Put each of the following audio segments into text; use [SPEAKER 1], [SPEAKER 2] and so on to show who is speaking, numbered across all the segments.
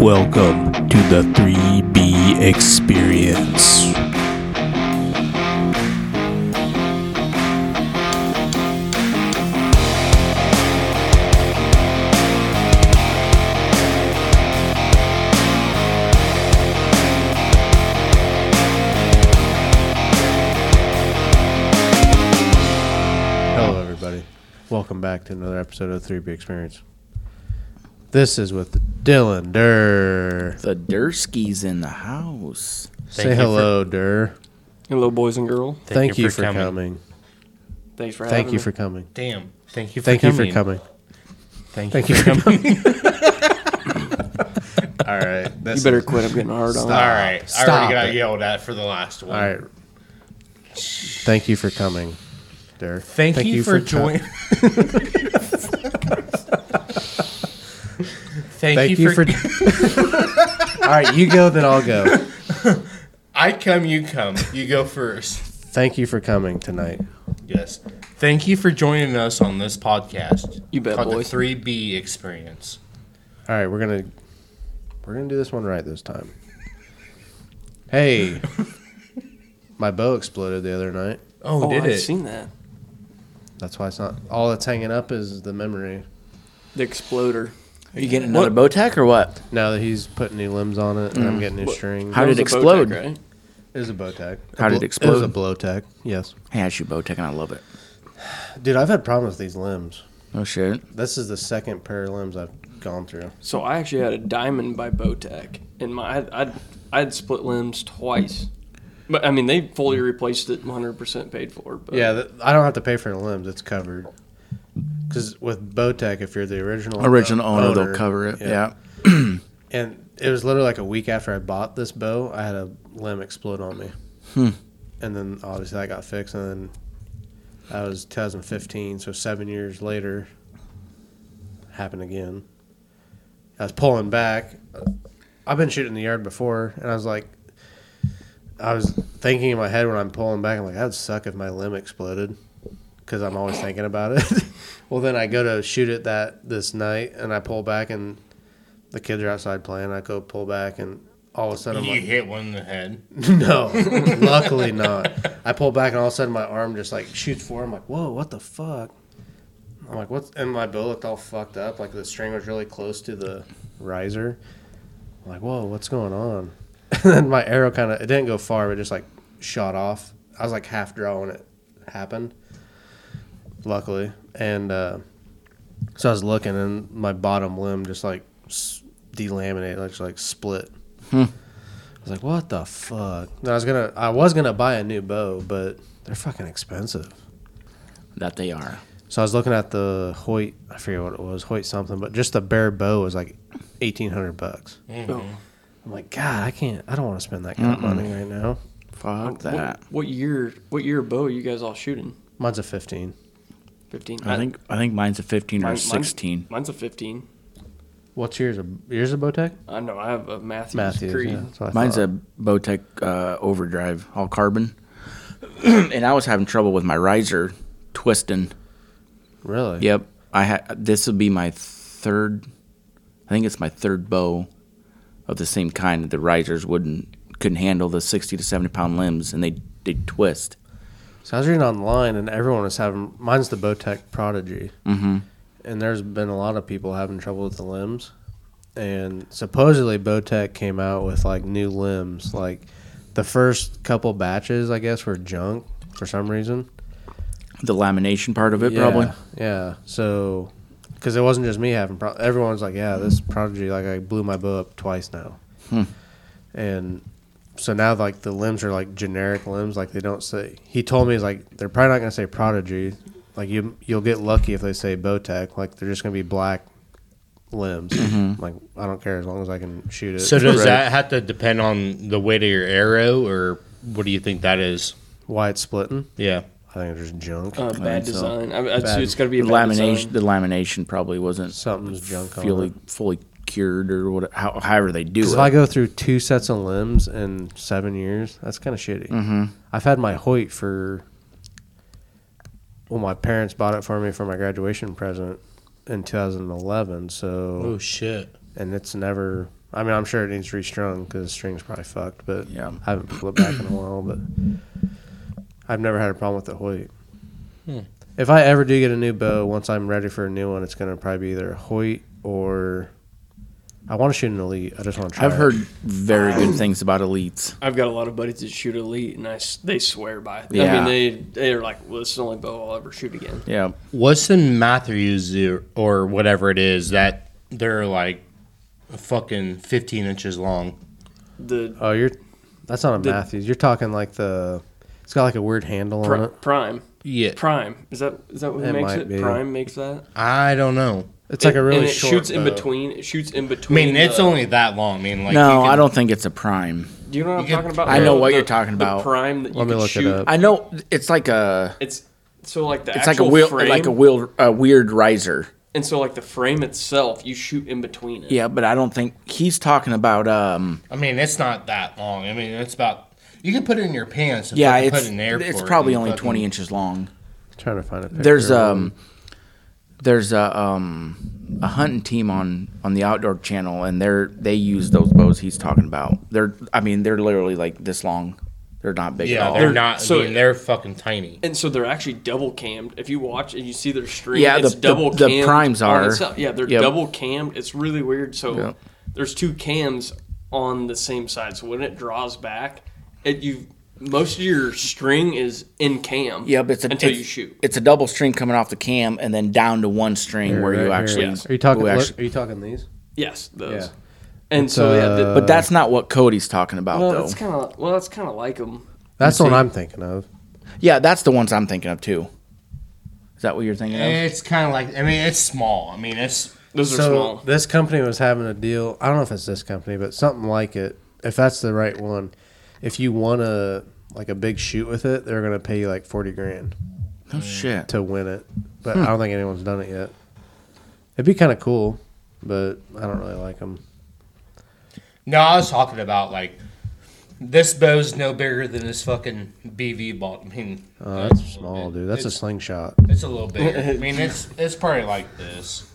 [SPEAKER 1] Welcome to the 3B Experience.
[SPEAKER 2] Hello, everybody. Welcome back to another episode of the 3B Experience. This is with Dylan Durr.
[SPEAKER 3] The Durskies in the house.
[SPEAKER 2] Say
[SPEAKER 4] you for-
[SPEAKER 2] hello, Durr.
[SPEAKER 5] Hello, boys and girls.
[SPEAKER 2] Thank, you, for coming.
[SPEAKER 5] Thanks for
[SPEAKER 2] Thank
[SPEAKER 5] having
[SPEAKER 2] you
[SPEAKER 5] me.
[SPEAKER 2] for coming.
[SPEAKER 4] Damn. Thank you for
[SPEAKER 2] Thank you
[SPEAKER 4] coming.
[SPEAKER 2] for coming.
[SPEAKER 4] Thank,
[SPEAKER 2] Thank
[SPEAKER 4] you for coming.
[SPEAKER 2] All right.
[SPEAKER 5] You better quit. I'm getting hard on.
[SPEAKER 4] All right. I
[SPEAKER 2] Stop
[SPEAKER 4] already got
[SPEAKER 2] it.
[SPEAKER 4] yelled at for the last one.
[SPEAKER 2] All right. Thank you for coming, Durr.
[SPEAKER 4] Thank, you, for
[SPEAKER 2] joining.
[SPEAKER 4] joining. Thank,
[SPEAKER 2] Thank you for. All right, you go, then I'll go.
[SPEAKER 4] I come, you come. You go first.
[SPEAKER 2] Thank you for coming tonight.
[SPEAKER 4] Yes. Thank you for joining us on this podcast.
[SPEAKER 5] You bet,
[SPEAKER 4] called
[SPEAKER 5] boys.
[SPEAKER 4] The 3B Experience.
[SPEAKER 2] All right, we're gonna we're gonna do this one right this time. Hey, my bow exploded the other night.
[SPEAKER 4] Oh,
[SPEAKER 5] Oh,
[SPEAKER 4] did
[SPEAKER 5] I've
[SPEAKER 4] it?
[SPEAKER 5] seen that.
[SPEAKER 2] That's why it's not. All that's hanging up is the memory.
[SPEAKER 5] The exploder.
[SPEAKER 3] Are you getting another bow tack or what?
[SPEAKER 2] Now that he's putting new limbs on it, and I'm getting new string.
[SPEAKER 3] Mm. How
[SPEAKER 5] That
[SPEAKER 3] did it
[SPEAKER 5] was a Bowtech,
[SPEAKER 3] explode?
[SPEAKER 5] right?
[SPEAKER 2] it was a bow tag.
[SPEAKER 3] How
[SPEAKER 2] A blo-
[SPEAKER 3] did it
[SPEAKER 2] It was
[SPEAKER 3] explode?
[SPEAKER 2] a blow tag. Yes,
[SPEAKER 3] Hey, I shoot bow tack and I love it.
[SPEAKER 2] dude, I've had problems with these limbs.
[SPEAKER 3] Oh shit.
[SPEAKER 2] This is the second pair of limbs I've gone through.
[SPEAKER 5] So I actually had a diamond by Bowtech, and my I'd, I'd I'd split limbs twice, but I mean they fully replaced it, 100 percent paid for. But
[SPEAKER 2] Yeah, th- I don't have to pay for the limbs; it's covered. Because with Bowtech, if you're the original
[SPEAKER 3] Original
[SPEAKER 2] o-
[SPEAKER 3] owner, they'll cover it. Yeah.
[SPEAKER 2] and it was literally like a week after I bought this bow, I had a limb explode on me. And then obviously that got fixed. And then that was 2015, so seven years later, happened again. I was pulling back. I've been shooting in the yard before, and I was like, I was thinking in my head when I'm pulling back, I'm like, that would suck if my limb exploded because I'm always thinking about it. well, then I go to shoot it that this night, and I pull back, and the kids are outside playing. I go pull back, and all of a sudden, I'm
[SPEAKER 4] You
[SPEAKER 2] like,
[SPEAKER 4] hit one in the head.
[SPEAKER 2] no, luckily not. I pull back and all of a sudden my arm just like shoots forward. I'm like, whoa, what the fuck? I'm like, what's and my bow looked all fucked up. Like the string was really close to the riser. I'm like, whoa, what's going on? And then my arrow kind of it didn't go far, but just like shot off. I was like half draw when it happened. Luckily, and uh, so I was looking, and my bottom limb just like s- delaminated, like, just, like split. I was like, "What the fuck?" Then I was gonna, I was gonna buy a new bow, but they're fucking expensive.
[SPEAKER 3] That they are.
[SPEAKER 2] So I was looking at the Hoyt, I forget what it was, Hoyt something, but just the bare bow was like eighteen hundred bucks. I'm like, God, I can't, I don't want to spend that kind of money right now.
[SPEAKER 3] Fuck that.
[SPEAKER 5] What, what year? What year bow are you guys all shooting?
[SPEAKER 2] Mine's a fifteen.
[SPEAKER 5] 15.
[SPEAKER 3] I think I think mine's a fifteen
[SPEAKER 5] mine-
[SPEAKER 3] or
[SPEAKER 5] mine-
[SPEAKER 3] sixteen.
[SPEAKER 5] Mine's a 15.
[SPEAKER 2] What's yours? A yours a Bowtech?
[SPEAKER 5] I know I have a Matthews,
[SPEAKER 2] Matthews.
[SPEAKER 5] Creed.
[SPEAKER 2] yeah, that's what I
[SPEAKER 3] Mine's
[SPEAKER 2] thought.
[SPEAKER 3] a Bowtech uh, overdrive, all carbon. and I was having trouble with my riser twisting.
[SPEAKER 2] really.
[SPEAKER 3] Yep. I had this will be my third I think it's my third bow of the same kind that the risers wouldn't couldn't handle the sixty to seventy pound limbs and they they twist.
[SPEAKER 2] So I was reading online, and everyone was having. Mine's the Bowtech Prodigy, mm-hmm. and there's been a lot of people having trouble with the limbs. And supposedly Bowtech came out with like new limbs. Like the first couple batches, I guess, were junk for some reason.
[SPEAKER 3] The lamination part of it probably.
[SPEAKER 2] Yeah. So, because it wasn't just me having problems. Everyone was like, yeah, this prodigy, like, I blew my bow up twice now.
[SPEAKER 4] Hmm.
[SPEAKER 2] And so now, like, the limbs are like generic limbs. Like, they don't say, he told me, he's like, they're probably not going to say prodigy. Like, you, you'll get lucky if they say Bowtech. Like, they're just going to be black limbs. Like, I don't care as long as I can shoot it.
[SPEAKER 4] Mm-hmm. So does
[SPEAKER 3] Right.
[SPEAKER 4] that have to depend on the weight of your arrow, or what do you think that is?
[SPEAKER 2] Why it's splitting?
[SPEAKER 4] Yeah.
[SPEAKER 2] I think it's just junk.
[SPEAKER 5] Uh, bad
[SPEAKER 3] so.
[SPEAKER 5] design. I, I'd
[SPEAKER 2] Bad-
[SPEAKER 5] say it's got to be a
[SPEAKER 3] the
[SPEAKER 5] bad design.
[SPEAKER 3] lamination the lamination probably wasn't
[SPEAKER 2] Something's junk on
[SPEAKER 3] fully
[SPEAKER 2] it.
[SPEAKER 3] fully cured or what how, however they do
[SPEAKER 2] Because
[SPEAKER 3] it.
[SPEAKER 2] if I go through two sets of limbs in seven years, that's kind of shitty. Mm-hmm. I've had my Hoyt for. Well, my parents bought it for me for my graduation present in 2011. So,
[SPEAKER 4] Oh, shit.
[SPEAKER 2] and it's never I mean, I'm sure it needs restrung because the string's probably fucked, but
[SPEAKER 3] Yeah.
[SPEAKER 2] I haven't pulled it back in a while. But I've never had a problem with the Hoyt.
[SPEAKER 3] Hmm.
[SPEAKER 2] If I ever do get a new bow, once I'm ready for a new one, it's going to probably be either a Hoyt or I want to shoot an Elite. I just want to try.
[SPEAKER 3] I've
[SPEAKER 2] it.
[SPEAKER 3] heard very good things about elites.
[SPEAKER 5] I've got a lot of buddies that shoot elite, and I s they swear by it. I mean,
[SPEAKER 3] Yeah.
[SPEAKER 5] they they are like, well, this is the only bow I'll ever shoot again.
[SPEAKER 3] Yeah.
[SPEAKER 4] Weston Matthews or- or whatever it is that they're like fucking 15 inches long.
[SPEAKER 5] The
[SPEAKER 2] Oh, you're that's not a
[SPEAKER 5] The-
[SPEAKER 2] Matthews. You're talking like the it's got like a weird handle on
[SPEAKER 5] pri-
[SPEAKER 2] it.
[SPEAKER 5] prime,
[SPEAKER 4] Yeah,
[SPEAKER 5] prime is that is that what
[SPEAKER 2] It
[SPEAKER 5] makes
[SPEAKER 2] might
[SPEAKER 5] it?
[SPEAKER 2] be.
[SPEAKER 5] Prime makes that.
[SPEAKER 4] I don't know.
[SPEAKER 2] It's like
[SPEAKER 5] It-
[SPEAKER 2] a really
[SPEAKER 5] and it
[SPEAKER 2] short.
[SPEAKER 5] shoots in
[SPEAKER 2] bow.
[SPEAKER 5] between. It shoots in
[SPEAKER 4] I
[SPEAKER 5] between.
[SPEAKER 4] mean, it's
[SPEAKER 5] the-
[SPEAKER 4] only that long. I mean, like
[SPEAKER 3] No,
[SPEAKER 4] you can-
[SPEAKER 3] I don't think it's a prime.
[SPEAKER 5] Do you know what I'm
[SPEAKER 4] You
[SPEAKER 5] talking
[SPEAKER 4] could-
[SPEAKER 5] about?
[SPEAKER 3] I know
[SPEAKER 5] The-
[SPEAKER 3] what you're
[SPEAKER 5] the-
[SPEAKER 3] talking
[SPEAKER 5] the
[SPEAKER 3] about.
[SPEAKER 5] prime that you
[SPEAKER 2] Let me
[SPEAKER 5] can
[SPEAKER 2] look
[SPEAKER 5] shoot.
[SPEAKER 2] it up.
[SPEAKER 3] I know it's like a
[SPEAKER 5] It's so like the
[SPEAKER 3] it's like a
[SPEAKER 5] actual
[SPEAKER 3] wheel
[SPEAKER 5] frame,
[SPEAKER 3] like a wheel a weird riser.
[SPEAKER 5] and so like the frame itself, you shoot in between it.
[SPEAKER 3] Yeah, but I don't think he's talking about um
[SPEAKER 4] I mean, it's not that long. I mean, it's about. You can put it in your pants. And
[SPEAKER 3] yeah,
[SPEAKER 4] fucking
[SPEAKER 3] it's
[SPEAKER 4] put it in the airport
[SPEAKER 3] it's probably
[SPEAKER 4] and
[SPEAKER 3] only
[SPEAKER 4] fucking-
[SPEAKER 3] 20 inches long.
[SPEAKER 2] trying to find a picture.
[SPEAKER 3] There's
[SPEAKER 2] of it.
[SPEAKER 3] um there's a um a hunting team on on the outdoor channel and they're they use those bows he's talking about. They're I mean they're literally like this long. They're not big at
[SPEAKER 4] Yeah,
[SPEAKER 3] all.
[SPEAKER 4] they're not.
[SPEAKER 5] so-
[SPEAKER 4] I mean, they're fucking tiny.
[SPEAKER 5] And so they're actually double cammed. If you watch and you see their string,
[SPEAKER 3] Yeah, the-
[SPEAKER 5] it's double
[SPEAKER 3] the- the
[SPEAKER 5] cammed
[SPEAKER 3] primes
[SPEAKER 5] on
[SPEAKER 3] are.
[SPEAKER 5] itself. Yeah, they're
[SPEAKER 3] Yep.
[SPEAKER 5] double cammed. It's really weird. So
[SPEAKER 3] Yep.
[SPEAKER 5] there's two cams on the same side. So when it draws back, it you most of your string is in cam.
[SPEAKER 3] Yeah, but it's a,
[SPEAKER 5] until
[SPEAKER 3] it's-
[SPEAKER 5] you shoot.
[SPEAKER 3] It's a double string coming off the cam and then down to one string
[SPEAKER 2] Here,
[SPEAKER 3] where you
[SPEAKER 2] right
[SPEAKER 3] actually.
[SPEAKER 2] here.
[SPEAKER 5] Yes.
[SPEAKER 2] Are you talking?
[SPEAKER 3] who
[SPEAKER 2] look-
[SPEAKER 3] actually-
[SPEAKER 2] are you talking these?
[SPEAKER 5] Yes, those.
[SPEAKER 2] Yeah.
[SPEAKER 5] And so yeah, the,
[SPEAKER 3] but that's not what Cody's talking about
[SPEAKER 5] well,
[SPEAKER 3] though.
[SPEAKER 5] that's kind of well, that's kind of like them.
[SPEAKER 2] That's the one I'm thinking of.
[SPEAKER 3] yeah, that's the ones I'm thinking of too. Is that what you're thinking of?
[SPEAKER 4] It's kind of like. I mean, it's small. I mean, it's.
[SPEAKER 5] Those are small.
[SPEAKER 2] So this company was having a deal. I don't know if it's this company, but something like it. If that's the right one, if you want a like a big shoot with it, they're gonna pay you like forty grand
[SPEAKER 3] Oh shit.
[SPEAKER 2] to win it. But I don't think anyone's done it yet. It'd be kind of cool, but I don't really like them.
[SPEAKER 4] No, I was talking about like. This bow's no bigger than this fucking BV ball. I mean,
[SPEAKER 2] Oh, that's
[SPEAKER 4] it's a little
[SPEAKER 2] small,
[SPEAKER 4] bit-
[SPEAKER 2] dude. That's a
[SPEAKER 4] it's,
[SPEAKER 2] slingshot.
[SPEAKER 4] It's a little bigger. I mean, it's it's probably like this,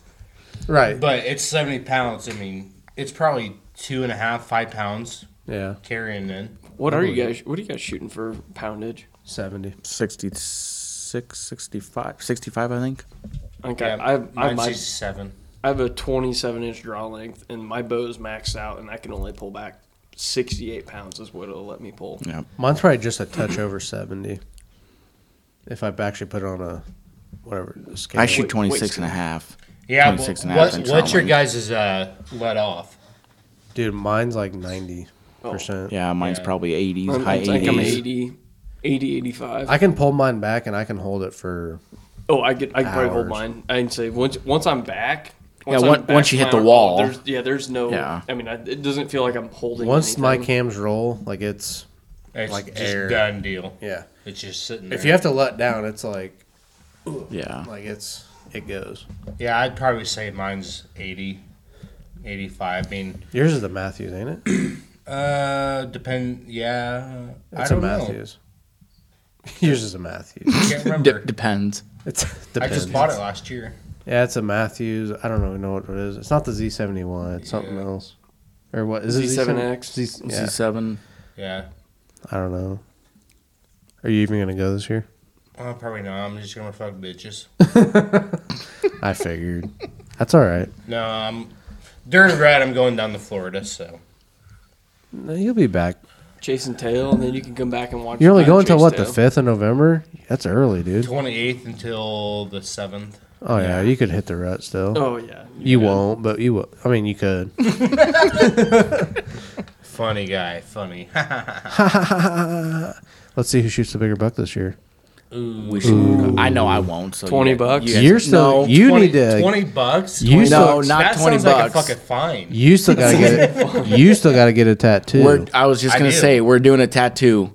[SPEAKER 2] Right.
[SPEAKER 4] but it's seventy pounds. I mean, it's probably two and a half, five pounds
[SPEAKER 2] Yeah.
[SPEAKER 4] carrying in.
[SPEAKER 5] What are you guys? What are you guys shooting for poundage?
[SPEAKER 2] Seventy.
[SPEAKER 3] 66, 65, 65 I think.
[SPEAKER 5] Okay,
[SPEAKER 4] Yeah,
[SPEAKER 5] I have, I have
[SPEAKER 4] mine's
[SPEAKER 5] my
[SPEAKER 4] 67.
[SPEAKER 5] I have a 27 inch draw length, and my bow's maxed out, and I can only pull back 68 pounds is what it'll let me pull.
[SPEAKER 3] Yeah.
[SPEAKER 2] Mine's probably just a touch over seventy. If I actually put on a whatever scale.
[SPEAKER 3] I shoot
[SPEAKER 5] wait,
[SPEAKER 3] 26
[SPEAKER 5] wait.
[SPEAKER 3] and a half.
[SPEAKER 4] Yeah, but
[SPEAKER 3] 26 and a half
[SPEAKER 4] what,
[SPEAKER 3] inch
[SPEAKER 4] what's your
[SPEAKER 3] long.
[SPEAKER 4] guys' uh, let off?
[SPEAKER 2] Dude, mine's like ninety
[SPEAKER 4] Oh,
[SPEAKER 2] percent.
[SPEAKER 3] Yeah, mine's
[SPEAKER 4] Yeah.
[SPEAKER 3] probably 80s,
[SPEAKER 5] I'm,
[SPEAKER 3] high
[SPEAKER 5] I think I'm
[SPEAKER 3] 80s.
[SPEAKER 5] 80, 80, 85.
[SPEAKER 2] I can pull mine back and I can hold it for
[SPEAKER 5] oh, I could I could probably hold
[SPEAKER 2] Hours.
[SPEAKER 5] mine. I'd say once once I'm back.
[SPEAKER 3] Yeah,
[SPEAKER 5] I'm
[SPEAKER 3] on- once you
[SPEAKER 5] to
[SPEAKER 3] hit the
[SPEAKER 5] my-
[SPEAKER 3] wall.
[SPEAKER 5] There's, yeah, there's no.
[SPEAKER 3] Yeah.
[SPEAKER 5] I mean, I, it doesn't feel like I'm holding.
[SPEAKER 2] once my
[SPEAKER 5] anything.
[SPEAKER 2] cams roll, like it's
[SPEAKER 4] It's
[SPEAKER 2] Like
[SPEAKER 4] just
[SPEAKER 2] air.
[SPEAKER 4] done deal.
[SPEAKER 2] yeah.
[SPEAKER 4] It's just sitting there.
[SPEAKER 2] If you have to let down, it's like
[SPEAKER 3] Yeah.
[SPEAKER 2] like it's it goes.
[SPEAKER 4] yeah, I'd probably say mine's 80, 85. I mean,
[SPEAKER 2] Yours is the Matthews, ain't it?
[SPEAKER 4] uh, depend. Yeah, I
[SPEAKER 2] It's a
[SPEAKER 4] don't know.
[SPEAKER 2] Matthews. Yours is a Matthews.
[SPEAKER 4] I can't
[SPEAKER 3] De-
[SPEAKER 4] remember.
[SPEAKER 3] depends.
[SPEAKER 2] It's
[SPEAKER 4] I
[SPEAKER 2] depends.
[SPEAKER 4] just bought it last year.
[SPEAKER 2] Yeah, it's a Matthews. I don't know know what it is. It's not the Z seventy one. It's something
[SPEAKER 4] Yeah.
[SPEAKER 2] else. Or what is it?
[SPEAKER 5] Z7X?
[SPEAKER 2] Z- yeah,
[SPEAKER 3] Z7.
[SPEAKER 4] Yeah,
[SPEAKER 2] I don't know. Are you even gonna go this year?
[SPEAKER 4] uh, probably not. I'm just gonna fuck bitches.
[SPEAKER 2] I figured. That's all right.
[SPEAKER 4] No, I'm during grad. I'm going down to Florida, so
[SPEAKER 2] No, You'll be back.
[SPEAKER 5] chasing tail, and then you can come back and watch.
[SPEAKER 2] You're only
[SPEAKER 5] mine
[SPEAKER 2] going till
[SPEAKER 5] chase
[SPEAKER 2] what the
[SPEAKER 5] tail.
[SPEAKER 2] fifth of November? That's early, dude.
[SPEAKER 4] 28th until the 7th.
[SPEAKER 2] Oh yeah, you could hit the rut still.
[SPEAKER 5] Oh yeah,
[SPEAKER 2] you won't, but you will. I mean, you could.
[SPEAKER 4] Funny guy, funny.
[SPEAKER 2] Let's see who shoots the bigger buck this year.
[SPEAKER 3] We should, I know I won't. So
[SPEAKER 5] 20
[SPEAKER 3] you-
[SPEAKER 5] bucks?
[SPEAKER 3] you guys-
[SPEAKER 2] You're still.
[SPEAKER 3] No,
[SPEAKER 2] you
[SPEAKER 4] 20,
[SPEAKER 2] need to.
[SPEAKER 4] 20 bucks.
[SPEAKER 2] You
[SPEAKER 4] 20
[SPEAKER 2] still-
[SPEAKER 4] bucks?
[SPEAKER 3] No, not
[SPEAKER 4] that
[SPEAKER 3] 20
[SPEAKER 4] sounds
[SPEAKER 3] bucks.
[SPEAKER 4] Like a fucking fine.
[SPEAKER 2] You still gotta get it. You still gotta get a tattoo.
[SPEAKER 3] we're, I was just
[SPEAKER 4] I
[SPEAKER 3] going to
[SPEAKER 4] do.
[SPEAKER 3] say, we're doing a tattoo.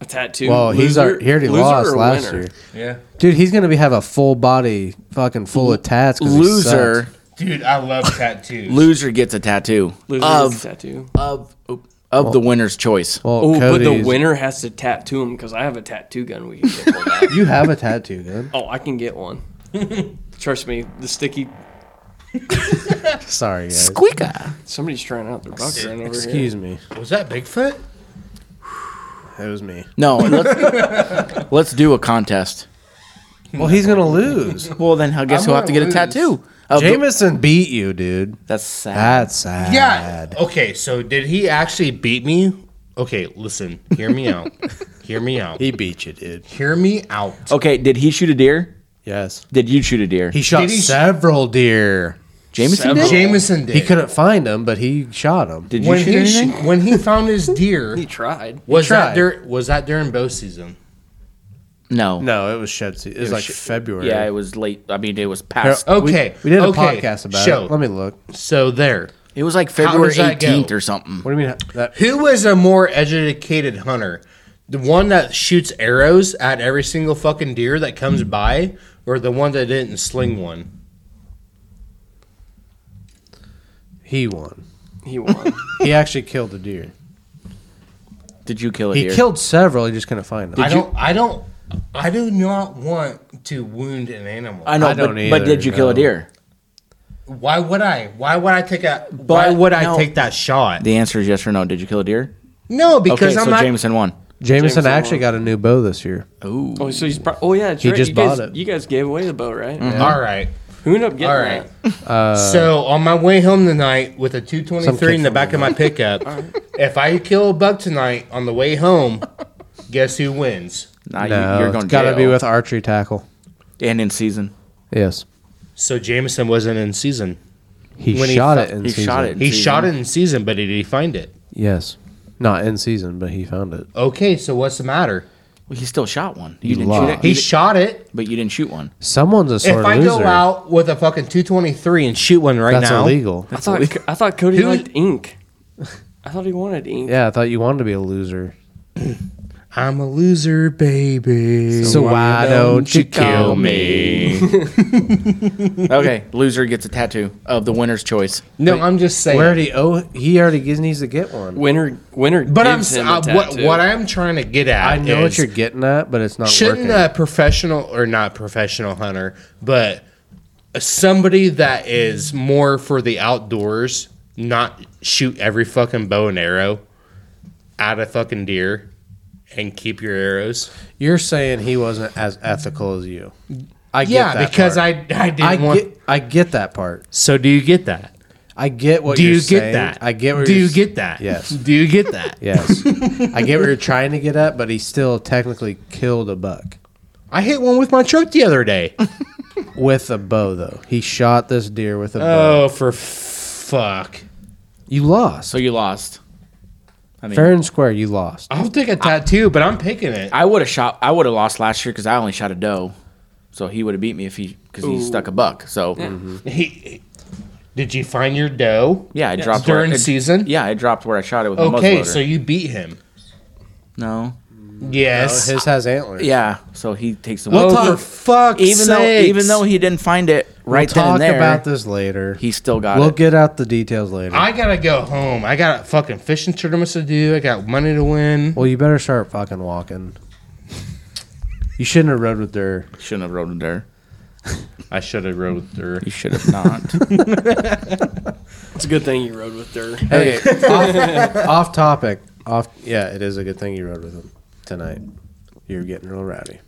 [SPEAKER 5] a tattoo.
[SPEAKER 2] well, Oh, he's
[SPEAKER 5] loser-
[SPEAKER 2] our, he already
[SPEAKER 5] loser
[SPEAKER 2] lost
[SPEAKER 5] or
[SPEAKER 2] last
[SPEAKER 5] winner?
[SPEAKER 2] year,
[SPEAKER 4] yeah,
[SPEAKER 2] dude. He's gonna be have a full body, fucking full of tats. 'cause he
[SPEAKER 3] Loser,
[SPEAKER 2] sucks.
[SPEAKER 4] dude, I love tattoos.
[SPEAKER 3] loser gets a tattoo
[SPEAKER 5] Loser
[SPEAKER 3] of
[SPEAKER 5] gets a tattoo.
[SPEAKER 3] of oop, of the winner's choice.
[SPEAKER 2] Well,
[SPEAKER 5] Oh, but the
[SPEAKER 2] Cody's-
[SPEAKER 5] winner has to tattoo him because I have a tattoo gun. We can get pulled out.
[SPEAKER 2] You have a tattoo, dude.
[SPEAKER 5] Oh, I can get one. Trust me, the sticky
[SPEAKER 2] Sorry, guys.
[SPEAKER 3] Squeaker.
[SPEAKER 5] Somebody's trying out their rock grind over here.
[SPEAKER 2] Excuse me.
[SPEAKER 4] Was that Bigfoot?
[SPEAKER 2] It was me.
[SPEAKER 3] No, let's, let's do a contest.
[SPEAKER 2] Well, he's gonna lose.
[SPEAKER 3] Well, then I guess
[SPEAKER 4] I'm
[SPEAKER 3] he'll have to
[SPEAKER 4] gonna
[SPEAKER 3] get a
[SPEAKER 4] lose.
[SPEAKER 3] tattoo. Of the-
[SPEAKER 2] Jamison beat you, dude.
[SPEAKER 3] that's sad.
[SPEAKER 2] That's sad.
[SPEAKER 4] Yeah. Okay, so did he actually beat me? Okay, listen, hear me out. Hear me out.
[SPEAKER 2] He beat you, dude.
[SPEAKER 4] Hear me out.
[SPEAKER 3] Okay, did he shoot a deer?
[SPEAKER 2] Yes.
[SPEAKER 3] Did you shoot a deer?
[SPEAKER 2] He shot
[SPEAKER 4] Did he sh-
[SPEAKER 2] several deer.
[SPEAKER 3] Jameson did.
[SPEAKER 4] Jameson did.
[SPEAKER 2] He couldn't find them, but he shot them.
[SPEAKER 3] Did you
[SPEAKER 4] when
[SPEAKER 3] shoot
[SPEAKER 4] he
[SPEAKER 3] anything?
[SPEAKER 4] sh- when he found his deer
[SPEAKER 5] He tried.
[SPEAKER 4] was that
[SPEAKER 2] tried.
[SPEAKER 4] dur- was that during bow season?
[SPEAKER 3] no.
[SPEAKER 2] No, it was shed season. It was like February.
[SPEAKER 3] Yeah, it was late. I mean, it was past.
[SPEAKER 2] We-
[SPEAKER 4] Okay.
[SPEAKER 2] We, did a
[SPEAKER 4] okay,
[SPEAKER 2] podcast about
[SPEAKER 4] show.
[SPEAKER 2] it. Let me look.
[SPEAKER 4] So there.
[SPEAKER 3] It was like
[SPEAKER 4] How
[SPEAKER 3] February
[SPEAKER 4] does that go?
[SPEAKER 3] 18th or something.
[SPEAKER 2] What do you mean? how- That
[SPEAKER 4] Who was a more educated hunter? The one that shoots arrows at every single fucking deer that comes
[SPEAKER 3] Hmm.
[SPEAKER 4] by, or the one that didn't sling one?
[SPEAKER 2] he won.
[SPEAKER 5] He won.
[SPEAKER 2] He actually killed a deer.
[SPEAKER 3] Did you kill a
[SPEAKER 2] He
[SPEAKER 3] deer?
[SPEAKER 2] killed several. He just couldn't find them.
[SPEAKER 4] I don't. I don't. I do not want to wound an animal.
[SPEAKER 3] I know,
[SPEAKER 2] I don't
[SPEAKER 3] but, but
[SPEAKER 2] either,
[SPEAKER 3] did you kill a
[SPEAKER 2] no.
[SPEAKER 3] deer?
[SPEAKER 4] why would I? Why would I take a? why would I
[SPEAKER 3] no.
[SPEAKER 4] take that shot?
[SPEAKER 3] The answer is yes or no. Did you kill a deer?
[SPEAKER 4] No,
[SPEAKER 3] Okay,
[SPEAKER 4] because I'm
[SPEAKER 3] so
[SPEAKER 4] not.
[SPEAKER 3] Jameson won.
[SPEAKER 2] Jameson,
[SPEAKER 5] Jameson
[SPEAKER 2] actually
[SPEAKER 5] won.
[SPEAKER 2] got a new bow this year.
[SPEAKER 3] Ooh.
[SPEAKER 5] Oh, so he's pro- oh yeah, that's
[SPEAKER 2] He
[SPEAKER 5] right.
[SPEAKER 2] just
[SPEAKER 5] you guys,
[SPEAKER 2] bought it.
[SPEAKER 5] You guys gave away the boat, right?
[SPEAKER 4] All right.
[SPEAKER 5] Who ended up getting
[SPEAKER 4] Mm. All right.
[SPEAKER 5] that?
[SPEAKER 3] Uh,
[SPEAKER 4] so on my way home tonight with a
[SPEAKER 2] Some
[SPEAKER 4] 223
[SPEAKER 2] kid
[SPEAKER 4] in the
[SPEAKER 2] from
[SPEAKER 4] back of my pickup, if I kill a buck tonight on the way home, guess who wins?
[SPEAKER 2] No,
[SPEAKER 3] Nah, Uh, you, you're
[SPEAKER 2] it's
[SPEAKER 3] going to
[SPEAKER 2] gotta be
[SPEAKER 3] jail.
[SPEAKER 2] with archery tackle.
[SPEAKER 3] and in season.
[SPEAKER 2] Yes,
[SPEAKER 4] So Jameson wasn't in season.
[SPEAKER 2] he
[SPEAKER 4] When he
[SPEAKER 2] shot
[SPEAKER 4] fu-
[SPEAKER 2] it. In
[SPEAKER 3] he
[SPEAKER 2] season.
[SPEAKER 3] shot it. in
[SPEAKER 4] He
[SPEAKER 3] season.
[SPEAKER 4] shot it in season, but did he find it?
[SPEAKER 2] Yes, not in season, but he found it.
[SPEAKER 4] Okay, so what's the matter?
[SPEAKER 3] Well, he still shot one. You didn't
[SPEAKER 2] lied.
[SPEAKER 3] shoot it.
[SPEAKER 4] He
[SPEAKER 3] You di-
[SPEAKER 4] shot it.
[SPEAKER 3] but you didn't shoot one.
[SPEAKER 2] Someone's a sore
[SPEAKER 4] If I
[SPEAKER 2] loser.
[SPEAKER 4] go out with a fucking 223 and shoot one right
[SPEAKER 2] That's
[SPEAKER 4] now,
[SPEAKER 2] illegal.
[SPEAKER 5] I thought I thought Cody
[SPEAKER 4] Who-
[SPEAKER 5] liked ink. I thought he wanted ink.
[SPEAKER 2] Yeah, I thought you wanted to be a loser.
[SPEAKER 4] I'm a loser, baby.
[SPEAKER 2] So why don't you kill me?
[SPEAKER 3] me. okay, loser gets a tattoo of the winner's choice.
[SPEAKER 4] No, I'm just saying.
[SPEAKER 2] We already owe. He already gives, needs to get one.
[SPEAKER 5] Winner, winner.
[SPEAKER 4] but I'm
[SPEAKER 5] gives
[SPEAKER 4] s-
[SPEAKER 5] him a
[SPEAKER 4] uh, what,
[SPEAKER 5] tattoo.
[SPEAKER 4] what I'm trying to get at.
[SPEAKER 2] I know
[SPEAKER 4] is-
[SPEAKER 2] what you're getting at, but it's not
[SPEAKER 4] Shouldn't
[SPEAKER 2] working.
[SPEAKER 4] a professional or not professional hunter, but somebody that is more for the outdoors, not shoot every fucking bow and arrow at a fucking deer and keep your arrows?
[SPEAKER 2] you're saying he wasn't as ethical as you. I get
[SPEAKER 4] Yeah,
[SPEAKER 2] that
[SPEAKER 4] because
[SPEAKER 2] part.
[SPEAKER 4] I I didn't
[SPEAKER 2] I
[SPEAKER 4] want.
[SPEAKER 2] get I get that part.
[SPEAKER 4] so do you get that?
[SPEAKER 2] I get what
[SPEAKER 4] Do
[SPEAKER 2] you're
[SPEAKER 4] you get
[SPEAKER 2] saying.
[SPEAKER 4] that?
[SPEAKER 2] I get what
[SPEAKER 4] Do
[SPEAKER 2] you're
[SPEAKER 4] you
[SPEAKER 2] s-
[SPEAKER 4] get that?
[SPEAKER 2] Yes.
[SPEAKER 4] Do you get that?
[SPEAKER 2] Yes, I get what you're trying to get at, but he still technically killed a buck
[SPEAKER 4] I hit one with my truck the other day.
[SPEAKER 2] with a bow, though. He shot this deer with a bow.
[SPEAKER 4] oh, for fuck!
[SPEAKER 2] You lost.
[SPEAKER 3] So you lost. I mean, Oh,
[SPEAKER 2] Fair and square, you lost.
[SPEAKER 4] I'll take a tattoo, but I'm picking it.
[SPEAKER 3] I would have shot. I would have lost last year because I only shot a doe. So he would have beat me if he because he stuck a buck. So yeah,
[SPEAKER 4] He, did you find your dough?
[SPEAKER 3] I dropped
[SPEAKER 4] during
[SPEAKER 3] where, it-
[SPEAKER 4] season?
[SPEAKER 3] Yeah, I dropped where I shot it with okay,
[SPEAKER 4] Okay,
[SPEAKER 3] my
[SPEAKER 4] so
[SPEAKER 3] muzzleloader.
[SPEAKER 4] you beat him.
[SPEAKER 3] no,
[SPEAKER 4] Yes.
[SPEAKER 2] Oh, His has antlers.
[SPEAKER 3] yeah. So he takes the
[SPEAKER 4] We'll
[SPEAKER 3] Well,
[SPEAKER 4] talk-
[SPEAKER 3] he-
[SPEAKER 4] fuck's
[SPEAKER 3] even though
[SPEAKER 4] sakes.
[SPEAKER 3] even though he didn't find it right
[SPEAKER 2] We'll talk
[SPEAKER 3] then and there,
[SPEAKER 2] about this later.
[SPEAKER 3] he still got
[SPEAKER 2] we'll
[SPEAKER 3] it.
[SPEAKER 2] get out the details later.
[SPEAKER 4] I gotta go home. I got fucking fishing tournaments to do. I got money to win.
[SPEAKER 2] well, you better start fucking walking. You shouldn't have rode with their.
[SPEAKER 3] Shouldn't have rode a deer.
[SPEAKER 4] I should have rode through.
[SPEAKER 3] You should have not.
[SPEAKER 5] It's a good thing you rode with dirt.
[SPEAKER 2] Hey, off, off topic. Off. Yeah, it is a good thing you rode with him tonight. You're getting real rowdy.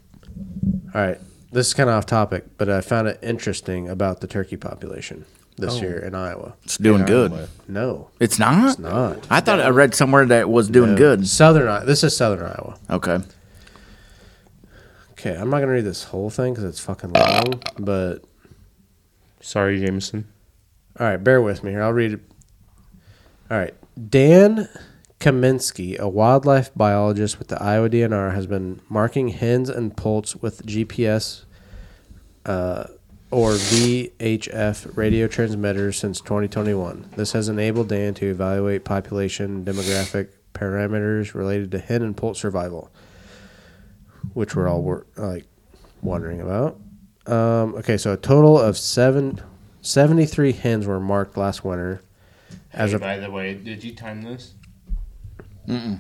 [SPEAKER 2] All right, this is kind of off topic, but I found it interesting about the turkey population this
[SPEAKER 3] Oh.
[SPEAKER 2] year in Iowa.
[SPEAKER 3] it's doing good.
[SPEAKER 2] No,
[SPEAKER 3] It's not. It's
[SPEAKER 2] not.
[SPEAKER 3] I thought I read somewhere that it was doing good.
[SPEAKER 2] southern. I- This is southern Iowa.
[SPEAKER 3] Okay.
[SPEAKER 2] Okay, I'm not gonna read this whole thing because it's fucking long. But
[SPEAKER 4] Sorry, Jameson.
[SPEAKER 2] all right, bear with me here. I'll read it. All right, Dan Kaminsky, a wildlife biologist with the Iowa DNR, has been marking hens and poults with GPS uh, or VHF radio transmitters since 2021. This has enabled Dan to evaluate population demographic parameters related to hen and poult survival, which we're all wor- like wondering about. Um, okay, so a total of seven, 73 hens were marked last winter. As
[SPEAKER 4] Hey,
[SPEAKER 2] a,
[SPEAKER 4] by the way, did you time this? Yeah,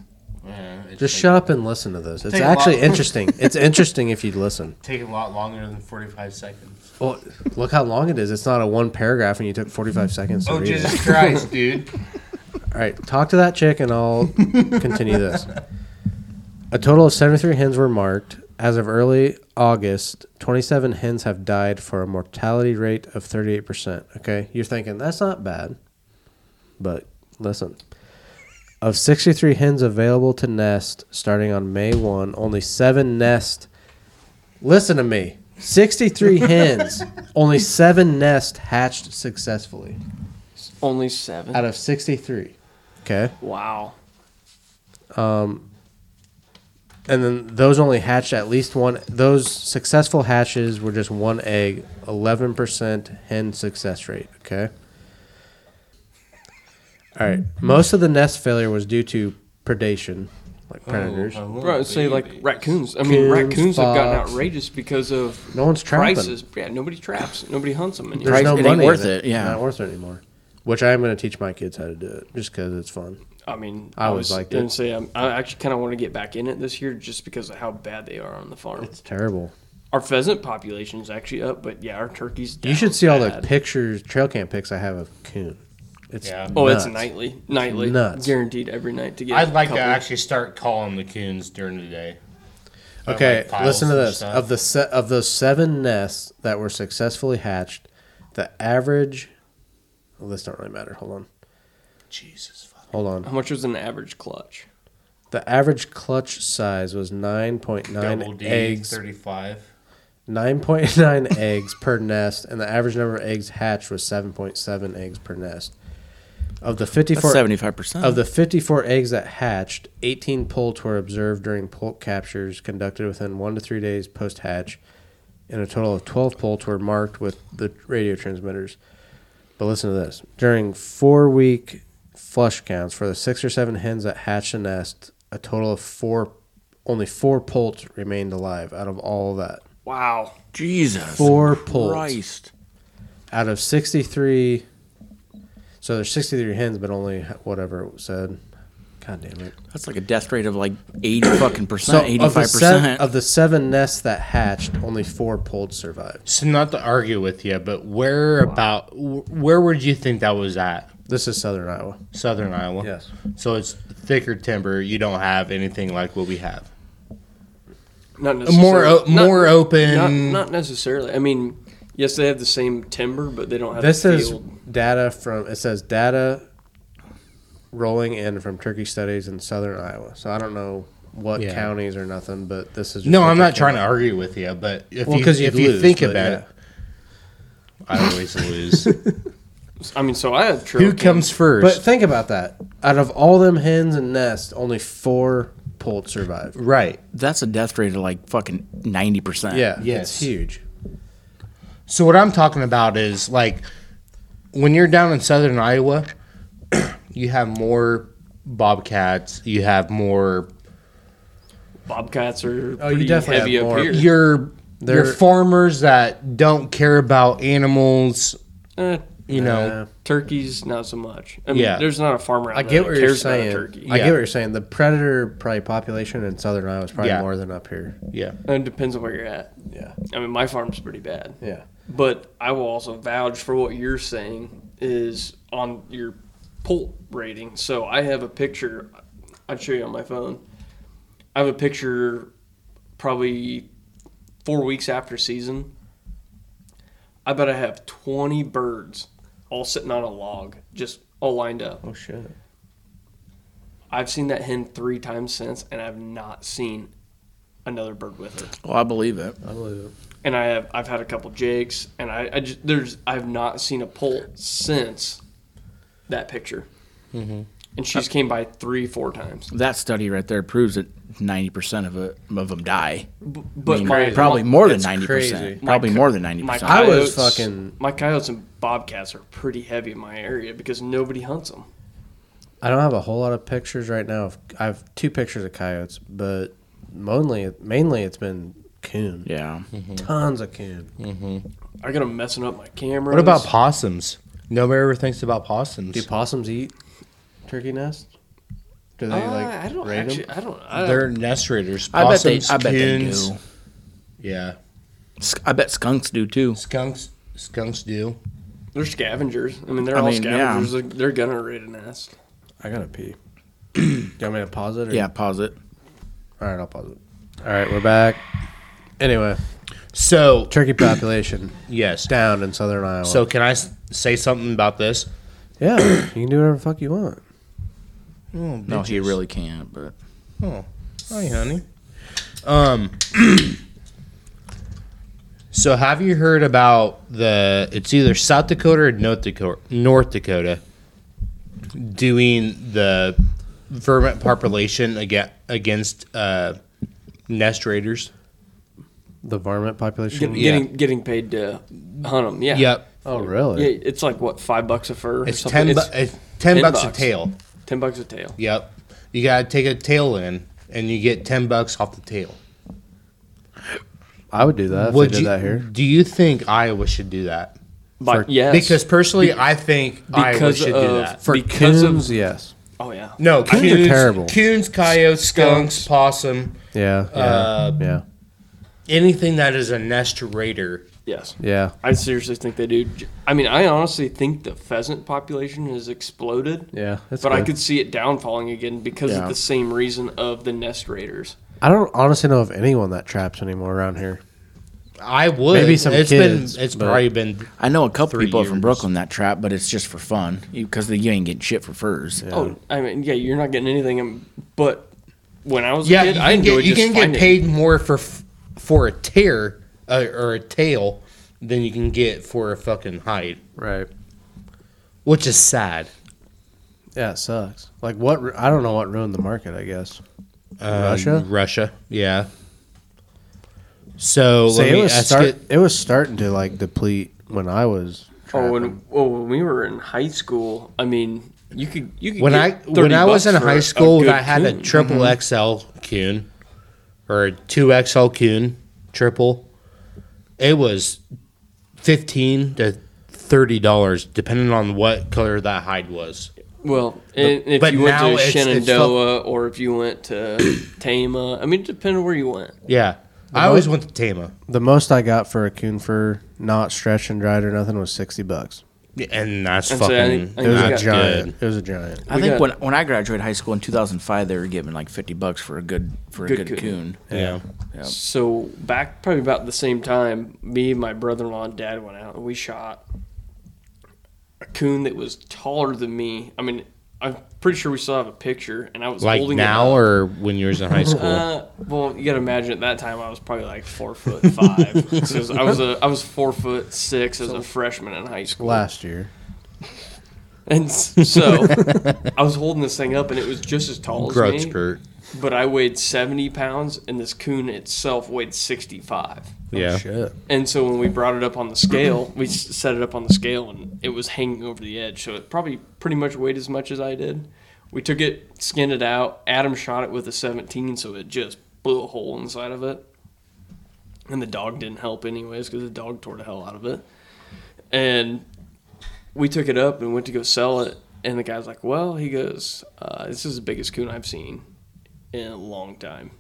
[SPEAKER 4] it
[SPEAKER 2] Just
[SPEAKER 4] take-
[SPEAKER 2] shut up and listen to this. It's
[SPEAKER 4] Take a
[SPEAKER 2] actually
[SPEAKER 4] lot.
[SPEAKER 2] interesting. It's interesting if you listen.
[SPEAKER 4] Take a lot longer than forty-five seconds.
[SPEAKER 2] Well, look how long it is. It's not a one paragraph, and you took forty five seconds to
[SPEAKER 4] Oh
[SPEAKER 2] read
[SPEAKER 4] Jesus
[SPEAKER 2] it.
[SPEAKER 4] Christ, dude!
[SPEAKER 2] All right, talk to that chick, and I'll continue this. A total of seventy three hens were marked as of early August. Twenty seven hens have died for a mortality rate of thirty eight percent. Okay, you're thinking that's not bad, but listen. Of 63 hens available to nest starting on May 1, only 7 nest. Listen to me. 63 hens, only 7 nest hatched successfully
[SPEAKER 5] Only seven.
[SPEAKER 2] out of 63. Okay.
[SPEAKER 5] Wow.
[SPEAKER 2] And then those only hatched at least one. Those successful hatches were just one egg, 11% hen success rate. Okay. All right. Most of the nest failure was due to predation, like
[SPEAKER 5] Oh,
[SPEAKER 2] predators.
[SPEAKER 5] Right, say like raccoons. I mean,
[SPEAKER 2] Coons,
[SPEAKER 5] raccoons have gotten
[SPEAKER 2] fox.
[SPEAKER 5] outrageous because of
[SPEAKER 2] No one's trapping.
[SPEAKER 5] prices. Yeah, nobody traps. Nobody hunts them anymore.
[SPEAKER 2] There's
[SPEAKER 3] Price-
[SPEAKER 2] no
[SPEAKER 3] it ain't
[SPEAKER 2] money. in
[SPEAKER 3] worth it, yeah.
[SPEAKER 2] Not worth it anymore. Which I am going to teach my kids how to do it just because it's fun.
[SPEAKER 5] I mean,
[SPEAKER 2] I
[SPEAKER 5] I
[SPEAKER 2] always
[SPEAKER 5] was
[SPEAKER 2] liked
[SPEAKER 5] like,
[SPEAKER 2] it.
[SPEAKER 5] and say I'm, I actually kind of want to get back in it this year just because of how bad they are on the farm.
[SPEAKER 2] It's terrible.
[SPEAKER 5] our pheasant population is actually up, but yeah, our turkeys.
[SPEAKER 2] you
[SPEAKER 5] down
[SPEAKER 2] should see all the
[SPEAKER 5] bad.
[SPEAKER 2] pictures, trail cam pics I have of coon. It's
[SPEAKER 4] Yeah.
[SPEAKER 5] Oh,
[SPEAKER 2] nuts.
[SPEAKER 5] it's nightly, nightly,
[SPEAKER 2] Nuts.
[SPEAKER 5] guaranteed every night to get.
[SPEAKER 4] I'd like
[SPEAKER 5] a
[SPEAKER 4] to
[SPEAKER 5] couple.
[SPEAKER 4] actually start calling the coons during the day. I have,
[SPEAKER 2] Okay,
[SPEAKER 4] like, files
[SPEAKER 2] listen to
[SPEAKER 4] and
[SPEAKER 2] this.
[SPEAKER 4] stuff.
[SPEAKER 2] Of the se- of those seven nests that were successfully hatched, the average. Well, this don't really matter. Hold on,
[SPEAKER 4] Jesus. Fuck.
[SPEAKER 2] hold
[SPEAKER 5] How
[SPEAKER 2] on.
[SPEAKER 5] much was an average clutch?
[SPEAKER 2] The average clutch size was nine point
[SPEAKER 4] Double
[SPEAKER 2] nine
[SPEAKER 4] D,
[SPEAKER 2] eggs,
[SPEAKER 4] thirty-five.
[SPEAKER 2] nine point nine eggs per nest, and the average number of eggs hatched was seven point seven eggs per nest. Of the fifty
[SPEAKER 3] That's
[SPEAKER 2] four
[SPEAKER 3] seventy-five percent
[SPEAKER 2] Of the 54 eggs that hatched, 18 poults were observed during poult captures conducted within one to three days post hatch, and a total of 12 poults were marked with the radio transmitters. But listen to this during four week flush counts for the six or seven hens that hatched a nest, a total of four, only four poults remained alive out of all that.
[SPEAKER 5] Wow,
[SPEAKER 3] Jesus
[SPEAKER 2] Four poults
[SPEAKER 3] Christ.
[SPEAKER 2] out of 63. So there's 63 hens, but only whatever it said. God damn it.
[SPEAKER 3] That's like a death rate of like eighty fucking
[SPEAKER 2] So
[SPEAKER 3] percent,
[SPEAKER 2] of
[SPEAKER 3] eighty-five
[SPEAKER 2] the, seven,
[SPEAKER 3] percent.
[SPEAKER 2] of the seven nests that hatched, only four poults survived.
[SPEAKER 4] So not to argue with you, but where about wh- where would you think that was at?
[SPEAKER 2] This is southern Iowa.
[SPEAKER 4] Southern Iowa.
[SPEAKER 2] Yes.
[SPEAKER 4] So it's thicker timber. You don't have anything like what we have.
[SPEAKER 5] not necessarily.
[SPEAKER 4] More o-
[SPEAKER 5] not-
[SPEAKER 4] more open.
[SPEAKER 5] Not, not necessarily. I mean, yes, they have the same timber, but they don't have
[SPEAKER 2] This
[SPEAKER 5] the
[SPEAKER 2] is
[SPEAKER 5] field.
[SPEAKER 2] data from it says data rolling in from turkey studies in southern Iowa. So I don't know what
[SPEAKER 4] Yeah.
[SPEAKER 2] counties or nothing, but this is just
[SPEAKER 4] No,
[SPEAKER 2] what
[SPEAKER 4] I'm
[SPEAKER 2] they
[SPEAKER 4] not
[SPEAKER 2] came
[SPEAKER 4] trying to argue with you, but if
[SPEAKER 2] Well,
[SPEAKER 4] you
[SPEAKER 2] 'cause you'd
[SPEAKER 4] if you
[SPEAKER 2] lose,
[SPEAKER 4] think
[SPEAKER 2] but
[SPEAKER 4] about
[SPEAKER 2] yeah.
[SPEAKER 4] it, I always lose.
[SPEAKER 5] I mean, so I have trail
[SPEAKER 4] Who
[SPEAKER 5] cam.
[SPEAKER 4] comes
[SPEAKER 2] But
[SPEAKER 4] first?
[SPEAKER 2] think about that. Out of all them hens and nests, only four poults survived.
[SPEAKER 4] right.
[SPEAKER 3] That's a death rate of like fucking ninety percent.
[SPEAKER 2] Yeah, it's
[SPEAKER 4] Yes.
[SPEAKER 2] huge.
[SPEAKER 4] So what I'm talking about is like when you're down in southern Iowa, you have more bobcats, you have more
[SPEAKER 5] Bobcats are
[SPEAKER 2] Oh,
[SPEAKER 5] oh,
[SPEAKER 2] you
[SPEAKER 5] you
[SPEAKER 2] definitely
[SPEAKER 5] heavy
[SPEAKER 2] have
[SPEAKER 5] up
[SPEAKER 2] more-
[SPEAKER 5] here.
[SPEAKER 4] your
[SPEAKER 2] They're-
[SPEAKER 4] your farmers that don't care about animals,
[SPEAKER 5] Eh,
[SPEAKER 4] you know.
[SPEAKER 2] Uh,
[SPEAKER 5] turkeys, not so much. I mean,
[SPEAKER 4] Yeah.
[SPEAKER 5] there's not a farmer out
[SPEAKER 2] I
[SPEAKER 5] there
[SPEAKER 2] get
[SPEAKER 5] that
[SPEAKER 2] what
[SPEAKER 5] cares
[SPEAKER 2] you're
[SPEAKER 5] about a
[SPEAKER 2] saying.
[SPEAKER 5] turkey.
[SPEAKER 2] I get
[SPEAKER 4] Yeah.
[SPEAKER 2] what you're saying. The predator probably population in southern Iowa is probably
[SPEAKER 4] Yeah.
[SPEAKER 2] more than up here.
[SPEAKER 4] yeah.
[SPEAKER 5] Uh, It depends on where you're at.
[SPEAKER 2] Yeah.
[SPEAKER 5] I mean, my farm's pretty bad.
[SPEAKER 2] Yeah.
[SPEAKER 5] But I will also vouch for what you're saying is on your poult rating. So I have a picture. I'd show you on my phone. I have a picture probably four weeks after season. I bet I have 20 birds all sitting on a log, just all lined up.
[SPEAKER 2] Oh shit.
[SPEAKER 5] I've seen that hen three times since, and I've not seen another bird with her.
[SPEAKER 3] Well, I believe it.
[SPEAKER 2] I believe it.
[SPEAKER 5] And I have I've had a couple jigs, and I, I just, there's I've not seen a poult since that picture. And she's came by three four times.
[SPEAKER 3] That study right there proves that ninety percent of it, of them die.
[SPEAKER 5] But
[SPEAKER 3] I mean,
[SPEAKER 5] my,
[SPEAKER 3] probably
[SPEAKER 5] my,
[SPEAKER 3] more than
[SPEAKER 2] it's
[SPEAKER 3] ninety
[SPEAKER 2] crazy.
[SPEAKER 3] percent. Probably
[SPEAKER 5] My-
[SPEAKER 3] more than ninety
[SPEAKER 5] my
[SPEAKER 3] percent.
[SPEAKER 2] I was
[SPEAKER 5] coyotes-
[SPEAKER 2] fucking-
[SPEAKER 5] my coyotes and bobcats are pretty heavy in my area because nobody hunts them.
[SPEAKER 2] I don't have a whole lot of pictures right now. Of, I have two pictures of coyotes, but mainly, mainly it's been coon.
[SPEAKER 3] Yeah.
[SPEAKER 2] Tons of coon.
[SPEAKER 5] I got them messing up my Ah, camera.
[SPEAKER 4] What about possums? Nobody ever thinks about possums.
[SPEAKER 2] Do possums eat turkey nests? Do they
[SPEAKER 5] Uh,
[SPEAKER 2] like
[SPEAKER 5] I don't
[SPEAKER 2] rate
[SPEAKER 5] actually.
[SPEAKER 2] them?
[SPEAKER 5] I don't. I,
[SPEAKER 4] They're nest raiders.
[SPEAKER 3] uh, I bet they.
[SPEAKER 4] Possums,
[SPEAKER 3] I bet they
[SPEAKER 4] coons.
[SPEAKER 3] do.
[SPEAKER 4] Yeah,
[SPEAKER 3] Sk- I bet skunks do too.
[SPEAKER 4] skunks. Skunks do.
[SPEAKER 5] they're scavengers. I mean, they're
[SPEAKER 3] I
[SPEAKER 5] all
[SPEAKER 3] mean, yeah.
[SPEAKER 5] scavengers. They're, they're gonna raid a nest.
[SPEAKER 2] I gotta pee. Do you want me to pause it? Or?
[SPEAKER 3] Yeah, pause it.
[SPEAKER 2] All right, I'll pause it. All right, we're back. Anyway,
[SPEAKER 4] So
[SPEAKER 2] turkey population
[SPEAKER 4] yes.
[SPEAKER 2] down in southern Iowa.
[SPEAKER 4] So can I s- say something about this?
[SPEAKER 2] yeah, you can do whatever the fuck you want.
[SPEAKER 4] Oh,
[SPEAKER 3] No, he really can't. But
[SPEAKER 4] Oh, hi, honey. Um. so, have you heard about the? It's either South Dakota or North Dakota. North Dakota doing the vermin population against against uh, nest raiders.
[SPEAKER 2] The varmint population.
[SPEAKER 5] Get, Getting getting paid to hunt them. Yeah.
[SPEAKER 4] Yep.
[SPEAKER 2] Oh, really?
[SPEAKER 5] Yeah, it's like what five bucks a fur. Or
[SPEAKER 4] It's ten.
[SPEAKER 5] something.
[SPEAKER 4] Bu- it's ten,
[SPEAKER 5] 10
[SPEAKER 4] bucks,
[SPEAKER 5] bucks.
[SPEAKER 4] a tail.
[SPEAKER 5] ten bucks a tail.
[SPEAKER 4] Yep. You gotta take a tail in, and you get ten bucks off the tail.
[SPEAKER 2] I would do that if
[SPEAKER 4] Would
[SPEAKER 2] they did
[SPEAKER 4] you?
[SPEAKER 2] that here.
[SPEAKER 4] Do you think Iowa should do that?
[SPEAKER 5] But yes,
[SPEAKER 4] Because personally, I think Iowa
[SPEAKER 5] because
[SPEAKER 4] should
[SPEAKER 5] of
[SPEAKER 4] do that.
[SPEAKER 5] for because
[SPEAKER 2] Coons,
[SPEAKER 5] of
[SPEAKER 2] yes.
[SPEAKER 5] oh yeah
[SPEAKER 4] No,
[SPEAKER 2] Coons are terrible.
[SPEAKER 4] Coons, coyotes, skunks,
[SPEAKER 5] Skunks.
[SPEAKER 4] possum,
[SPEAKER 2] Yeah. Yeah.
[SPEAKER 4] Uh,
[SPEAKER 2] yeah.
[SPEAKER 4] anything that is a nest raider.
[SPEAKER 5] yes.
[SPEAKER 2] Yeah.
[SPEAKER 5] I seriously think they do. J- I mean, I honestly think the pheasant population has exploded.
[SPEAKER 2] Yeah. That's
[SPEAKER 5] but I
[SPEAKER 2] good.
[SPEAKER 5] could see it downfalling again because
[SPEAKER 3] Yeah.
[SPEAKER 5] of the same reason of the nest raiders.
[SPEAKER 2] I don't honestly know of anyone that traps anymore around here.
[SPEAKER 4] I would.
[SPEAKER 2] Maybe some
[SPEAKER 4] It's
[SPEAKER 2] kids,
[SPEAKER 4] been. It's
[SPEAKER 2] but-
[SPEAKER 4] probably been.
[SPEAKER 3] I know a couple
[SPEAKER 4] Three
[SPEAKER 3] people from
[SPEAKER 4] years.
[SPEAKER 3] Brooklyn that trap, but it's just for fun because you ain't getting shit for furs.
[SPEAKER 5] Oh, I mean, yeah, you're not getting anything. um, But when I was
[SPEAKER 4] Yeah,
[SPEAKER 5] a kid,
[SPEAKER 4] you
[SPEAKER 5] I
[SPEAKER 4] can
[SPEAKER 5] enjoyed
[SPEAKER 4] get, you
[SPEAKER 5] just
[SPEAKER 4] can get
[SPEAKER 5] finding-
[SPEAKER 4] paid more for f- for a tear uh, or a tail than you can get for a fucking hide,
[SPEAKER 2] Right.
[SPEAKER 4] which is sad.
[SPEAKER 2] Yeah, it sucks. Like what? ru- I don't know what ruined the market. I guess.
[SPEAKER 4] Um,
[SPEAKER 2] Russia?
[SPEAKER 4] Russia. Yeah. So
[SPEAKER 2] So
[SPEAKER 4] let
[SPEAKER 2] it
[SPEAKER 4] me
[SPEAKER 2] was
[SPEAKER 4] ask
[SPEAKER 2] start.
[SPEAKER 4] it.
[SPEAKER 2] It was starting to like deplete when I was.
[SPEAKER 5] Oh,
[SPEAKER 2] Trapping.
[SPEAKER 5] when well, when we were in high school, I mean, you could you could
[SPEAKER 4] when
[SPEAKER 5] get
[SPEAKER 4] I
[SPEAKER 5] 30
[SPEAKER 4] when I was
[SPEAKER 5] bucks
[SPEAKER 4] in
[SPEAKER 5] for a
[SPEAKER 4] high school,
[SPEAKER 5] good
[SPEAKER 4] I had a Mm-hmm.
[SPEAKER 5] coon.
[SPEAKER 4] triple XL coon or a two XL coon triple. It was fifteen to thirty dollars, depending on what color that hide was.
[SPEAKER 5] Well, and if
[SPEAKER 4] but
[SPEAKER 5] you went
[SPEAKER 4] now
[SPEAKER 5] to
[SPEAKER 4] it's- it's
[SPEAKER 5] Shenandoah or if you went to Tama, I mean, it depended where you went.
[SPEAKER 4] Yeah, I always went to Tama,
[SPEAKER 2] the most I got for a coon fur, not stretched and dried or nothing, was sixty bucks.
[SPEAKER 4] and that's
[SPEAKER 5] And so I
[SPEAKER 4] fucking
[SPEAKER 5] think- I
[SPEAKER 2] It was
[SPEAKER 5] Yeah.
[SPEAKER 2] a
[SPEAKER 4] not
[SPEAKER 5] got-
[SPEAKER 4] good.
[SPEAKER 2] giant. It was a giant.
[SPEAKER 3] I
[SPEAKER 5] We
[SPEAKER 3] think
[SPEAKER 5] got-
[SPEAKER 3] when when I graduated high school in 2005, they were giving like 50 bucks for a good for a
[SPEAKER 5] Good
[SPEAKER 3] good,
[SPEAKER 5] coon.
[SPEAKER 3] coon.
[SPEAKER 4] Yeah.
[SPEAKER 5] So back probably about the same time, me, my brother-in-law, and dad went out and we shot a coon that was taller than me. I mean, I'm pretty sure we still have a picture, and I was
[SPEAKER 4] like
[SPEAKER 5] holding
[SPEAKER 4] now
[SPEAKER 5] It up.
[SPEAKER 4] or when you was in high school.
[SPEAKER 5] Uh, well, you gotta imagine at that time I was probably like four foot five. 'Cause I was a I was four foot six as a freshman in high school.
[SPEAKER 2] Last year,
[SPEAKER 5] And s- so I was holding this thing up, and it was just as tall as
[SPEAKER 4] Growth
[SPEAKER 5] me.
[SPEAKER 4] spurt.
[SPEAKER 5] But I weighed seventy pounds, and this coon itself weighed sixty-five.
[SPEAKER 4] Yeah.
[SPEAKER 2] shit.
[SPEAKER 5] And so when we brought it up on the scale, we s- set it up on the scale, and it was hanging over the edge. So it probably pretty much weighed as much as I did. We took it, skinned it out. Adam shot it with a 17, so it just blew a hole inside of it. And the dog didn't help anyways because the dog tore the hell out of it. And we took it up and went to go sell it. And the guy's like, "Well," he goes, uh, "This is the biggest coon I've seen in a long time."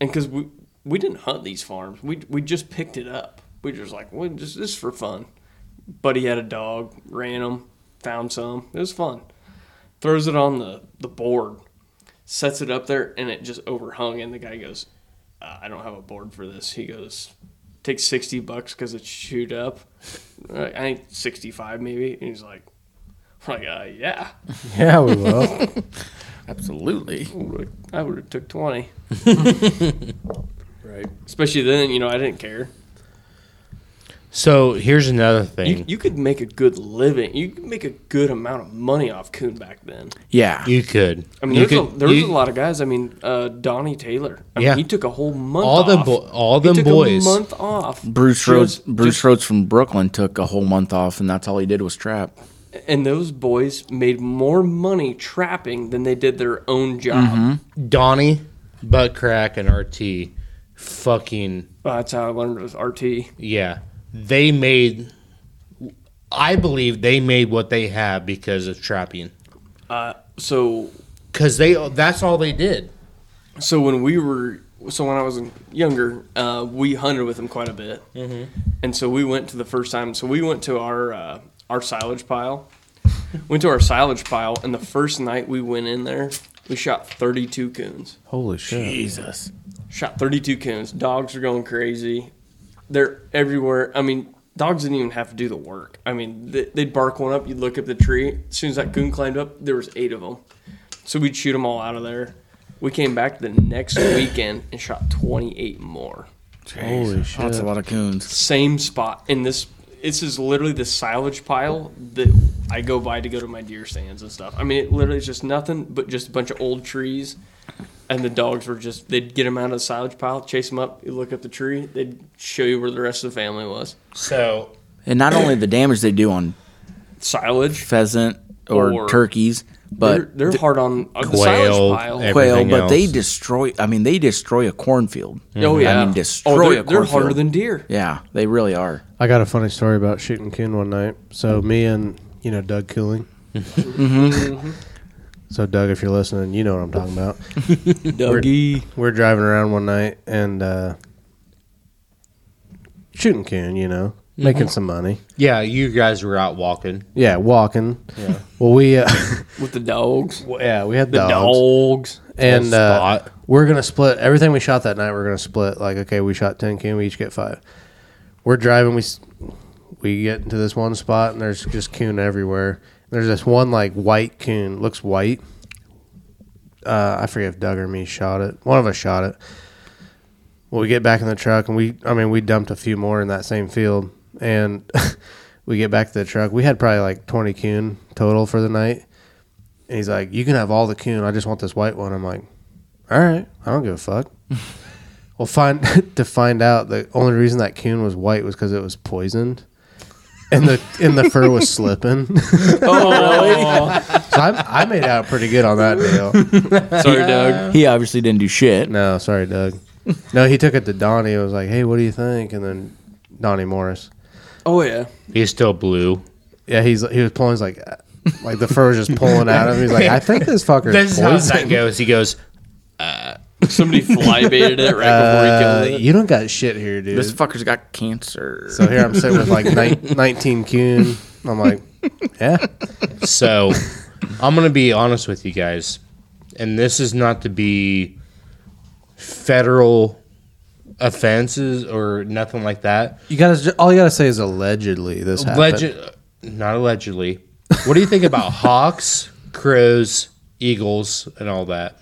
[SPEAKER 5] and because we we didn't hunt these farms, we we just picked it up. We just like, well, just this is for fun. Buddy had a dog, ran them, found some. It was fun. Throws it on the the board, sets it up there, and it just overhung. And the guy goes, uh, I don't have a board for this. He goes, take sixty bucks because it's chewed up. Uh, I think sixty five maybe. And he's like, we're like, uh, yeah.
[SPEAKER 2] Yeah, we will.
[SPEAKER 3] Absolutely.
[SPEAKER 5] Would've- I would have took twenty.
[SPEAKER 2] right.
[SPEAKER 5] Especially then, you know, I didn't care.
[SPEAKER 4] So here's another thing.
[SPEAKER 5] You,
[SPEAKER 4] You,
[SPEAKER 5] you could make a good living. You could make a good amount of money off coon back then.
[SPEAKER 3] Yeah.
[SPEAKER 4] could.
[SPEAKER 5] I mean,
[SPEAKER 4] you
[SPEAKER 5] there's
[SPEAKER 4] could,
[SPEAKER 5] a, there was
[SPEAKER 4] you-
[SPEAKER 5] a lot of guys. I mean, uh, Donnie Taylor. I
[SPEAKER 4] Yeah.
[SPEAKER 5] mean, he took a whole month.
[SPEAKER 4] All them
[SPEAKER 5] off.
[SPEAKER 4] bo- all
[SPEAKER 5] He
[SPEAKER 4] them
[SPEAKER 5] took
[SPEAKER 4] boys.
[SPEAKER 5] A month off.
[SPEAKER 3] Bruce
[SPEAKER 5] Just-
[SPEAKER 3] Rhodes Bruce
[SPEAKER 5] just-
[SPEAKER 3] Rhodes from Brooklyn took a whole month off, and that's all he did was trap.
[SPEAKER 5] and those boys made more money trapping than they did their own job.
[SPEAKER 4] Mm-hmm. Donnie, butt crack, and RT, fucking
[SPEAKER 5] Well, that's how I learned with RT.
[SPEAKER 4] yeah, they made. I believe they made what they have because of trapping.
[SPEAKER 5] So
[SPEAKER 4] because they that's all they did.
[SPEAKER 5] So when we were, so when I was younger, uh, we hunted with them quite a bit, mm-hmm. and so we went to the first time. So we went to our uh, our silage pile, went to our silage pile, and the first night we went in there, we shot thirty two coons.
[SPEAKER 1] Holy shit.
[SPEAKER 3] Jesus.
[SPEAKER 5] Shot thirty two coons. Dogs are going crazy. They're everywhere. I mean, dogs didn't even have to do the work. I mean, they, they'd bark one up. You'd look up the tree. As soon as that coon climbed up, there was eight of them. So we'd shoot them all out of there. We came back the next weekend and shot 28 more.
[SPEAKER 1] Holy shit.
[SPEAKER 3] That's a lot of coons.
[SPEAKER 5] Same spot. And this this is literally the silage pile that I go by to go to my deer stands and stuff. I mean, it literally is just nothing but just a bunch of old trees. And the dogs were just, they'd get them out of the silage pile, chase them up, you look up the tree, they'd show you where the rest of the family was.
[SPEAKER 4] So
[SPEAKER 3] And not only the damage they do on
[SPEAKER 5] Silage,
[SPEAKER 3] pheasant or,
[SPEAKER 5] Or-
[SPEAKER 3] turkeys,
[SPEAKER 5] they're,
[SPEAKER 3] but
[SPEAKER 5] they're hard on uh, the
[SPEAKER 4] Quail,
[SPEAKER 5] silage pile.
[SPEAKER 4] every-
[SPEAKER 3] quail,
[SPEAKER 4] everything
[SPEAKER 3] but they
[SPEAKER 4] else.
[SPEAKER 3] destroy I mean they destroy a cornfield.
[SPEAKER 5] Oh, yeah.
[SPEAKER 3] I mean destroy
[SPEAKER 5] oh,
[SPEAKER 3] a
[SPEAKER 5] they're, they're
[SPEAKER 3] cornfield.
[SPEAKER 5] harder than deer.
[SPEAKER 3] Yeah, they really are.
[SPEAKER 2] I got a funny story about shooting coon one night. So me and you know Doug Cooling. so Doug, if you're listening, you know what I'm talking about.
[SPEAKER 5] Dougie.
[SPEAKER 2] We're driving around one night and uh, shooting coon. You know, making some money.
[SPEAKER 4] yeah, you guys were out walking.
[SPEAKER 2] Yeah, walking. Yeah. Well, we uh,
[SPEAKER 5] With the dogs.
[SPEAKER 2] well, yeah we had
[SPEAKER 5] The
[SPEAKER 2] dogs,
[SPEAKER 5] dogs.
[SPEAKER 2] and uh,
[SPEAKER 4] Spot.
[SPEAKER 2] we're gonna split everything we shot that night. We're gonna split. Like okay, we shot ten coon. We each get five. We're driving. We s- we get into this one spot and there's just coon everywhere. There's this one like white coon. Looks white. Uh, I forget if Doug or me shot it. One of us shot it. Well, we get back in the truck and we, I mean, we dumped a few more in that same field. And we get back to the truck. We had probably like 20 coon total for the night. And he's like, You can have all the coon. I just want this white one. I'm like, All right. I don't give a fuck. well, find to find out the only reason that coon was white was because it was poisoned. And the and the fur was slipping, so
[SPEAKER 5] Oh,
[SPEAKER 2] I, I made out pretty good on that deal.
[SPEAKER 5] sorry, Doug.
[SPEAKER 3] He obviously didn't do shit.
[SPEAKER 2] No, sorry, Doug. No, he took it to Donnie. and was like, "Hey, what do you think?" And then Donnie Morris.
[SPEAKER 5] Oh yeah.
[SPEAKER 4] He's still blue.
[SPEAKER 2] Yeah, he's he was pulling. He's like, uh, like the fur was just pulling out of him. He's like, "I think this fucker
[SPEAKER 4] This
[SPEAKER 2] is
[SPEAKER 4] is how
[SPEAKER 2] poisoned."
[SPEAKER 4] that goes. He goes,
[SPEAKER 5] Somebody fly baited it right
[SPEAKER 2] Uh,
[SPEAKER 5] before he killed it.
[SPEAKER 2] you don't got shit here, dude.
[SPEAKER 3] This fucker's got cancer.
[SPEAKER 2] so here I'm sitting with like nine, 19 coon. I'm like, yeah,
[SPEAKER 4] So I'm going to be honest with you guys, and this is not to be federal offenses or nothing like that.
[SPEAKER 2] you gotta. All you gotta say is allegedly this happened.
[SPEAKER 4] Legend, not allegedly. What do you think about hawks, crows, eagles, and all that?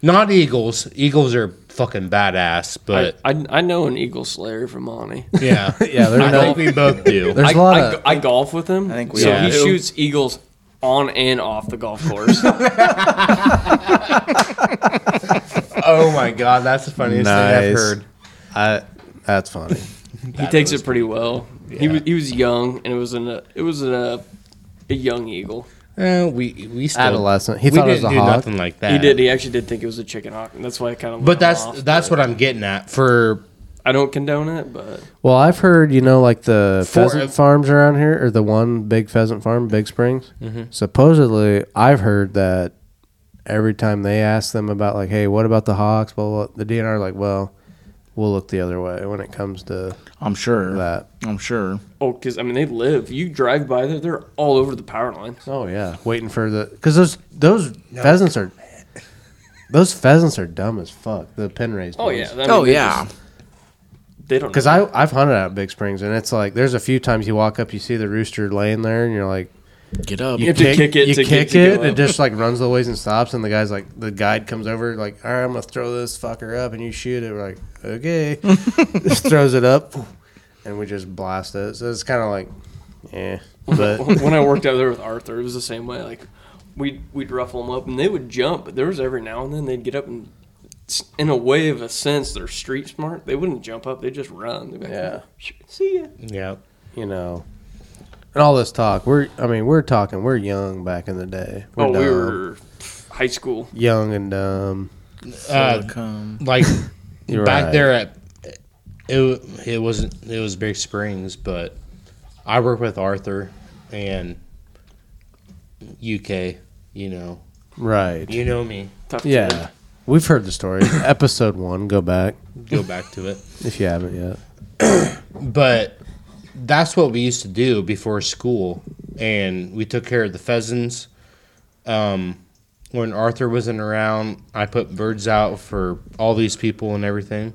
[SPEAKER 4] Not eagles. Eagles are fucking badass,
[SPEAKER 5] I,
[SPEAKER 4] but
[SPEAKER 5] I, I know an eagle slayer from Monty.
[SPEAKER 4] yeah,
[SPEAKER 2] Yeah, there's
[SPEAKER 4] I
[SPEAKER 2] no-
[SPEAKER 4] think we both do.
[SPEAKER 2] There's
[SPEAKER 5] I,
[SPEAKER 2] a lot
[SPEAKER 5] I,
[SPEAKER 2] of
[SPEAKER 5] I golf with him. I
[SPEAKER 3] think we
[SPEAKER 5] so
[SPEAKER 3] all
[SPEAKER 5] he
[SPEAKER 3] do.
[SPEAKER 5] shoots eagles on and off the golf course.
[SPEAKER 4] oh my god, that's the funniest thing I've
[SPEAKER 2] Nice.
[SPEAKER 4] heard.
[SPEAKER 2] I, that's funny.
[SPEAKER 5] he takes it pretty well. He was he was young, and it was an uh, it was an, uh, a young eagle.
[SPEAKER 4] Eh, we we still
[SPEAKER 2] Adolescent. He
[SPEAKER 4] we
[SPEAKER 2] thought it was
[SPEAKER 4] didn't
[SPEAKER 2] a
[SPEAKER 4] do
[SPEAKER 2] hawk.
[SPEAKER 4] nothing like that.
[SPEAKER 5] He did. He actually did think it was a chicken hawk, and that's why I kind of.
[SPEAKER 4] But that's that's what I'm getting at. For
[SPEAKER 5] I don't condone it, but
[SPEAKER 2] Well, I've heard you know like the
[SPEAKER 4] For-
[SPEAKER 2] pheasant farms around here, or the one big pheasant farm, Big Springs.
[SPEAKER 4] Mm-hmm.
[SPEAKER 2] Supposedly, I've heard that every time they ask them about like, hey, what about the hawks? Blah blah. blah, The DNR are like, well, we'll look the other way when it comes to
[SPEAKER 3] I'm sure.
[SPEAKER 2] that.
[SPEAKER 3] I'm sure.
[SPEAKER 5] oh, because I mean they live. You drive by there, they're all over the power line.
[SPEAKER 2] Oh yeah, waiting for the because those those pheasants are those pheasants are dumb as fuck. The pen raised.
[SPEAKER 5] Oh yeah. I mean,
[SPEAKER 3] oh
[SPEAKER 5] they
[SPEAKER 3] yeah.
[SPEAKER 5] just- They don't.
[SPEAKER 2] Because I I've hunted out Big Springs and it's like there's a few times you walk up, you see the rooster laying there, and you're like.
[SPEAKER 3] Get up.
[SPEAKER 5] You have to kick it
[SPEAKER 2] You
[SPEAKER 5] to
[SPEAKER 2] kick
[SPEAKER 5] get to
[SPEAKER 2] it.
[SPEAKER 5] go
[SPEAKER 2] It
[SPEAKER 5] up.
[SPEAKER 2] just like runs the ways and stops. And the guy's like, the guide comes over, like, all right, I'm gonna throw this fucker up, and you shoot it. We're like, okay. just throws it up, and we just blast it. So it's kind of like, yeah, but
[SPEAKER 5] when I worked out there with Arthur, it was the same way. Like we'd we'd ruffle them up, and they would jump. But there was every now and then they'd get up and, s- in a way of a sense, they're street smart. They wouldn't jump up; they'd just run. They'd be like,
[SPEAKER 2] Yeah.
[SPEAKER 5] see ya.
[SPEAKER 4] yeah,
[SPEAKER 2] you know, and all this talk. We're, I mean, we're talking. We're young back in the day. We're
[SPEAKER 5] oh, we
[SPEAKER 2] dumb.
[SPEAKER 5] were pff, high school.
[SPEAKER 2] young and dumb.
[SPEAKER 4] uh,
[SPEAKER 3] Come.
[SPEAKER 4] like
[SPEAKER 2] You're
[SPEAKER 4] back
[SPEAKER 2] right.
[SPEAKER 4] there at it, it wasn't it was Big Springs, but I work with Arthur and UK. You know,
[SPEAKER 2] Right.
[SPEAKER 4] You know me.
[SPEAKER 5] Tough
[SPEAKER 2] Yeah. We've heard the story. Episode one, go back
[SPEAKER 4] Go back to it.
[SPEAKER 2] if you haven't yet.
[SPEAKER 4] But that's what we used to do before school, and we took care of the pheasants. Um, when Arthur wasn't around, I put birds out for all these people and everything.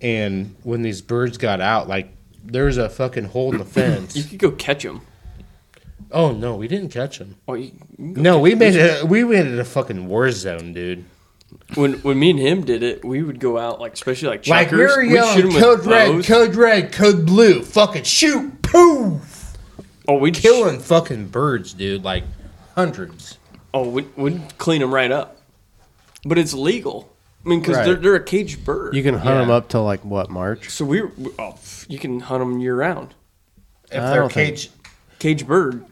[SPEAKER 4] And when these birds got out, like there was a fucking hole in the
[SPEAKER 5] You
[SPEAKER 4] fence.
[SPEAKER 5] could go catch them.
[SPEAKER 4] Oh no, we didn't catch them.
[SPEAKER 5] Oh, you, you-
[SPEAKER 4] No, we made it. We made it a fucking war zone, dude.
[SPEAKER 5] when when me and him did it, we would go out like especially like
[SPEAKER 4] Like we
[SPEAKER 5] checkers.
[SPEAKER 4] were
[SPEAKER 5] We'd shoot
[SPEAKER 4] yelling,
[SPEAKER 5] 'em with
[SPEAKER 4] code red,
[SPEAKER 5] bows.
[SPEAKER 4] code red, code blue. Fucking shoot, poof.
[SPEAKER 5] oh, we'd kill
[SPEAKER 4] killing fucking birds, dude. Like hundreds.
[SPEAKER 5] Oh, we'd, we'd clean them right up. But it's legal. I mean, because they're
[SPEAKER 2] Right.
[SPEAKER 5] they're a caged bird.
[SPEAKER 2] You can hunt them
[SPEAKER 4] Yeah.
[SPEAKER 2] up till like what March?
[SPEAKER 5] so we, we oh, pff, you can hunt them year round.
[SPEAKER 4] If
[SPEAKER 2] I
[SPEAKER 4] they're
[SPEAKER 2] don't think-
[SPEAKER 4] cage,
[SPEAKER 5] Caged bird.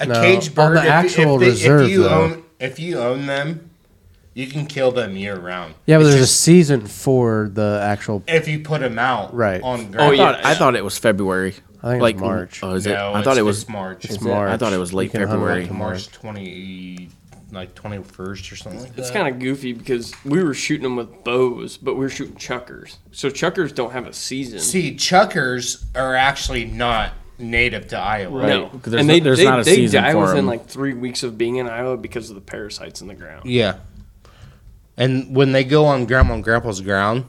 [SPEAKER 4] a
[SPEAKER 2] No,
[SPEAKER 4] cage
[SPEAKER 2] on
[SPEAKER 4] bird,
[SPEAKER 2] the
[SPEAKER 4] if you-
[SPEAKER 2] actual
[SPEAKER 4] if, they-
[SPEAKER 2] reserve,
[SPEAKER 4] if you
[SPEAKER 2] though.
[SPEAKER 4] own if you own them, you can kill them year round.
[SPEAKER 2] Yeah, but
[SPEAKER 4] It's
[SPEAKER 2] there's a
[SPEAKER 4] just
[SPEAKER 2] season for the actual.
[SPEAKER 4] if you put them out
[SPEAKER 2] Right.
[SPEAKER 4] on ground.
[SPEAKER 5] Oh,
[SPEAKER 3] I
[SPEAKER 5] yeah.
[SPEAKER 3] thought, I thought it was February.
[SPEAKER 2] I think it was
[SPEAKER 3] like
[SPEAKER 2] March.
[SPEAKER 3] Oh, is it?
[SPEAKER 4] No,
[SPEAKER 3] I thought
[SPEAKER 4] it's-
[SPEAKER 3] it was
[SPEAKER 4] it's March.
[SPEAKER 2] It's
[SPEAKER 3] it? I
[SPEAKER 2] March.
[SPEAKER 3] thought it was late
[SPEAKER 2] You can hunt 'em up
[SPEAKER 3] February.
[SPEAKER 2] till
[SPEAKER 4] March twenty, like twenty first or something like that.
[SPEAKER 5] It's kind of goofy because we were shooting them with bows, but we were shooting chuckers. So chuckers don't have a season.
[SPEAKER 4] see chuckers are actually not native to Iowa.
[SPEAKER 5] no,
[SPEAKER 3] 'cause there's
[SPEAKER 5] and
[SPEAKER 3] no-
[SPEAKER 5] they,
[SPEAKER 3] there's
[SPEAKER 5] they,
[SPEAKER 3] not a
[SPEAKER 5] they
[SPEAKER 3] season
[SPEAKER 5] die
[SPEAKER 3] for
[SPEAKER 5] within
[SPEAKER 3] 'em.
[SPEAKER 5] like three weeks of being in Iowa because of the parasites in the ground.
[SPEAKER 4] Yeah. And when they go on grandma and grandpa's ground,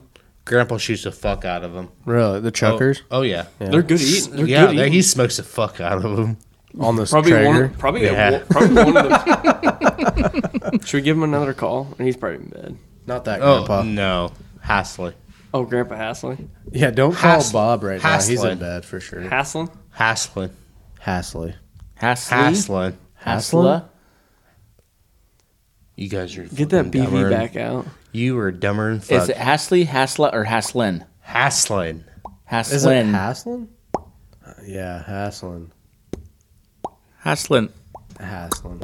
[SPEAKER 4] grandpa shoots the fuck out of them.
[SPEAKER 2] Really, the Chuckers
[SPEAKER 4] Oh, yeah.
[SPEAKER 5] They're good eating. They're
[SPEAKER 4] yeah,
[SPEAKER 5] good
[SPEAKER 4] they-
[SPEAKER 5] eating.
[SPEAKER 4] he smokes the fuck out of them.
[SPEAKER 2] on this
[SPEAKER 5] Oh. probably
[SPEAKER 2] Traeger.
[SPEAKER 5] one. Probably, a-
[SPEAKER 4] Yeah.
[SPEAKER 5] probably one of the. Should we give him another call? And he's probably in bed.
[SPEAKER 2] Not that
[SPEAKER 4] Oh
[SPEAKER 2] grandpa.
[SPEAKER 5] Mm.
[SPEAKER 4] no, Hasley,
[SPEAKER 5] Oh, Grandpa Hasley.
[SPEAKER 2] Yeah, don't call
[SPEAKER 4] Hass-
[SPEAKER 2] Bob right now. He's in
[SPEAKER 4] Haslin.
[SPEAKER 2] bed for sure.
[SPEAKER 5] Haslin.
[SPEAKER 4] Haslin,
[SPEAKER 2] Hasley.
[SPEAKER 3] Hasley?
[SPEAKER 4] Haslin.
[SPEAKER 3] Hasla?
[SPEAKER 4] You guys are
[SPEAKER 5] Get that
[SPEAKER 4] fucking
[SPEAKER 5] BV
[SPEAKER 4] dumber.
[SPEAKER 5] back out.
[SPEAKER 4] You are dumber than fuck.
[SPEAKER 3] Is it Hasley, Hasla, or Haslin?
[SPEAKER 4] Haslin?
[SPEAKER 2] Is it
[SPEAKER 3] Haslin.
[SPEAKER 2] Haslin? Uh, Yeah, Haslin.
[SPEAKER 3] Haslin.
[SPEAKER 2] Haslin.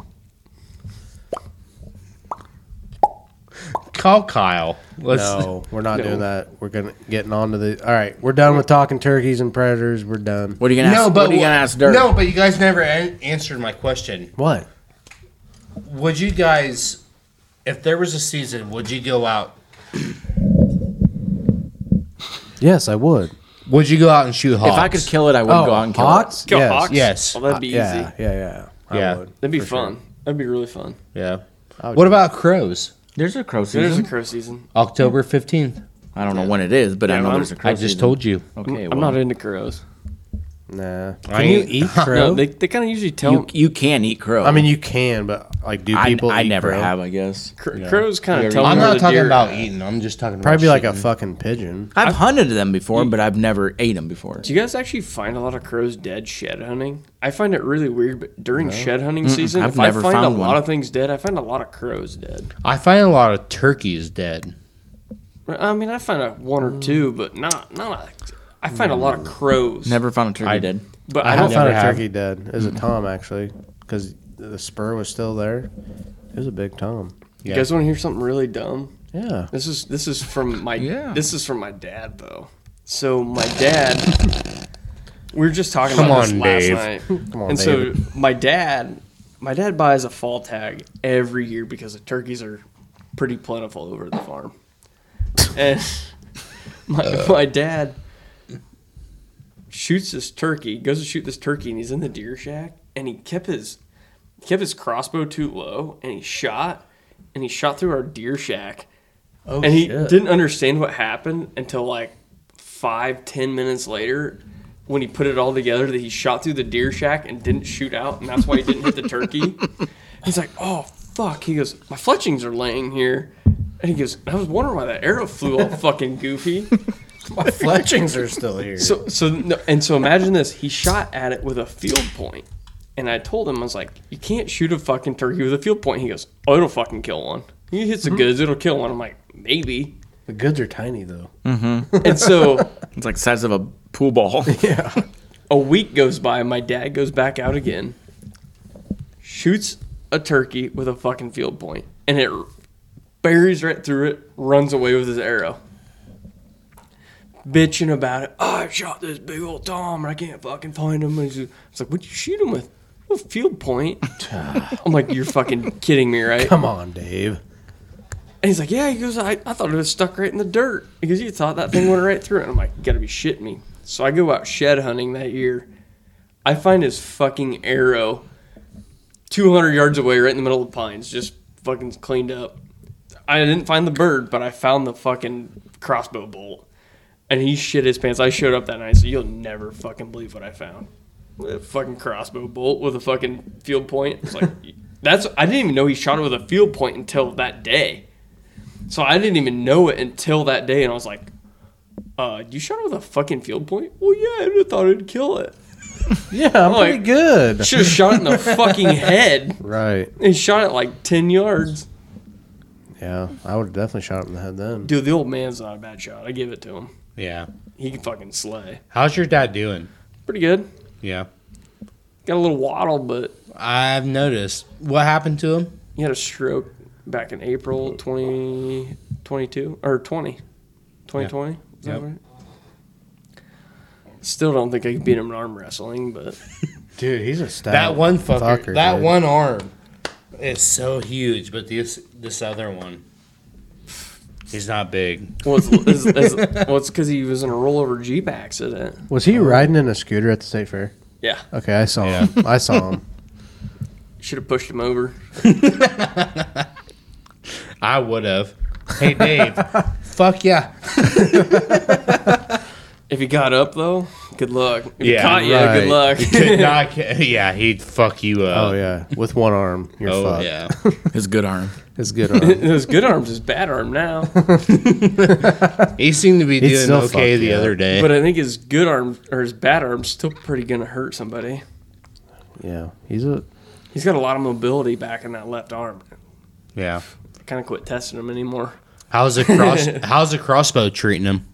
[SPEAKER 4] Call Kyle. Let's.
[SPEAKER 2] No, we're not
[SPEAKER 5] No.
[SPEAKER 2] doing that. We're gonna getting on to the. All right, we're done with talking turkeys and predators. We're done.
[SPEAKER 3] What are you gonna ask?
[SPEAKER 4] No, but
[SPEAKER 3] what are you gonna
[SPEAKER 4] wha-
[SPEAKER 3] ask Dirk?
[SPEAKER 4] No, but you guys never an- answered my question.
[SPEAKER 2] What?
[SPEAKER 4] Would you guys, if there was a season, would you go out?
[SPEAKER 2] Yes, I would. Oh,
[SPEAKER 4] Would you go out and shoot hawks?
[SPEAKER 3] If I could kill it, I would go out and kill
[SPEAKER 2] hawks?
[SPEAKER 5] Go
[SPEAKER 2] Yes. Uh,
[SPEAKER 5] Hawks.
[SPEAKER 4] yes.
[SPEAKER 5] Oh, that'd be easy.
[SPEAKER 2] Yeah, yeah, yeah. I
[SPEAKER 4] Yeah.
[SPEAKER 2] would.
[SPEAKER 5] That'd be fun. That'd be really fun.
[SPEAKER 4] yeah.
[SPEAKER 2] I would
[SPEAKER 4] What
[SPEAKER 2] do
[SPEAKER 4] about crows?
[SPEAKER 3] it. There's a crow season.
[SPEAKER 5] There's a crow season.
[SPEAKER 4] October fifteenth.
[SPEAKER 3] I don't know when it is, but I
[SPEAKER 5] Yeah,
[SPEAKER 3] know
[SPEAKER 5] I'm-
[SPEAKER 3] there's a crow
[SPEAKER 4] I just
[SPEAKER 3] season.
[SPEAKER 4] told you.
[SPEAKER 3] Okay, well,
[SPEAKER 5] I'm not into crows.
[SPEAKER 2] it. Nah.
[SPEAKER 4] I
[SPEAKER 2] Can you
[SPEAKER 4] ain't-
[SPEAKER 2] eat
[SPEAKER 5] No,
[SPEAKER 2] crow?
[SPEAKER 5] they, they kind of usually tell
[SPEAKER 3] you, you can eat crow.
[SPEAKER 2] I mean, you can, but like, do
[SPEAKER 3] I,
[SPEAKER 2] people?
[SPEAKER 3] I
[SPEAKER 2] eat
[SPEAKER 3] never
[SPEAKER 2] crow?
[SPEAKER 3] have, I guess.
[SPEAKER 5] cr- crows kind
[SPEAKER 3] Yeah,
[SPEAKER 5] of tell
[SPEAKER 4] I'm
[SPEAKER 5] where
[SPEAKER 4] not
[SPEAKER 5] the
[SPEAKER 4] talking
[SPEAKER 5] deer-
[SPEAKER 4] about eating. I'm just talking
[SPEAKER 2] Probably
[SPEAKER 4] about
[SPEAKER 2] like a
[SPEAKER 4] shooting.
[SPEAKER 2] fucking pigeon.
[SPEAKER 3] I've, hunted them before, but I've never ate them before.
[SPEAKER 5] Do you guys actually find a lot of crows dead shed hunting? I find it really weird, but during shed hunting season,
[SPEAKER 3] I've
[SPEAKER 5] if
[SPEAKER 3] never
[SPEAKER 5] I find a
[SPEAKER 3] found
[SPEAKER 5] lot
[SPEAKER 3] one.
[SPEAKER 5] of things dead, I find a lot of crows dead.
[SPEAKER 4] I find a lot of turkeys dead.
[SPEAKER 5] I mean, I find a one or two, but not not. A, I find a lot of crows.
[SPEAKER 3] Mm. Never found a turkey
[SPEAKER 4] I-
[SPEAKER 3] dead.
[SPEAKER 5] But
[SPEAKER 4] I
[SPEAKER 5] I
[SPEAKER 2] I
[SPEAKER 5] don't.
[SPEAKER 4] have-
[SPEAKER 2] found a
[SPEAKER 4] never
[SPEAKER 2] turkey dead. It was a tom actually, because the spur was still there. It was a big tom.
[SPEAKER 5] You guys want to hear something really dumb?
[SPEAKER 2] Yeah.
[SPEAKER 5] This is this is from my
[SPEAKER 3] Yeah.
[SPEAKER 5] this is from my dad though. So my dad, we were just talking
[SPEAKER 4] Come
[SPEAKER 5] about this
[SPEAKER 4] on,
[SPEAKER 5] last
[SPEAKER 4] Dave.
[SPEAKER 5] night,
[SPEAKER 2] Come on,
[SPEAKER 5] and so my dad, my dad buys a fall tag every year because the turkeys are pretty plentiful over the farm, and my my dad shoots this turkey, goes to shoot this turkey, and he's in the deer shack, and he kept his kept his crossbow too low, and he shot, and he shot through our deer shack,
[SPEAKER 2] Oh,
[SPEAKER 5] and he didn't understand what happened until like five ten minutes later when he put it all together that he shot through the deer shack and didn't shoot out and that's why he didn't hit the turkey he's like oh fuck he goes my fletchings are laying here and he goes i was wondering why that arrow flew all fucking goofy
[SPEAKER 2] My fletchings are still here.
[SPEAKER 5] so so no, and so imagine this he shot at it with a field point and i told him i was like you can't shoot a fucking turkey with a field point he goes oh it'll fucking kill one he hits the goods it'll kill one i'm like maybe
[SPEAKER 2] the goods are tiny though.
[SPEAKER 5] and so
[SPEAKER 3] It's like the size of a pool ball.
[SPEAKER 5] A week goes by, my dad goes back out again, shoots a turkey with a fucking field point, and it buries right through it, runs away with his arrow. Bitching about it. Oh, I shot this big old Tom and I can't fucking find him. And he's- it's like, what'd you shoot him with? "Well, field point. I'm like, you're fucking kidding me, right?
[SPEAKER 2] Come on, Dave.
[SPEAKER 5] And he's like, yeah. He goes, I, I thought it was stuck right in the dirt because you thought that thing went right through it. And I'm like, you gotta be shitting me. So I go out shed hunting that year. I find his fucking arrow 200 yards away, right in the middle of the pines, just fucking cleaned up. I didn't find the bird, but I found the fucking crossbow bolt. And he shit his pants. I showed up that night, so you'll never fucking believe what I found. A fucking crossbow bolt with a fucking field point. It's like that's I didn't even know he shot it with a field point until that day. So I didn't even know it until that day, and I was like, uh, "You shot it with a fucking field point?" Well, yeah, I thought it'd kill it.
[SPEAKER 2] Yeah, I'm
[SPEAKER 5] Like-
[SPEAKER 2] pretty good.
[SPEAKER 5] Should have shot it in the fucking head.
[SPEAKER 2] Right.
[SPEAKER 5] And shot it like ten yards.
[SPEAKER 2] Yeah, I would have definitely shot him in the head then.
[SPEAKER 5] Dude, the old man's not a bad shot. I give it to him.
[SPEAKER 4] Yeah.
[SPEAKER 5] He can fucking slay.
[SPEAKER 4] How's your dad doing?
[SPEAKER 5] Pretty good.
[SPEAKER 4] Yeah.
[SPEAKER 5] Got a little waddle, but
[SPEAKER 4] I've noticed. What happened to him?
[SPEAKER 5] he had a stroke back in April 2022 or 20, 2020. Is that
[SPEAKER 4] Yep.
[SPEAKER 5] right? Still don't think I can beat him in arm wrestling, but
[SPEAKER 2] Dude, he's a stout.
[SPEAKER 4] That one fucker. that
[SPEAKER 2] dude.
[SPEAKER 4] one arm is so huge, but this this other one, he's not big.
[SPEAKER 5] well, it's because he was in a rollover Jeep accident.
[SPEAKER 2] Was he riding in a scooter at the state fair?
[SPEAKER 5] Yeah,
[SPEAKER 2] Okay, I saw him. I saw him.
[SPEAKER 5] should have pushed him over.
[SPEAKER 4] I would have. Hey Dave, fuck yeah.
[SPEAKER 5] If he got up though, good luck. If he
[SPEAKER 4] Yeah,
[SPEAKER 5] caught you, good
[SPEAKER 2] right.
[SPEAKER 5] luck.
[SPEAKER 4] Could not. ca- Yeah, he'd fuck you
[SPEAKER 2] Oh
[SPEAKER 4] up.
[SPEAKER 2] yeah, with one arm, you're
[SPEAKER 4] Oh,
[SPEAKER 2] fucked.
[SPEAKER 4] yeah.
[SPEAKER 3] His good arm.
[SPEAKER 2] It's good arm.
[SPEAKER 5] His good arm's his bad arm now,
[SPEAKER 4] He seemed to be
[SPEAKER 2] He'd
[SPEAKER 4] doing
[SPEAKER 2] still
[SPEAKER 4] okay
[SPEAKER 2] fuck
[SPEAKER 4] the
[SPEAKER 2] you up.
[SPEAKER 4] other day.
[SPEAKER 5] but I think his good arm or his bad arm's still pretty gonna hurt somebody.
[SPEAKER 2] yeah, he's a
[SPEAKER 5] He's got a lot of mobility back in that left arm.
[SPEAKER 4] yeah.
[SPEAKER 5] I kind of quit testing him anymore.
[SPEAKER 4] How's the cross? how's the crossbow treating him?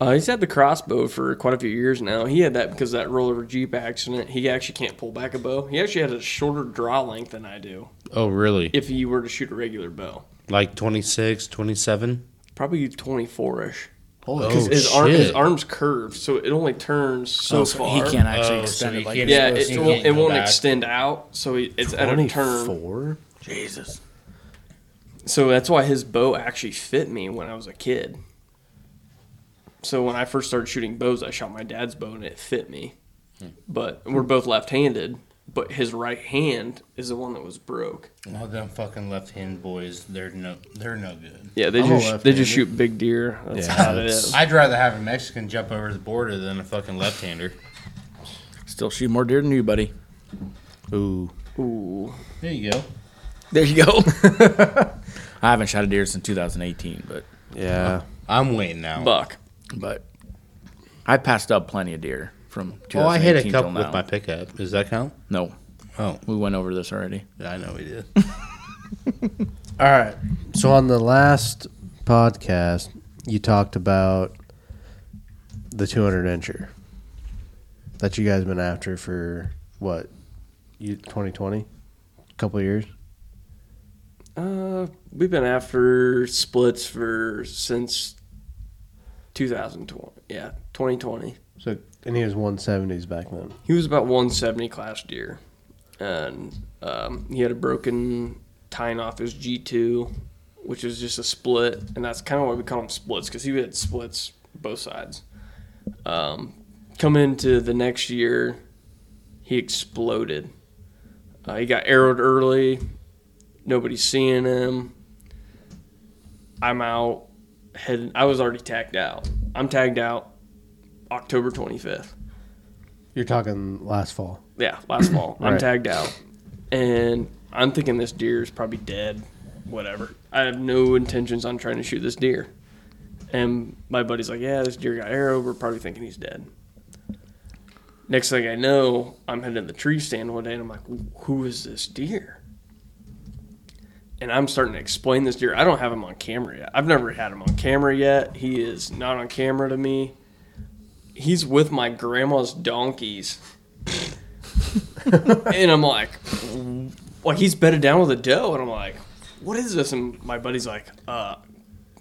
[SPEAKER 5] Uh, he's had the crossbow for quite a few years now. He had that because of that rollover Jeep accident. He actually can't pull back a bow. He actually had a shorter draw length than I do
[SPEAKER 4] Oh, really?
[SPEAKER 5] if he were to shoot a regular bow.
[SPEAKER 4] Like 26, 27?
[SPEAKER 5] Probably 24 ish.
[SPEAKER 4] Holy
[SPEAKER 5] Because his, arm, his arm's curved, so it only turns so,
[SPEAKER 3] Oh, so
[SPEAKER 5] far.
[SPEAKER 3] he can't actually
[SPEAKER 4] Oh, so
[SPEAKER 3] extend
[SPEAKER 4] he
[SPEAKER 3] it like
[SPEAKER 4] can't-
[SPEAKER 3] he's
[SPEAKER 5] Yeah,
[SPEAKER 3] supposed
[SPEAKER 5] it,
[SPEAKER 4] He
[SPEAKER 5] it
[SPEAKER 3] to.
[SPEAKER 5] won't,
[SPEAKER 4] can't
[SPEAKER 5] it
[SPEAKER 4] go
[SPEAKER 5] won't
[SPEAKER 4] back.
[SPEAKER 5] extend out, so he, it's at a turn.
[SPEAKER 2] twenty-four.
[SPEAKER 3] Jesus.
[SPEAKER 5] So that's why his bow actually fit me when I was a kid. So when I first started shooting bows, I shot my dad's bow and it fit me. But we're both left-handed, but his right hand is the one that was broke.
[SPEAKER 4] All them fucking left hand boys, they're no, they're no good.
[SPEAKER 5] Yeah, they
[SPEAKER 2] I'm a
[SPEAKER 5] just they
[SPEAKER 2] left-handed.
[SPEAKER 5] just shoot big deer. That's how it is.
[SPEAKER 4] I'd rather have a Mexican jump over the border than a fucking left hander.
[SPEAKER 3] Still shoot more deer than you, buddy.
[SPEAKER 2] Ooh,
[SPEAKER 5] Ooh,
[SPEAKER 4] There you go.
[SPEAKER 3] There you go. I haven't shot a deer since 2018, but
[SPEAKER 2] yeah.
[SPEAKER 4] I'm waiting now.
[SPEAKER 5] buck.
[SPEAKER 3] but I passed up plenty of deer from 2018
[SPEAKER 4] oh, I hit a
[SPEAKER 3] till
[SPEAKER 4] couple
[SPEAKER 3] now.
[SPEAKER 4] with my pickup. Does that count?
[SPEAKER 3] No,
[SPEAKER 4] Oh,
[SPEAKER 3] we went over this already.
[SPEAKER 4] I know we did.
[SPEAKER 2] All right. So on the last podcast, you talked about the 200 incher that you guys been after for what? You 2020, a couple of years.
[SPEAKER 5] Uh, we've been after splits for since 2020. Yeah, 2020.
[SPEAKER 2] So and he was 170s back then.
[SPEAKER 5] He was about 170 class deer, and um, he had a broken tying off his G2, which was just a split, and that's kind of why we call them splits because he had splits both sides. Um, come into the next year, he exploded. Uh, he got arrowed early. Nobody's seeing him. I'm out. Heading, I was already tagged out. I'm tagged out October 25th.
[SPEAKER 2] You're talking last fall.
[SPEAKER 5] Yeah, last fall. I'm
[SPEAKER 2] Right.
[SPEAKER 5] tagged out. And I'm thinking this deer is probably dead, whatever. I have no intentions on trying to shoot this deer. And my buddy's like, yeah, this deer got arrowed. We're probably thinking he's dead. Next thing I know, I'm heading to the tree stand one day and I'm like, who is this deer? And I'm starting to explain this deer. I don't have him on camera yet. I've never had him on camera yet. He is not on camera to me. He's with my grandma's donkeys and I'm like, like he's bedded down with a doe, and I'm like, what is this? And my buddy's like, uh,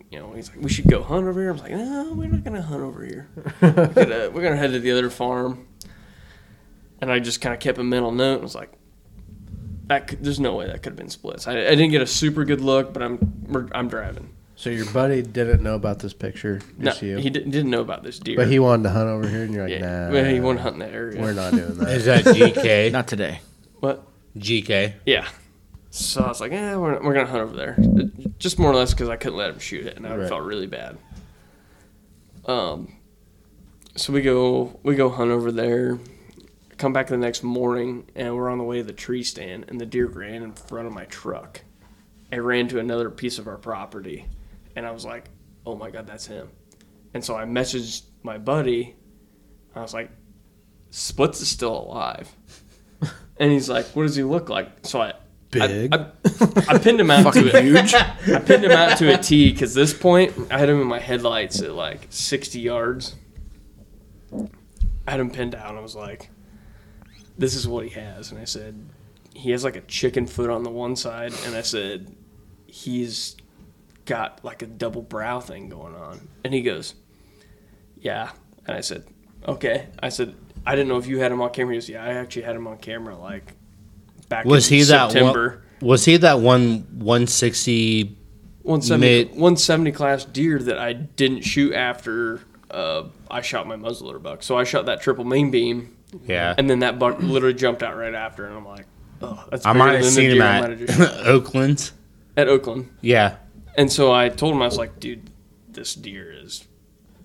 [SPEAKER 5] you know, he's like, we should go hunt over here. I'm like, no, we're not gonna hunt over here. We're gonna, we're gonna head to the other farm. and I just kind of kept a mental note and was like, that could, there's no way that could have been splits. I, I didn't get a super good look, but I'm we're- I'm driving.
[SPEAKER 2] So your buddy didn't know about this picture,
[SPEAKER 5] No,
[SPEAKER 2] just you.
[SPEAKER 5] he didn't, didn't know about this deer.
[SPEAKER 2] but he wanted to hunt over here, and you're like,
[SPEAKER 5] yeah,
[SPEAKER 2] nah.
[SPEAKER 5] but he won't hunt in that area.
[SPEAKER 2] We're not doing that.
[SPEAKER 4] Is that GK?
[SPEAKER 3] Not today.
[SPEAKER 5] What?
[SPEAKER 4] GK.
[SPEAKER 5] Yeah. So I was like, eh, we're, we're gonna hunt over there, just more or less because I couldn't let him shoot it, and I
[SPEAKER 2] Right.
[SPEAKER 5] felt really bad. Um, so we go we go hunt over there, come back the next morning, and we're on the way to the tree stand, and the deer ran in front of my truck. It ran to another piece of our property, and I was like, oh my god, that's him. And so I messaged my buddy. I was like, Splits is still alive. And he's like, "What does he look like?" So I
[SPEAKER 2] Big.
[SPEAKER 5] I, I, I pinned him out to a huge. I pinned him out to a T because this point I had him in my headlights at like 60 yards. I had him pinned down. I was like, "This is what he has," and I said, "He has like a chicken foot on the one side," and I said, "He's got like a double brow thing going on," and he goes, "Yeah," and I said, "Okay." I said, "I didn't know if you had him on camera." He goes, "Yeah, I actually had him on camera like." Back
[SPEAKER 4] Was
[SPEAKER 5] in
[SPEAKER 4] he that
[SPEAKER 5] September.
[SPEAKER 4] one? Was he that one 160?
[SPEAKER 5] 170,
[SPEAKER 4] Mid-
[SPEAKER 5] 170 class deer that I didn't shoot after uh, I shot my muzzleloader buck. So I shot that triple main beam,
[SPEAKER 4] Yeah.
[SPEAKER 5] and then that buck literally jumped out right after, and I'm like, oh, that's
[SPEAKER 4] I
[SPEAKER 5] bigger
[SPEAKER 4] might have
[SPEAKER 5] than the
[SPEAKER 4] seen him
[SPEAKER 5] deer I might have
[SPEAKER 4] at
[SPEAKER 5] just shot
[SPEAKER 4] Oakland.
[SPEAKER 5] at Oakland.
[SPEAKER 4] Yeah.
[SPEAKER 5] And so I told him I was like, dude, this deer is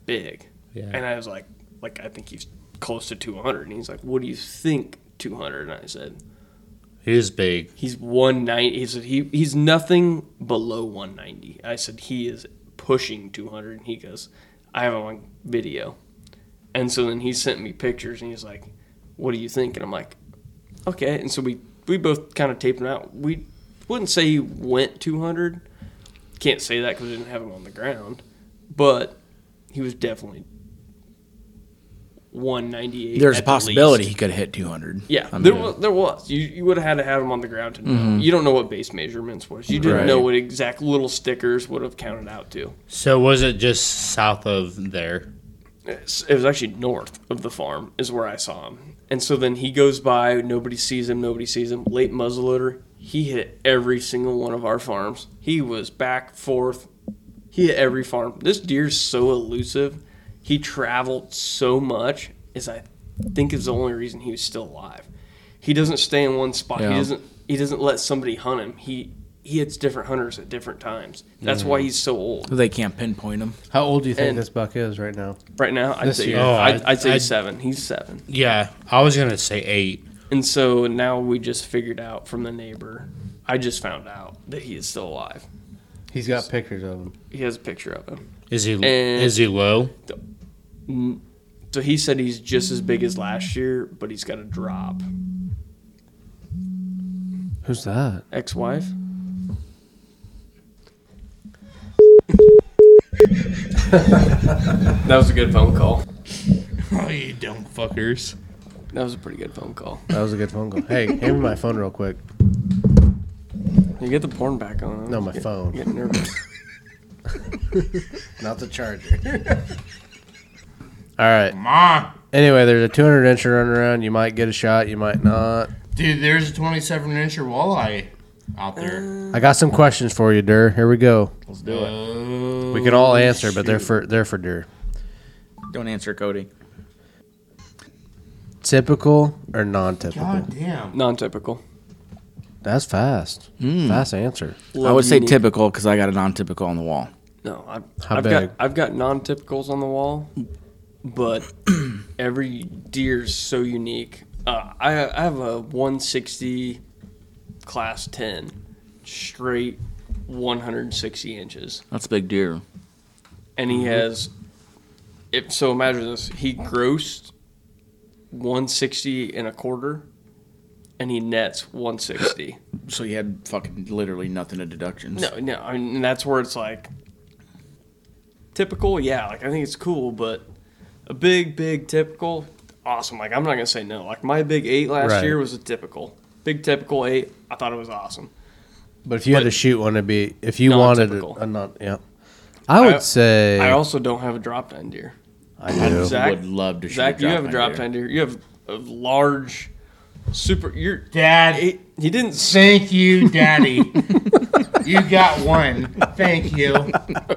[SPEAKER 5] big,
[SPEAKER 4] Yeah.
[SPEAKER 5] and I was like, like I think he's close to 200, and he's like, what do you think 200? And I said,
[SPEAKER 4] He was big.
[SPEAKER 5] He's 190. He said he he's nothing below 190. I said he is pushing 200, and he goes, "I have him on video." And so then he sent me pictures, and he's like, "What do you think?" And I'm like, "Okay." And so we we both kind of taped him out. We wouldn't say he went 200. Can't say that because we didn't have him on the ground, but he was definitely 198.
[SPEAKER 3] There's
[SPEAKER 5] at the
[SPEAKER 3] a
[SPEAKER 5] least.
[SPEAKER 3] possibility he could have hit 200.
[SPEAKER 5] Yeah,
[SPEAKER 3] I
[SPEAKER 5] there
[SPEAKER 3] mean, Mm-hmm.
[SPEAKER 5] was, there was. You you would have had to have them on the ground to know. You don't know what base measurements was. You didn't
[SPEAKER 3] Right.
[SPEAKER 5] know what exact little stickers would have counted out to.
[SPEAKER 4] So was it just south of there?
[SPEAKER 5] It's- It was actually north of the farm is where I saw him. And so then he goes by. Nobody sees him. Nobody sees him. Late muzzleloader. He hit every single one of our farms. He was back forth. He hit every farm. This deer's so elusive. He traveled so much. Is I think is the only reason he was still alive. He doesn't stay in one spot. He
[SPEAKER 3] Yeah.
[SPEAKER 5] doesn't. He doesn't let somebody hunt him. He he hits different hunters at different times. That's
[SPEAKER 2] Mm.
[SPEAKER 5] why he's so old.
[SPEAKER 3] They can't pinpoint him.
[SPEAKER 2] How old do you think
[SPEAKER 5] And-
[SPEAKER 2] this buck is right now?
[SPEAKER 5] Right now, I'd
[SPEAKER 2] This
[SPEAKER 5] say
[SPEAKER 2] year.
[SPEAKER 4] Oh,
[SPEAKER 5] I'd,
[SPEAKER 4] I-
[SPEAKER 5] I'd say
[SPEAKER 4] I-
[SPEAKER 5] seven. He's seven.
[SPEAKER 4] Yeah, I was gonna say eight.
[SPEAKER 5] And so now we just figured out from the neighbor. I just found out that he is still alive.
[SPEAKER 2] He's got pictures of him.
[SPEAKER 5] He has a picture of him.
[SPEAKER 4] Is he
[SPEAKER 5] Eh.
[SPEAKER 4] is he low?
[SPEAKER 5] So he said he's just as big as last year, but he's got a drop.
[SPEAKER 2] Who's that?
[SPEAKER 5] Ex-wife? that was a good phone call.
[SPEAKER 4] Oh, you dumb fuckers!
[SPEAKER 5] That was a pretty good phone call.
[SPEAKER 2] That was a good phone call. Hey, hand me my phone real quick.
[SPEAKER 5] You get the porn back on.
[SPEAKER 2] No, my
[SPEAKER 5] Get-
[SPEAKER 2] phone.
[SPEAKER 5] Getting nervous.
[SPEAKER 2] Not the charger. All right.
[SPEAKER 4] Ma,
[SPEAKER 2] Anyway, there's a 200 incher running around. You might get a shot. You might not.
[SPEAKER 4] dude, there's a 27 incher walleye out
[SPEAKER 5] Uh,
[SPEAKER 4] there.
[SPEAKER 2] I got some questions for you, Dur. Here we go.
[SPEAKER 4] Let's do it.
[SPEAKER 2] We can all answer, but they're for they're for Dur.
[SPEAKER 3] Don't answer, Cody.
[SPEAKER 2] Typical or non-typical?
[SPEAKER 4] God damn.
[SPEAKER 5] Non-typical.
[SPEAKER 2] That's fast. Fast answer.
[SPEAKER 3] I would
[SPEAKER 5] Love
[SPEAKER 3] say
[SPEAKER 5] unique.
[SPEAKER 3] typical because I got a non-typical on the wall.
[SPEAKER 5] No, I've,
[SPEAKER 2] How
[SPEAKER 5] I've
[SPEAKER 2] big?
[SPEAKER 5] got I've got non-typicals on the wall, but every deer's so unique. Uh, I I have a 160 class 10 straight 160 inches,
[SPEAKER 3] That's a big deer.
[SPEAKER 5] and
[SPEAKER 2] Mm-hmm.
[SPEAKER 5] he has. If so, imagine this: he grossed 160 and a quarter, and he nets 160.
[SPEAKER 3] So you had fucking literally nothing in deductions.
[SPEAKER 5] No, no, I mean and that's where it's like typical. Yeah, like I think it's cool, but a big, big typical, awesome. Like I'm not gonna say no. Like my big eight last
[SPEAKER 2] Right.
[SPEAKER 5] year was a typical, big typical eight. I thought it was awesome.
[SPEAKER 2] But if you had to
[SPEAKER 5] But-
[SPEAKER 2] shoot one, it'd be if you wanted a,
[SPEAKER 5] Non-typical.
[SPEAKER 2] a non. Yeah, I would
[SPEAKER 5] I-
[SPEAKER 2] say
[SPEAKER 5] I also don't have a drop down deer.
[SPEAKER 2] I do.
[SPEAKER 5] Zach,
[SPEAKER 3] would love to shoot
[SPEAKER 5] Zach,
[SPEAKER 3] a
[SPEAKER 5] you have a
[SPEAKER 3] drop
[SPEAKER 5] drop down
[SPEAKER 3] down
[SPEAKER 5] deer. You have a large, super. You're
[SPEAKER 4] Dad,
[SPEAKER 5] it, he didn't say
[SPEAKER 4] thank you, Daddy. you got one. Thank you.
[SPEAKER 5] it,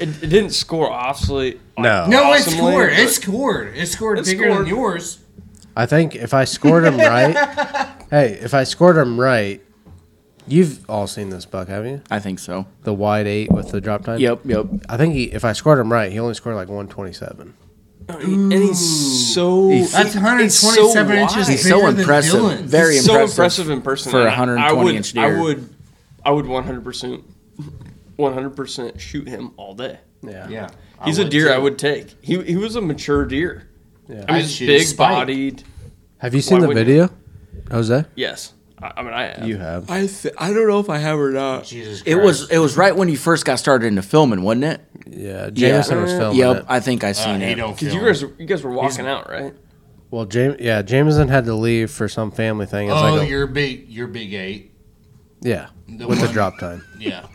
[SPEAKER 5] it didn't score obviously.
[SPEAKER 2] No.
[SPEAKER 3] Oh,
[SPEAKER 4] No, it
[SPEAKER 5] Awesomely,
[SPEAKER 4] scored. It
[SPEAKER 5] but-
[SPEAKER 4] scored. It scored
[SPEAKER 5] It
[SPEAKER 4] bigger
[SPEAKER 5] scored.
[SPEAKER 4] than yours.
[SPEAKER 2] I think if I scored him right, hey, if I scored him right, you've all seen this buck, haven't you?
[SPEAKER 3] I think so.
[SPEAKER 2] The wide eight with the drop time.
[SPEAKER 3] Yep, yep.
[SPEAKER 2] I think he, if I scored him right, he only scored like 127.
[SPEAKER 5] And he's so
[SPEAKER 4] That's
[SPEAKER 5] he-
[SPEAKER 4] 127
[SPEAKER 5] it's so
[SPEAKER 4] inches.
[SPEAKER 5] wide.
[SPEAKER 3] He's so
[SPEAKER 4] Bigger than
[SPEAKER 3] impressive.
[SPEAKER 4] Dylan.
[SPEAKER 3] Very
[SPEAKER 5] He's
[SPEAKER 3] impressive.
[SPEAKER 5] so impressive in person
[SPEAKER 3] for a
[SPEAKER 5] I-
[SPEAKER 3] 120
[SPEAKER 5] I would,
[SPEAKER 3] inch
[SPEAKER 5] I
[SPEAKER 3] deer.
[SPEAKER 5] would, I would 100 percent, 100 percent shoot him all day.
[SPEAKER 2] Yeah.
[SPEAKER 4] Yeah. I
[SPEAKER 5] He's a
[SPEAKER 4] would
[SPEAKER 5] deer
[SPEAKER 4] too.
[SPEAKER 5] I would take. He he was a mature deer.
[SPEAKER 2] Yeah.
[SPEAKER 5] I mean,
[SPEAKER 4] I'd
[SPEAKER 5] he's
[SPEAKER 4] shoot a
[SPEAKER 5] big
[SPEAKER 4] spike.
[SPEAKER 5] bodied.
[SPEAKER 2] Have you seen
[SPEAKER 5] Why
[SPEAKER 2] the
[SPEAKER 5] wouldn't
[SPEAKER 2] video, Jose?
[SPEAKER 5] Yes, I, I mean I have.
[SPEAKER 2] You have.
[SPEAKER 3] I th- I don't know if I have or not.
[SPEAKER 4] Jesus
[SPEAKER 3] It was it was right when you first got started into filming, wasn't it?
[SPEAKER 2] Yeah. Jameson was filming
[SPEAKER 3] Yep,
[SPEAKER 2] it.
[SPEAKER 3] I think I
[SPEAKER 4] Uh,
[SPEAKER 3] seen
[SPEAKER 4] he
[SPEAKER 3] it.
[SPEAKER 4] don't
[SPEAKER 5] Because
[SPEAKER 4] feel
[SPEAKER 5] you guys, you guys were walking out, right?
[SPEAKER 2] Well, James, yeah, Jameson had to leave for some family thing. It's
[SPEAKER 4] Oh,
[SPEAKER 2] like a-
[SPEAKER 4] you're big. You're big eight.
[SPEAKER 2] yeah,
[SPEAKER 4] the
[SPEAKER 2] with the
[SPEAKER 4] one-
[SPEAKER 2] drop time.
[SPEAKER 4] Yeah.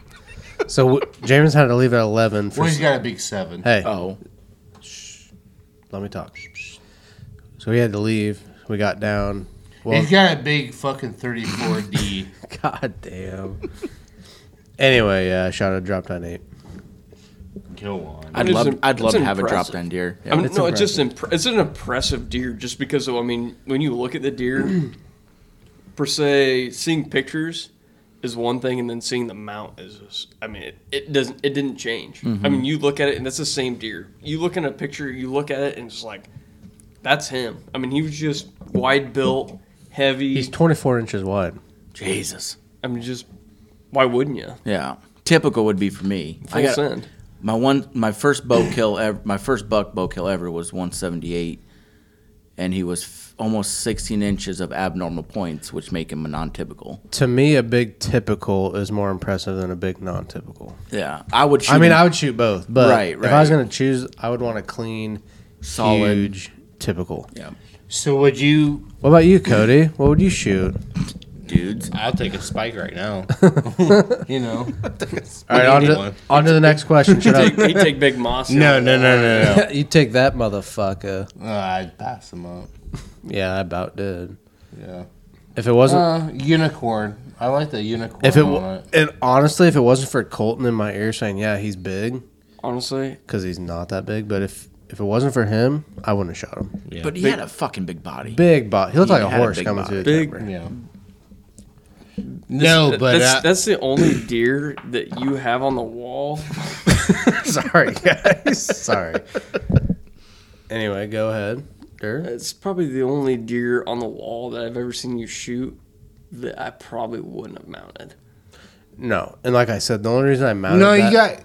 [SPEAKER 2] So w- James had to leave at 11 for
[SPEAKER 4] Well, he's
[SPEAKER 2] s-
[SPEAKER 4] got a big seven.
[SPEAKER 2] Hey,
[SPEAKER 3] Oh,
[SPEAKER 2] let me talk. So he had to leave. We got down. Well,
[SPEAKER 4] He's got a big fucking 34D.
[SPEAKER 2] God damn. anyway, uh, yeah, I shot a drop time eight.
[SPEAKER 4] Go on.
[SPEAKER 3] I'd
[SPEAKER 5] It's
[SPEAKER 3] love
[SPEAKER 5] im-
[SPEAKER 3] I'd love
[SPEAKER 5] it's
[SPEAKER 3] to have a drop
[SPEAKER 5] impressive.
[SPEAKER 3] down deer. Yeah.
[SPEAKER 5] I mean,
[SPEAKER 2] It's
[SPEAKER 5] no, it's just impre- it's an impressive deer, just because of, I mean, when you look at the deer, per se, seeing pictures is one thing, and then seeing the mount is, just, I mean, it, it doesn't, it didn't change. I mean, you look at it, and that's the same deer. You look in a picture, you look at it, and it's like, that's him. I mean, he was just wide built, heavy.
[SPEAKER 2] He's 24 inches wide.
[SPEAKER 3] Jesus.
[SPEAKER 5] I mean, just why wouldn't you?
[SPEAKER 3] Yeah. Typical would be for me.
[SPEAKER 5] Full
[SPEAKER 3] I got
[SPEAKER 5] send.
[SPEAKER 3] my one my first bow kill ever, my first buck bow kill ever was 178 and he was f- almost 16 inches of abnormal points which make him a non-typical.
[SPEAKER 2] To me, a big typical is more impressive than a big non-typical.
[SPEAKER 3] Yeah. I would shoot
[SPEAKER 2] I mean,
[SPEAKER 3] him
[SPEAKER 2] I would shoot both, but
[SPEAKER 3] Right,
[SPEAKER 2] if I was
[SPEAKER 3] right.
[SPEAKER 2] going to choose, I would want a clean,
[SPEAKER 3] Solid.
[SPEAKER 2] huge typical.
[SPEAKER 3] yeah.
[SPEAKER 4] So would you?
[SPEAKER 2] What about you, Cody? What would you shoot?
[SPEAKER 3] dudes.
[SPEAKER 4] I'll take a spike right now. you know.
[SPEAKER 2] All right, on to, on to the next question. Should I?
[SPEAKER 5] He'd take big moss.
[SPEAKER 4] No, no, no, no,
[SPEAKER 2] you take that motherfucker.
[SPEAKER 4] no. uh, I'd pass him up.
[SPEAKER 2] Yeah, I about did.
[SPEAKER 4] Yeah.
[SPEAKER 2] If it wasn't,
[SPEAKER 4] Uh, unicorn. I like the unicorn.
[SPEAKER 2] if it,
[SPEAKER 4] on
[SPEAKER 2] w- and honestly, if it wasn't for Colton in my ear saying, "Yeah, he's big,"
[SPEAKER 5] Honestly,
[SPEAKER 2] because he's not that big. But if if it wasn't for him, I wouldn't have shot him.
[SPEAKER 4] Yeah.
[SPEAKER 3] But he had a fucking big body.
[SPEAKER 2] Big bot. He looked
[SPEAKER 3] He
[SPEAKER 2] like a
[SPEAKER 3] had a
[SPEAKER 2] horse
[SPEAKER 3] big
[SPEAKER 2] coming
[SPEAKER 3] body.
[SPEAKER 2] through the
[SPEAKER 5] Big-
[SPEAKER 2] camera.
[SPEAKER 4] Yeah. No,
[SPEAKER 5] Th-
[SPEAKER 4] but
[SPEAKER 5] that's,
[SPEAKER 4] uh,
[SPEAKER 5] that's the only deer that you have on the wall.
[SPEAKER 2] Sorry, guys. Sorry. Anyway, go ahead. Sure.
[SPEAKER 5] It's probably the only deer on the wall that I've ever seen you shoot that I probably wouldn't have mounted.
[SPEAKER 2] No, and like I said, the only reason I mounted
[SPEAKER 4] no,
[SPEAKER 2] that,
[SPEAKER 4] you got.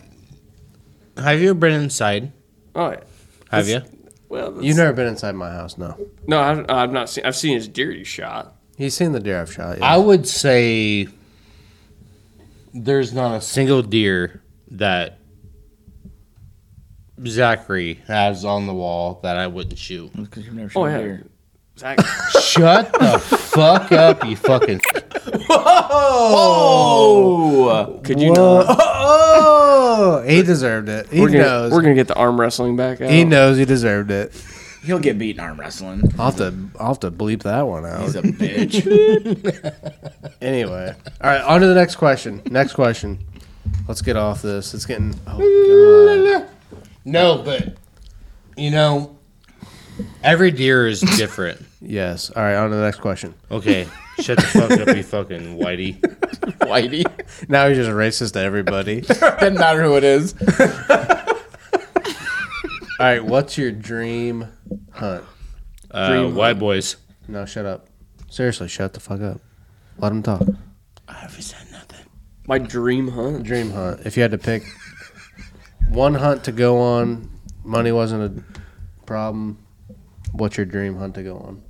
[SPEAKER 4] Have you ever been inside?
[SPEAKER 5] Oh yeah.
[SPEAKER 4] Have you?
[SPEAKER 5] That's- Well, that's,
[SPEAKER 2] you've never been inside my house. No,
[SPEAKER 5] No, I've, I've not seen. I've seen his deer you shot.
[SPEAKER 2] he's seen the deer I've shot. Yeah.
[SPEAKER 4] I would say there's not a single deer that Zachary has on the wall that I wouldn't shoot.
[SPEAKER 3] Because you've never
[SPEAKER 5] Oh
[SPEAKER 3] shot a
[SPEAKER 5] yeah.
[SPEAKER 3] deer.
[SPEAKER 5] Zach,
[SPEAKER 4] Shut the fuck up, you fucking.
[SPEAKER 3] Oh,
[SPEAKER 5] could you? Not?
[SPEAKER 2] Oh, he deserved it. He
[SPEAKER 5] We're gonna
[SPEAKER 2] knows.
[SPEAKER 5] we're gonna get the arm wrestling back out.
[SPEAKER 2] he knows he deserved it.
[SPEAKER 3] he'll get beaten arm wrestling.
[SPEAKER 2] I'll have to I'll have to bleep that one out.
[SPEAKER 3] He's a bitch.
[SPEAKER 2] Anyway, all right, on to the next question. Next question. Let's get off this. It's getting oh god.
[SPEAKER 4] No, but you know, every deer is different.
[SPEAKER 2] Yes. All right, on to the next question.
[SPEAKER 4] Okay, shut the fuck up, you fucking whitey.
[SPEAKER 3] Whitey.
[SPEAKER 2] Now he's just racist to everybody. all
[SPEAKER 3] Doesn't matter who it is.
[SPEAKER 2] right, what's your dream hunt?
[SPEAKER 4] Uh, white boys.
[SPEAKER 2] No, shut up. Seriously, shut the fuck up. Let him talk.
[SPEAKER 4] I haven't said nothing.
[SPEAKER 5] My dream hunt.
[SPEAKER 2] Dream hunt. If you had to pick one hunt to go on, money wasn't a problem. What's your dream hunt to go on?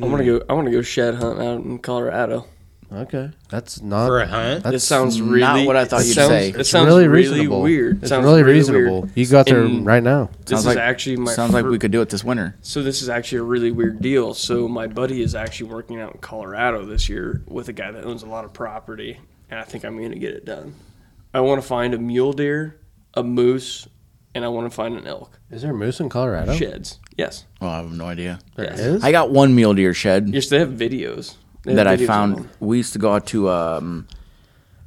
[SPEAKER 5] I want to go. I want to go shed hunt out in Colorado.
[SPEAKER 2] Okay, that's not
[SPEAKER 4] For a hunt?
[SPEAKER 2] That's
[SPEAKER 5] It sounds
[SPEAKER 3] not
[SPEAKER 5] really
[SPEAKER 3] what I thought
[SPEAKER 5] it
[SPEAKER 3] you'd
[SPEAKER 5] sounds-
[SPEAKER 3] say.
[SPEAKER 5] It
[SPEAKER 2] It's
[SPEAKER 5] sounds
[SPEAKER 2] really
[SPEAKER 5] really,
[SPEAKER 2] reasonable.
[SPEAKER 5] weird.
[SPEAKER 2] It's
[SPEAKER 5] Sounds
[SPEAKER 2] really
[SPEAKER 5] really
[SPEAKER 2] reasonable.
[SPEAKER 5] weird.
[SPEAKER 2] You got there
[SPEAKER 5] And-
[SPEAKER 2] right now.
[SPEAKER 5] This is
[SPEAKER 3] like-
[SPEAKER 5] actually my.
[SPEAKER 3] Sounds like
[SPEAKER 5] fir-
[SPEAKER 3] we could do it this winter.
[SPEAKER 5] So this is actually a really weird deal. So my buddy is actually working out in Colorado this year with a guy that owns a lot of property, and I think I'm going to get it done. I want to find a mule deer, a moose, and I want to find an elk.
[SPEAKER 2] Is there moose in
[SPEAKER 3] Oh.
[SPEAKER 2] Colorado?
[SPEAKER 5] Sheds. Yes.
[SPEAKER 3] Well, I have no idea.
[SPEAKER 2] There
[SPEAKER 5] Yes.
[SPEAKER 2] is?
[SPEAKER 3] I got one mule deer shed
[SPEAKER 5] Yes, they have videos. They have
[SPEAKER 3] that I
[SPEAKER 5] videos of
[SPEAKER 3] found.
[SPEAKER 5] them.
[SPEAKER 3] We used to go out to um,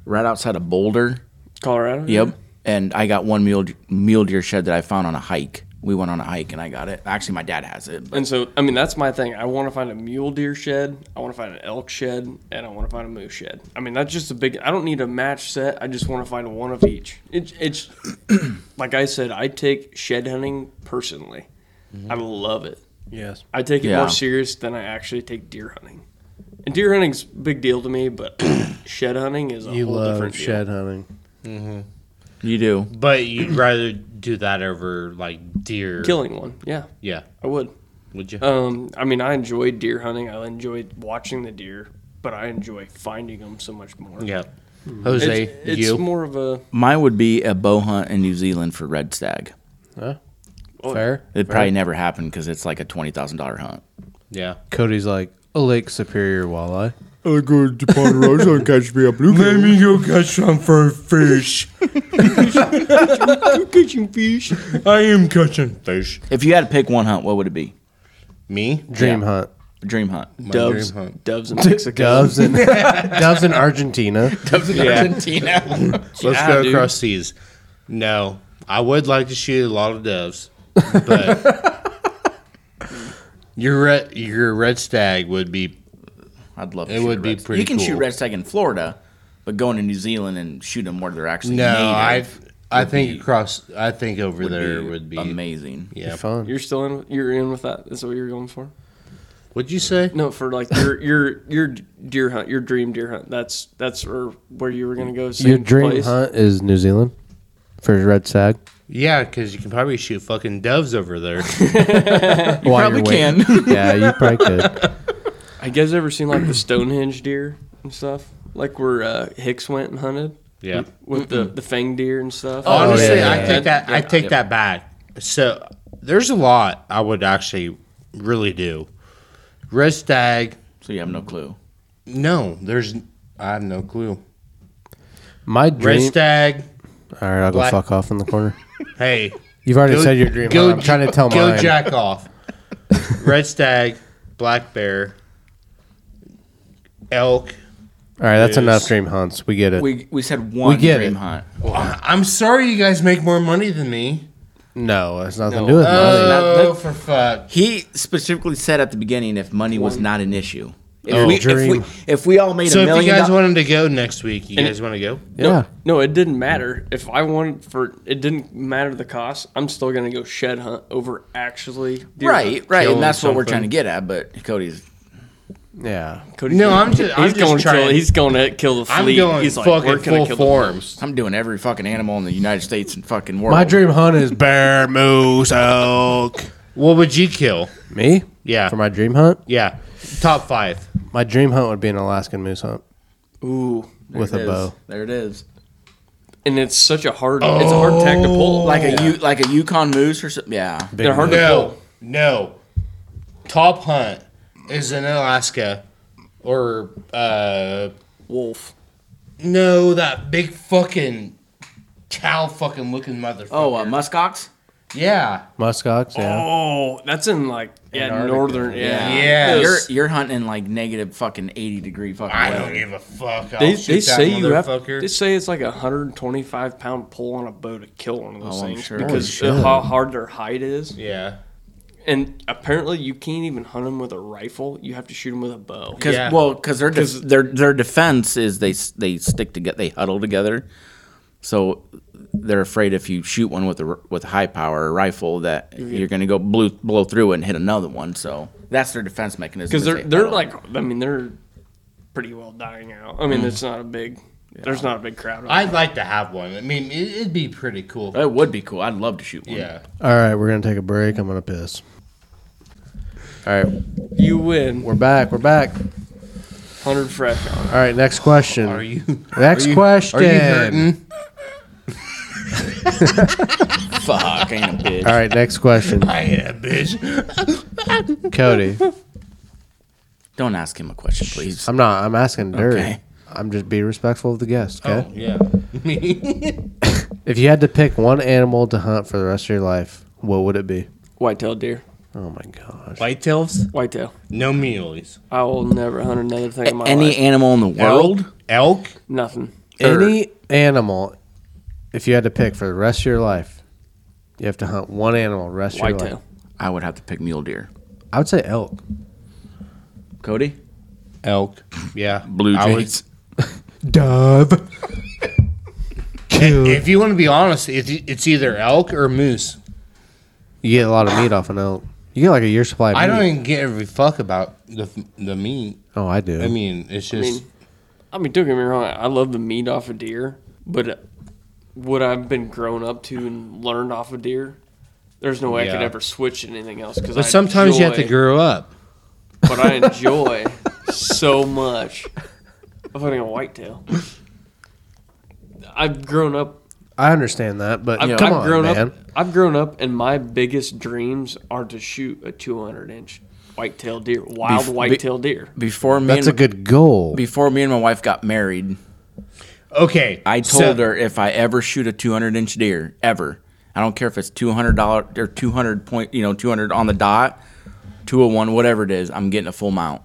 [SPEAKER 3] right outside of Boulder.
[SPEAKER 5] Colorado.
[SPEAKER 3] Yep. And I got one mule mule deer shed that I found on a hike. We went on a hike and I got it. Actually, my dad has it. But
[SPEAKER 5] And so, I mean, that's my thing. I want to find a mule deer shed. I want to find an elk shed, and I want to find a moose shed. I mean, that's just a big. I don't need a match set. I just want to find one of each. It, it's like I said. I take shed hunting personally. I love it.
[SPEAKER 2] Yes.
[SPEAKER 5] I take it
[SPEAKER 3] Yeah.
[SPEAKER 5] more serious than I actually take deer hunting. And deer hunting's a big deal to me, but shed hunting is a
[SPEAKER 2] You
[SPEAKER 5] whole
[SPEAKER 2] love
[SPEAKER 5] different
[SPEAKER 2] shed
[SPEAKER 5] Deal.
[SPEAKER 2] hunting.
[SPEAKER 3] you do.
[SPEAKER 4] But you'd rather do that over like deer
[SPEAKER 5] Killing one, yeah,
[SPEAKER 4] Yeah,
[SPEAKER 5] I would.
[SPEAKER 4] would you?
[SPEAKER 5] Um, I mean, I enjoy deer hunting. I enjoy watching the deer, but I enjoy finding them so much more.
[SPEAKER 4] yeah, Jose,
[SPEAKER 5] It's, it's
[SPEAKER 4] you.
[SPEAKER 5] more of a
[SPEAKER 3] Mine would be a bow hunt in New Zealand for red stag.
[SPEAKER 2] Huh?
[SPEAKER 5] Oh,
[SPEAKER 2] Fair.
[SPEAKER 3] It probably never happened because it's like a twenty thousand dollar hunt.
[SPEAKER 4] yeah,
[SPEAKER 2] Cody's like a Lake Superior walleye.
[SPEAKER 1] I go to Ponderosa and catch me a
[SPEAKER 4] Let
[SPEAKER 1] bluegill.
[SPEAKER 4] me go catch some for fish.
[SPEAKER 5] catching fish.
[SPEAKER 4] I am catching fish.
[SPEAKER 3] If you had to pick one hunt, what would it be?
[SPEAKER 4] Me?
[SPEAKER 2] Dream hunt.
[SPEAKER 3] A dream hunt.
[SPEAKER 5] Doves,
[SPEAKER 4] dream hunt.
[SPEAKER 5] doves in Mexico.
[SPEAKER 2] Doves in Doves in Argentina.
[SPEAKER 3] Argentina.
[SPEAKER 4] Let's
[SPEAKER 5] Yeah,
[SPEAKER 4] go
[SPEAKER 5] dude.
[SPEAKER 4] across seas. No, I would like to shoot a lot of doves, but your red your red stag would be
[SPEAKER 3] I'd love. To
[SPEAKER 4] It
[SPEAKER 3] shoot
[SPEAKER 4] would
[SPEAKER 3] a
[SPEAKER 4] be
[SPEAKER 3] red stag.
[SPEAKER 4] pretty
[SPEAKER 3] You can shoot
[SPEAKER 4] cool.
[SPEAKER 3] red stag in Florida, but going to New Zealand and shoot them where they're actually
[SPEAKER 4] no. I
[SPEAKER 3] native
[SPEAKER 4] I
[SPEAKER 3] would
[SPEAKER 4] think
[SPEAKER 3] be-
[SPEAKER 4] across. I think over
[SPEAKER 3] would
[SPEAKER 4] there
[SPEAKER 3] be
[SPEAKER 4] would be
[SPEAKER 3] amazing.
[SPEAKER 4] Yeah.
[SPEAKER 2] Fun.
[SPEAKER 5] You're still in. You're in with that. That's what you're going for.
[SPEAKER 4] What'd you say?
[SPEAKER 5] No, for like your your your deer hunt, your dream deer hunt. That's that's or where you were gonna go. Same
[SPEAKER 2] Your dream
[SPEAKER 5] place.
[SPEAKER 2] hunt is New Zealand for red stag.
[SPEAKER 4] Yeah, because you can probably shoot fucking doves over there.
[SPEAKER 2] You
[SPEAKER 3] probably can.
[SPEAKER 2] yeah, you probably could.
[SPEAKER 5] Have you guys ever seen like the Stonehenge deer and stuff? Like where uh, Hicks went and hunted
[SPEAKER 4] Yeah.
[SPEAKER 5] with the the fang deer and stuff.
[SPEAKER 4] Honestly,
[SPEAKER 2] Oh, yeah,
[SPEAKER 4] I
[SPEAKER 2] yeah,
[SPEAKER 4] take that. I
[SPEAKER 5] Yeah,
[SPEAKER 4] take
[SPEAKER 5] yeah.
[SPEAKER 4] that back. So there's a lot I would actually really do. Red stag.
[SPEAKER 3] So you have no clue.
[SPEAKER 4] No, there's. I have no clue.
[SPEAKER 2] My
[SPEAKER 4] Red
[SPEAKER 2] dream.
[SPEAKER 4] stag.
[SPEAKER 2] All right, I'll go
[SPEAKER 4] Black-
[SPEAKER 2] fuck off in the corner.
[SPEAKER 4] Hey,
[SPEAKER 2] You've already
[SPEAKER 4] Go-
[SPEAKER 2] said your dream.
[SPEAKER 4] go
[SPEAKER 2] hunt. I'm trying to tell
[SPEAKER 4] go
[SPEAKER 2] mine.
[SPEAKER 4] jack off. Red stag, black bear, elk.
[SPEAKER 2] All right, that's
[SPEAKER 4] is-
[SPEAKER 2] enough dream hunts. We get it.
[SPEAKER 3] We we said one
[SPEAKER 2] get
[SPEAKER 3] dream
[SPEAKER 2] it.
[SPEAKER 3] hunt.
[SPEAKER 4] I- I'm sorry, you guys make more money than me.
[SPEAKER 2] no, it's nothing to do with money.
[SPEAKER 4] Oh, for fuck!
[SPEAKER 3] He specifically said at the beginning if money was not an issue. If,
[SPEAKER 2] Oh,
[SPEAKER 3] we, if,
[SPEAKER 2] dream.
[SPEAKER 3] we, if we all made
[SPEAKER 4] So
[SPEAKER 3] a
[SPEAKER 4] if you
[SPEAKER 3] million
[SPEAKER 4] guys
[SPEAKER 3] dollars,
[SPEAKER 4] wanted to go next week, you guys want to go?
[SPEAKER 5] No,
[SPEAKER 2] Yeah.
[SPEAKER 5] no, it didn't matter if I wanted for it didn't matter the cost. I'm still gonna go shed hunt over actually deer
[SPEAKER 3] right,
[SPEAKER 5] hunt.
[SPEAKER 3] right,
[SPEAKER 4] killing
[SPEAKER 3] and that's what we're
[SPEAKER 4] something.
[SPEAKER 3] trying to get at. But Cody's
[SPEAKER 2] Yeah.
[SPEAKER 5] Cody's
[SPEAKER 4] No,
[SPEAKER 5] gonna-
[SPEAKER 4] I'm just- I'm
[SPEAKER 5] he's
[SPEAKER 4] just
[SPEAKER 5] going
[SPEAKER 4] trying-
[SPEAKER 5] to he's going to kill the
[SPEAKER 4] I'm
[SPEAKER 5] fleet.
[SPEAKER 4] going
[SPEAKER 5] he's like,
[SPEAKER 4] fucking
[SPEAKER 5] we're gonna
[SPEAKER 4] full
[SPEAKER 5] kill the-
[SPEAKER 4] forms.
[SPEAKER 3] I'm doing every fucking animal in the United States and fucking world.
[SPEAKER 2] My dream hunt is bear, moose, elk.
[SPEAKER 4] What would you kill?
[SPEAKER 2] Me?
[SPEAKER 4] Yeah.
[SPEAKER 2] For my dream hunt,
[SPEAKER 4] Yeah, top five.
[SPEAKER 2] my dream hunt would be an Alaskan moose hunt
[SPEAKER 5] Ooh,
[SPEAKER 2] with
[SPEAKER 3] There
[SPEAKER 2] a
[SPEAKER 3] it is.
[SPEAKER 2] bow.
[SPEAKER 3] There it is.
[SPEAKER 5] and it's such a hard it's a hard tag to
[SPEAKER 4] Oh.
[SPEAKER 5] pull.
[SPEAKER 3] Like a U, like a Yukon moose or something. Yeah.
[SPEAKER 5] they're hard to pull.
[SPEAKER 4] No, no. Top hunt is in Alaska, or uh,
[SPEAKER 5] Wolf.
[SPEAKER 4] no, that big fucking cow fucking looking motherfucker.
[SPEAKER 3] Oh, uh, muskox.
[SPEAKER 4] yeah,
[SPEAKER 2] Muskox, yeah.
[SPEAKER 5] Oh, that's in like yeah, northern yeah.
[SPEAKER 4] Yeah.
[SPEAKER 5] It
[SPEAKER 3] You're
[SPEAKER 5] was-
[SPEAKER 3] you're hunting like negative fucking eighty degree fucking.
[SPEAKER 4] I don't
[SPEAKER 3] weather.
[SPEAKER 4] give a fuck. I'll
[SPEAKER 5] They,
[SPEAKER 4] shoot
[SPEAKER 5] they
[SPEAKER 4] Oh, that
[SPEAKER 5] say you have.
[SPEAKER 4] motherfucker.
[SPEAKER 5] They say it's like a hundred and twenty-five pound pull on a bow to kill one of those
[SPEAKER 3] Oh, I'm
[SPEAKER 5] things
[SPEAKER 3] sure.
[SPEAKER 5] because
[SPEAKER 2] Holy
[SPEAKER 5] of
[SPEAKER 2] shit.
[SPEAKER 5] how hard their hide is.
[SPEAKER 4] yeah,
[SPEAKER 5] And apparently, you can't even hunt them with a rifle. You have to shoot them with a bow.
[SPEAKER 3] Cause,
[SPEAKER 4] Yeah.
[SPEAKER 3] Well, because their def- their their defense is they s- they stick together, they huddle together, so they're afraid if you shoot one with a r- with a high power rifle that you're going to go blow blow through it and hit another one. So that's their defense mechanism.
[SPEAKER 5] Because
[SPEAKER 3] is
[SPEAKER 5] they're
[SPEAKER 3] they "Oh,
[SPEAKER 5] they're
[SPEAKER 3] huddle.
[SPEAKER 5] like I mean they're pretty well dying out. I mean it's not a big there's not a big crowd. on
[SPEAKER 4] I'd like to have one. I mean, it, it'd be pretty cool.
[SPEAKER 3] that would be cool. I'd love to shoot one.
[SPEAKER 4] Yeah,
[SPEAKER 2] All right, we're going to take a break. I'm going to piss. All right,
[SPEAKER 5] it. You win
[SPEAKER 2] we're back. We're back.
[SPEAKER 5] hundred fresh on.
[SPEAKER 2] All right, next question.
[SPEAKER 4] are you?
[SPEAKER 2] next
[SPEAKER 4] are you-
[SPEAKER 2] question.
[SPEAKER 4] Are you hurting?
[SPEAKER 3] Fuck, ain't a bitch.
[SPEAKER 2] All right, next question.
[SPEAKER 4] I am, bitch.
[SPEAKER 2] Cody,
[SPEAKER 3] Don't ask him a question, please.
[SPEAKER 2] I'm not. I'm asking dirty.
[SPEAKER 3] Okay.
[SPEAKER 4] Oh.
[SPEAKER 2] I'm just be respectful of the guest, okay?
[SPEAKER 4] Yeah.
[SPEAKER 2] If you had to pick one animal to hunt for the rest of your life, what would it be?
[SPEAKER 5] White-tailed deer.
[SPEAKER 2] Oh my gosh.
[SPEAKER 4] White tails,
[SPEAKER 5] Whitetail.
[SPEAKER 4] no muleys.
[SPEAKER 5] I will never hunt another thing in my
[SPEAKER 3] Any
[SPEAKER 5] life.
[SPEAKER 3] animal in the world?
[SPEAKER 4] elk.
[SPEAKER 5] Nothing.
[SPEAKER 4] Er.
[SPEAKER 2] Any animal, if you had to pick for the rest of your life, you have to hunt one animal rest of your life.
[SPEAKER 5] Whitetail.
[SPEAKER 3] I would have to pick mule deer.
[SPEAKER 2] I would say elk.
[SPEAKER 3] Cody?
[SPEAKER 4] Elk. Yeah.
[SPEAKER 3] Blue
[SPEAKER 4] I would-
[SPEAKER 3] jays.
[SPEAKER 1] Dove. Kill.
[SPEAKER 4] If you want to be honest, it's, it's either elk or moose.
[SPEAKER 2] You get a lot of meat off an elk. You get like a year supply. Of
[SPEAKER 4] I don't e-
[SPEAKER 2] meat.
[SPEAKER 4] even give a fuck about the the meat.
[SPEAKER 2] Oh, I do.
[SPEAKER 4] I mean, it's
[SPEAKER 5] I
[SPEAKER 4] just
[SPEAKER 5] mean, I mean, don't get me wrong. I love the meat off a deer, but what I've been grown up to and learned off a deer, there's no way I could
[SPEAKER 4] Yeah.
[SPEAKER 5] ever switch to anything else. Because
[SPEAKER 4] But sometimes you have to grow up.
[SPEAKER 5] But I enjoy so much of hunting a whitetail. I've grown up.
[SPEAKER 2] I understand that, but
[SPEAKER 5] I've,
[SPEAKER 2] come
[SPEAKER 5] I've
[SPEAKER 2] on,
[SPEAKER 5] grown
[SPEAKER 2] man.
[SPEAKER 5] up. I've grown up, and my biggest dreams are to shoot a 200 inch whitetail deer, wild
[SPEAKER 3] Bef- be-
[SPEAKER 5] whitetail deer.
[SPEAKER 3] Before me,
[SPEAKER 2] That's a
[SPEAKER 3] and my-
[SPEAKER 2] good goal.
[SPEAKER 3] before me and my wife got married,
[SPEAKER 4] Okay,
[SPEAKER 3] I
[SPEAKER 4] so-
[SPEAKER 3] told her if I ever shoot a 200 inch deer, ever, I don't care if it's 200 dollar or 200 point, you know, 200 on the dot, 201, whatever it is, I'm getting a full mount,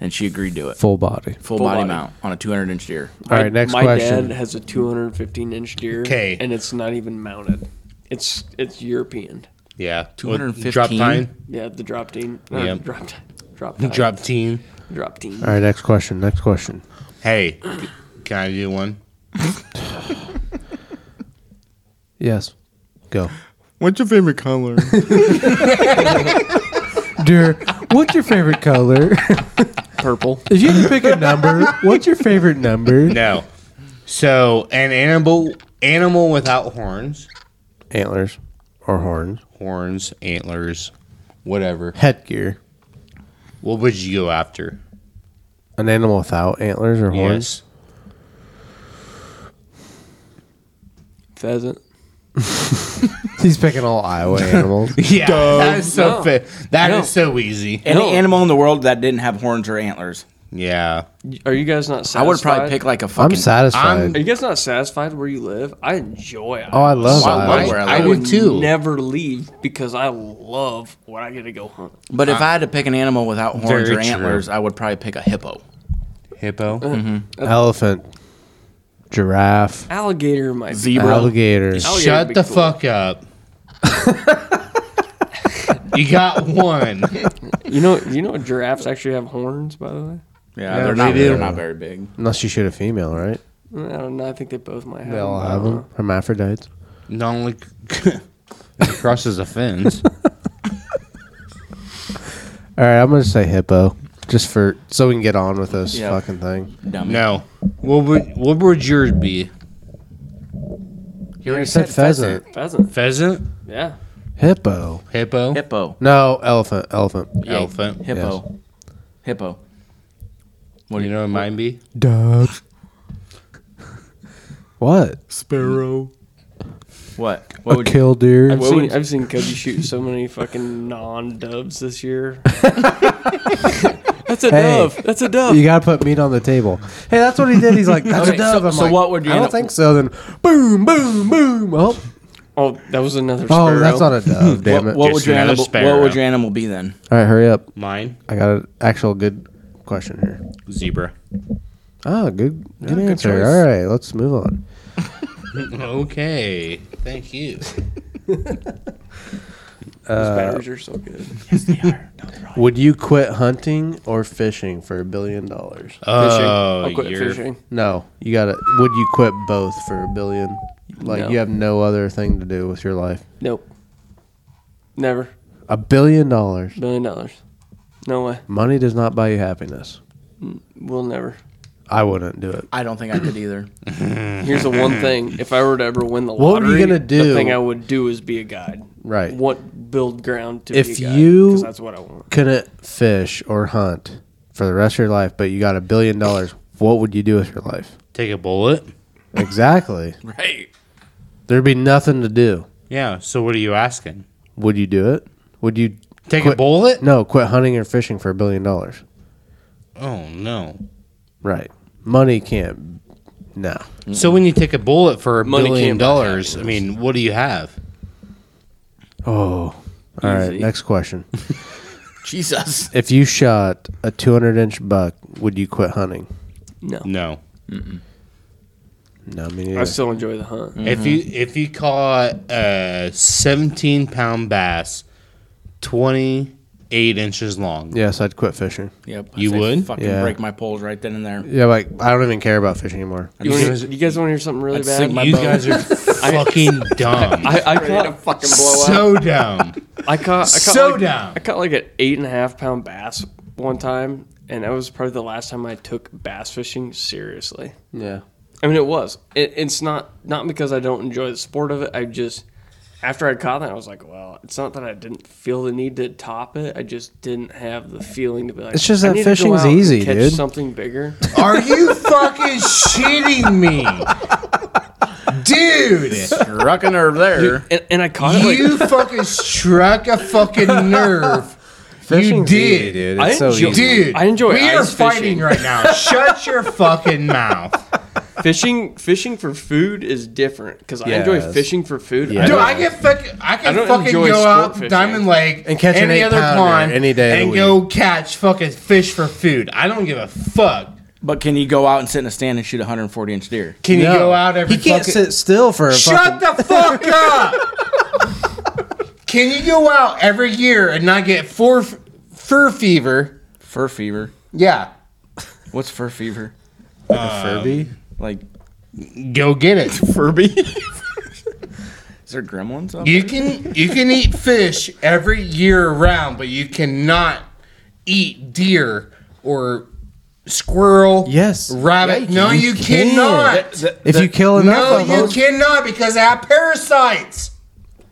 [SPEAKER 3] and she agreed to it.
[SPEAKER 2] Full body.
[SPEAKER 3] Full,
[SPEAKER 5] Full
[SPEAKER 3] body,
[SPEAKER 5] body.
[SPEAKER 3] mount on a 200 inch deer.
[SPEAKER 2] All
[SPEAKER 5] My-
[SPEAKER 2] right, next
[SPEAKER 5] my
[SPEAKER 2] question.
[SPEAKER 5] dad has a 215 inch deer,
[SPEAKER 4] 'Kay.
[SPEAKER 5] and it's not even mounted. It's it's European.
[SPEAKER 4] yeah, with
[SPEAKER 3] 215?
[SPEAKER 4] drop time,
[SPEAKER 5] Yeah, the drop team. or
[SPEAKER 4] Yep.
[SPEAKER 5] Drop team. Drop team.
[SPEAKER 4] drop team.
[SPEAKER 5] Drop team.
[SPEAKER 2] All right, next question. Next question.
[SPEAKER 4] Hey, can I do one?
[SPEAKER 2] Yes. Go.
[SPEAKER 1] What's your favorite color?
[SPEAKER 2] Dear, what's your favorite color?
[SPEAKER 5] Purple.
[SPEAKER 2] if you had to pick a number, what's your favorite number?
[SPEAKER 4] No. So an animal animal without horns,
[SPEAKER 2] Antlers or horns.
[SPEAKER 4] horns, antlers, whatever.
[SPEAKER 2] Headgear.
[SPEAKER 4] What would you go after?
[SPEAKER 2] An animal without antlers or horns.
[SPEAKER 4] Horns.
[SPEAKER 5] Pheasant.
[SPEAKER 2] He's picking all Iowa animals.
[SPEAKER 4] Yeah, that is so
[SPEAKER 5] No.
[SPEAKER 4] fa- that
[SPEAKER 5] No.
[SPEAKER 4] is so easy.
[SPEAKER 3] Any
[SPEAKER 5] No.
[SPEAKER 3] animal in the world that didn't have horns or antlers,
[SPEAKER 4] Yeah,
[SPEAKER 5] Are you guys not satisfied?
[SPEAKER 3] I would probably pick like a fucking.
[SPEAKER 2] I'm satisfied.
[SPEAKER 5] Are you guys not satisfied where you live? I enjoy it.
[SPEAKER 2] oh, I love
[SPEAKER 3] Why-
[SPEAKER 2] Iowa.
[SPEAKER 3] why
[SPEAKER 4] I,
[SPEAKER 3] where
[SPEAKER 4] I,
[SPEAKER 3] I live.
[SPEAKER 4] would too.
[SPEAKER 5] never leave because I love what I get to go hunt.
[SPEAKER 3] But if I had to pick an animal without horns
[SPEAKER 4] Very
[SPEAKER 3] or
[SPEAKER 4] true.
[SPEAKER 3] antlers, I would probably pick a hippo.
[SPEAKER 4] Hippo.
[SPEAKER 2] Elephant. Giraffe.
[SPEAKER 5] Alligator might be.
[SPEAKER 3] Zebra.
[SPEAKER 2] Alligator.
[SPEAKER 5] Alligator would
[SPEAKER 4] Shut
[SPEAKER 5] be
[SPEAKER 4] the
[SPEAKER 5] cool.
[SPEAKER 4] fuck up. you got one.
[SPEAKER 5] You know, you know, giraffes actually have horns. By the way,
[SPEAKER 3] Yeah,
[SPEAKER 2] Yeah,
[SPEAKER 3] they're,
[SPEAKER 2] they
[SPEAKER 3] not,
[SPEAKER 2] do.
[SPEAKER 3] they're not very big.
[SPEAKER 2] Unless you shoot a female, right?
[SPEAKER 5] I don't know. I think they both might have.
[SPEAKER 2] They all
[SPEAKER 5] I
[SPEAKER 2] have them.
[SPEAKER 5] don't know.
[SPEAKER 2] Hermaphrodites.
[SPEAKER 4] Not only crosses a fence.
[SPEAKER 2] All right, I'm going to say hippo. Just for so we can get on with this
[SPEAKER 3] Yeah.
[SPEAKER 2] fucking thing.
[SPEAKER 3] Dummy.
[SPEAKER 4] No. What would what would yours be?
[SPEAKER 3] You already
[SPEAKER 2] said pheasant.
[SPEAKER 5] Pheasant.
[SPEAKER 4] Pheasant,
[SPEAKER 5] Yeah.
[SPEAKER 2] Hippo.
[SPEAKER 4] hippo,
[SPEAKER 3] Hippo.
[SPEAKER 2] No, elephant. Elephant.
[SPEAKER 4] elephant.
[SPEAKER 3] Hippo. Hippo.
[SPEAKER 4] What do you know? What mine be
[SPEAKER 1] Dove.
[SPEAKER 2] What?
[SPEAKER 1] Sparrow.
[SPEAKER 3] What? What
[SPEAKER 2] a
[SPEAKER 3] would you,
[SPEAKER 2] killdeer.
[SPEAKER 5] I've
[SPEAKER 3] What
[SPEAKER 5] seen,
[SPEAKER 3] would-
[SPEAKER 5] I've seen Cody shoot so many fucking non dubs this year. That's a
[SPEAKER 2] Hey.
[SPEAKER 5] dove. That's a dove.
[SPEAKER 2] You gotta put meat on the table. Hey, that's what he did. He's like, that's
[SPEAKER 3] Okay,
[SPEAKER 2] a dove.
[SPEAKER 3] so-
[SPEAKER 2] I'm
[SPEAKER 3] so
[SPEAKER 2] like,
[SPEAKER 3] what would you
[SPEAKER 2] I
[SPEAKER 3] end
[SPEAKER 2] don't
[SPEAKER 3] up-
[SPEAKER 2] think so. Then boom, boom, boom. Oh,
[SPEAKER 5] Oh, that was another sparrow.
[SPEAKER 2] oh, that's not a dove. Damn
[SPEAKER 3] what,
[SPEAKER 2] it.
[SPEAKER 3] what
[SPEAKER 4] Just
[SPEAKER 3] would your
[SPEAKER 4] another
[SPEAKER 3] animal?
[SPEAKER 4] sparrow.
[SPEAKER 3] What would your animal be then?
[SPEAKER 2] All right, hurry up.
[SPEAKER 4] mine?
[SPEAKER 2] I got an actual good question here.
[SPEAKER 4] Zebra.
[SPEAKER 2] Oh, good, good answer.
[SPEAKER 5] choice.
[SPEAKER 2] All right, let's move on.
[SPEAKER 4] Okay. Thank you.
[SPEAKER 5] Those batteries are so good.
[SPEAKER 2] Would you quit hunting or fishing for a billion dollars?
[SPEAKER 3] Uh,
[SPEAKER 4] Oh,
[SPEAKER 5] I'll quit
[SPEAKER 4] you're-
[SPEAKER 5] fishing.
[SPEAKER 2] No, you gotta. Would you quit both for a billion? Like
[SPEAKER 5] No.
[SPEAKER 2] you have no other thing to do with your life.
[SPEAKER 5] Nope. Never.
[SPEAKER 2] A billion dollars.
[SPEAKER 5] Billion dollars. No way.
[SPEAKER 2] Money does not buy you happiness.
[SPEAKER 5] We'll never.
[SPEAKER 2] I wouldn't do it.
[SPEAKER 3] I don't think I could either.
[SPEAKER 5] Here's the one thing: if I were to ever win the
[SPEAKER 2] What
[SPEAKER 5] lottery,
[SPEAKER 2] were you gonna do?
[SPEAKER 5] the thing I would do is be a guide.
[SPEAKER 2] Right.
[SPEAKER 5] What build ground to
[SPEAKER 2] If
[SPEAKER 5] be a guide?
[SPEAKER 2] you-
[SPEAKER 5] 'cause that's what I want.
[SPEAKER 2] couldn't fish or hunt for the rest of your life, but you got a billion dollars, what would you do with your life?
[SPEAKER 4] Take a bullet.
[SPEAKER 2] Exactly.
[SPEAKER 3] right.
[SPEAKER 2] There'd be nothing to do.
[SPEAKER 4] Yeah. So what are you asking?
[SPEAKER 2] Would you do it? Would you
[SPEAKER 4] Take a
[SPEAKER 2] Quit-
[SPEAKER 4] bullet?
[SPEAKER 2] no quit hunting or fishing for a billion dollars?
[SPEAKER 4] Oh no.
[SPEAKER 2] Right. Money can't No.
[SPEAKER 4] So when you take a bullet for a
[SPEAKER 5] Money
[SPEAKER 4] billion
[SPEAKER 5] can't buy
[SPEAKER 4] dollars, I mean, what do you have?
[SPEAKER 2] Oh. All right.
[SPEAKER 5] Easy.
[SPEAKER 2] Next question.
[SPEAKER 3] Jesus.
[SPEAKER 2] If you shot a 200 inch buck, would you quit hunting?
[SPEAKER 5] No.
[SPEAKER 4] No.
[SPEAKER 2] No, I
[SPEAKER 5] I
[SPEAKER 2] mean,
[SPEAKER 5] still enjoy the hunt.
[SPEAKER 4] If you if you caught a 17 pound bass, 28 inches long,
[SPEAKER 2] yes, I'd quit fishing.
[SPEAKER 3] Yep.
[SPEAKER 4] You
[SPEAKER 3] say
[SPEAKER 4] would?
[SPEAKER 3] fucking
[SPEAKER 2] Yeah.
[SPEAKER 3] break my poles right then and there.
[SPEAKER 2] Yeah, like I don't even care about fishing anymore.
[SPEAKER 5] You, wanna, you guys want to hear something really
[SPEAKER 3] I'd
[SPEAKER 5] bad?
[SPEAKER 3] sink my
[SPEAKER 4] you
[SPEAKER 3] boat.
[SPEAKER 4] guys are fucking dumb.
[SPEAKER 5] I, I caught
[SPEAKER 1] fucking
[SPEAKER 4] so dumb.
[SPEAKER 5] I caught I caught
[SPEAKER 4] So
[SPEAKER 5] like,
[SPEAKER 4] down.
[SPEAKER 5] I caught like an eight and a half pound bass one time, and that was probably the last time I took bass fishing seriously.
[SPEAKER 2] Yeah.
[SPEAKER 5] I mean, it was. It, it's not not because I don't enjoy the sport of it. I just after I caught that, I was like, well, it's not that I didn't feel the need to top it. I just didn't have the feeling to be like.
[SPEAKER 2] It's just
[SPEAKER 5] I
[SPEAKER 2] that
[SPEAKER 5] need to go
[SPEAKER 2] fishing's
[SPEAKER 5] out and
[SPEAKER 2] easy,
[SPEAKER 5] catch
[SPEAKER 2] dude.
[SPEAKER 5] Something bigger.
[SPEAKER 4] Are you fucking shitting me? Dude,
[SPEAKER 3] Struck a nerve there.
[SPEAKER 5] And, and I caught it like
[SPEAKER 4] you fucking struck a fucking nerve. You
[SPEAKER 2] Fishing's easy,
[SPEAKER 4] did.
[SPEAKER 2] dude.
[SPEAKER 5] I
[SPEAKER 2] It's so
[SPEAKER 5] enjoy-
[SPEAKER 2] easy.
[SPEAKER 4] Dude,
[SPEAKER 5] I enjoy
[SPEAKER 4] We are
[SPEAKER 5] ice
[SPEAKER 4] fighting
[SPEAKER 5] fishing.
[SPEAKER 4] right now. Shut your fucking mouth.
[SPEAKER 5] fishing. Fishing for food is different because I enjoy
[SPEAKER 2] Yes.
[SPEAKER 5] fishing for food.
[SPEAKER 2] Yeah.
[SPEAKER 5] I
[SPEAKER 4] Dude,
[SPEAKER 5] don't-
[SPEAKER 4] I can fucking I
[SPEAKER 5] I
[SPEAKER 4] can
[SPEAKER 5] don't
[SPEAKER 4] fucking
[SPEAKER 5] enjoy
[SPEAKER 4] go
[SPEAKER 5] sport
[SPEAKER 4] out
[SPEAKER 5] fishing.
[SPEAKER 4] Diamond Lake
[SPEAKER 2] And catch an
[SPEAKER 4] any
[SPEAKER 2] eight
[SPEAKER 4] other
[SPEAKER 2] pounder
[SPEAKER 4] pond
[SPEAKER 2] any day of the
[SPEAKER 4] and go catch fucking fish for food. I don't give a fuck.
[SPEAKER 3] But can you go out and sit in a stand and shoot a 140 inch deer?
[SPEAKER 4] Can
[SPEAKER 2] No.
[SPEAKER 4] you go out every
[SPEAKER 2] He can't
[SPEAKER 4] fucking
[SPEAKER 2] sit still for a
[SPEAKER 4] Shut
[SPEAKER 2] fucking.
[SPEAKER 4] the fuck up. Can you go out every year and not get fur fur fever?
[SPEAKER 3] Fur fever.
[SPEAKER 4] Yeah.
[SPEAKER 3] What's fur fever?
[SPEAKER 4] Um,
[SPEAKER 2] Furby.
[SPEAKER 3] Like
[SPEAKER 4] Go get it.
[SPEAKER 3] Furby? is there gremlins? Up?
[SPEAKER 4] You can you can eat fish every year round, but you cannot eat deer or squirrel.
[SPEAKER 2] Yes.
[SPEAKER 4] Rabbit.
[SPEAKER 2] Yeah,
[SPEAKER 4] no,
[SPEAKER 2] you
[SPEAKER 4] you
[SPEAKER 2] can.
[SPEAKER 4] cannot.
[SPEAKER 2] If you kill enough
[SPEAKER 4] no,
[SPEAKER 2] of
[SPEAKER 4] you
[SPEAKER 2] them,
[SPEAKER 4] cannot because I have parasites.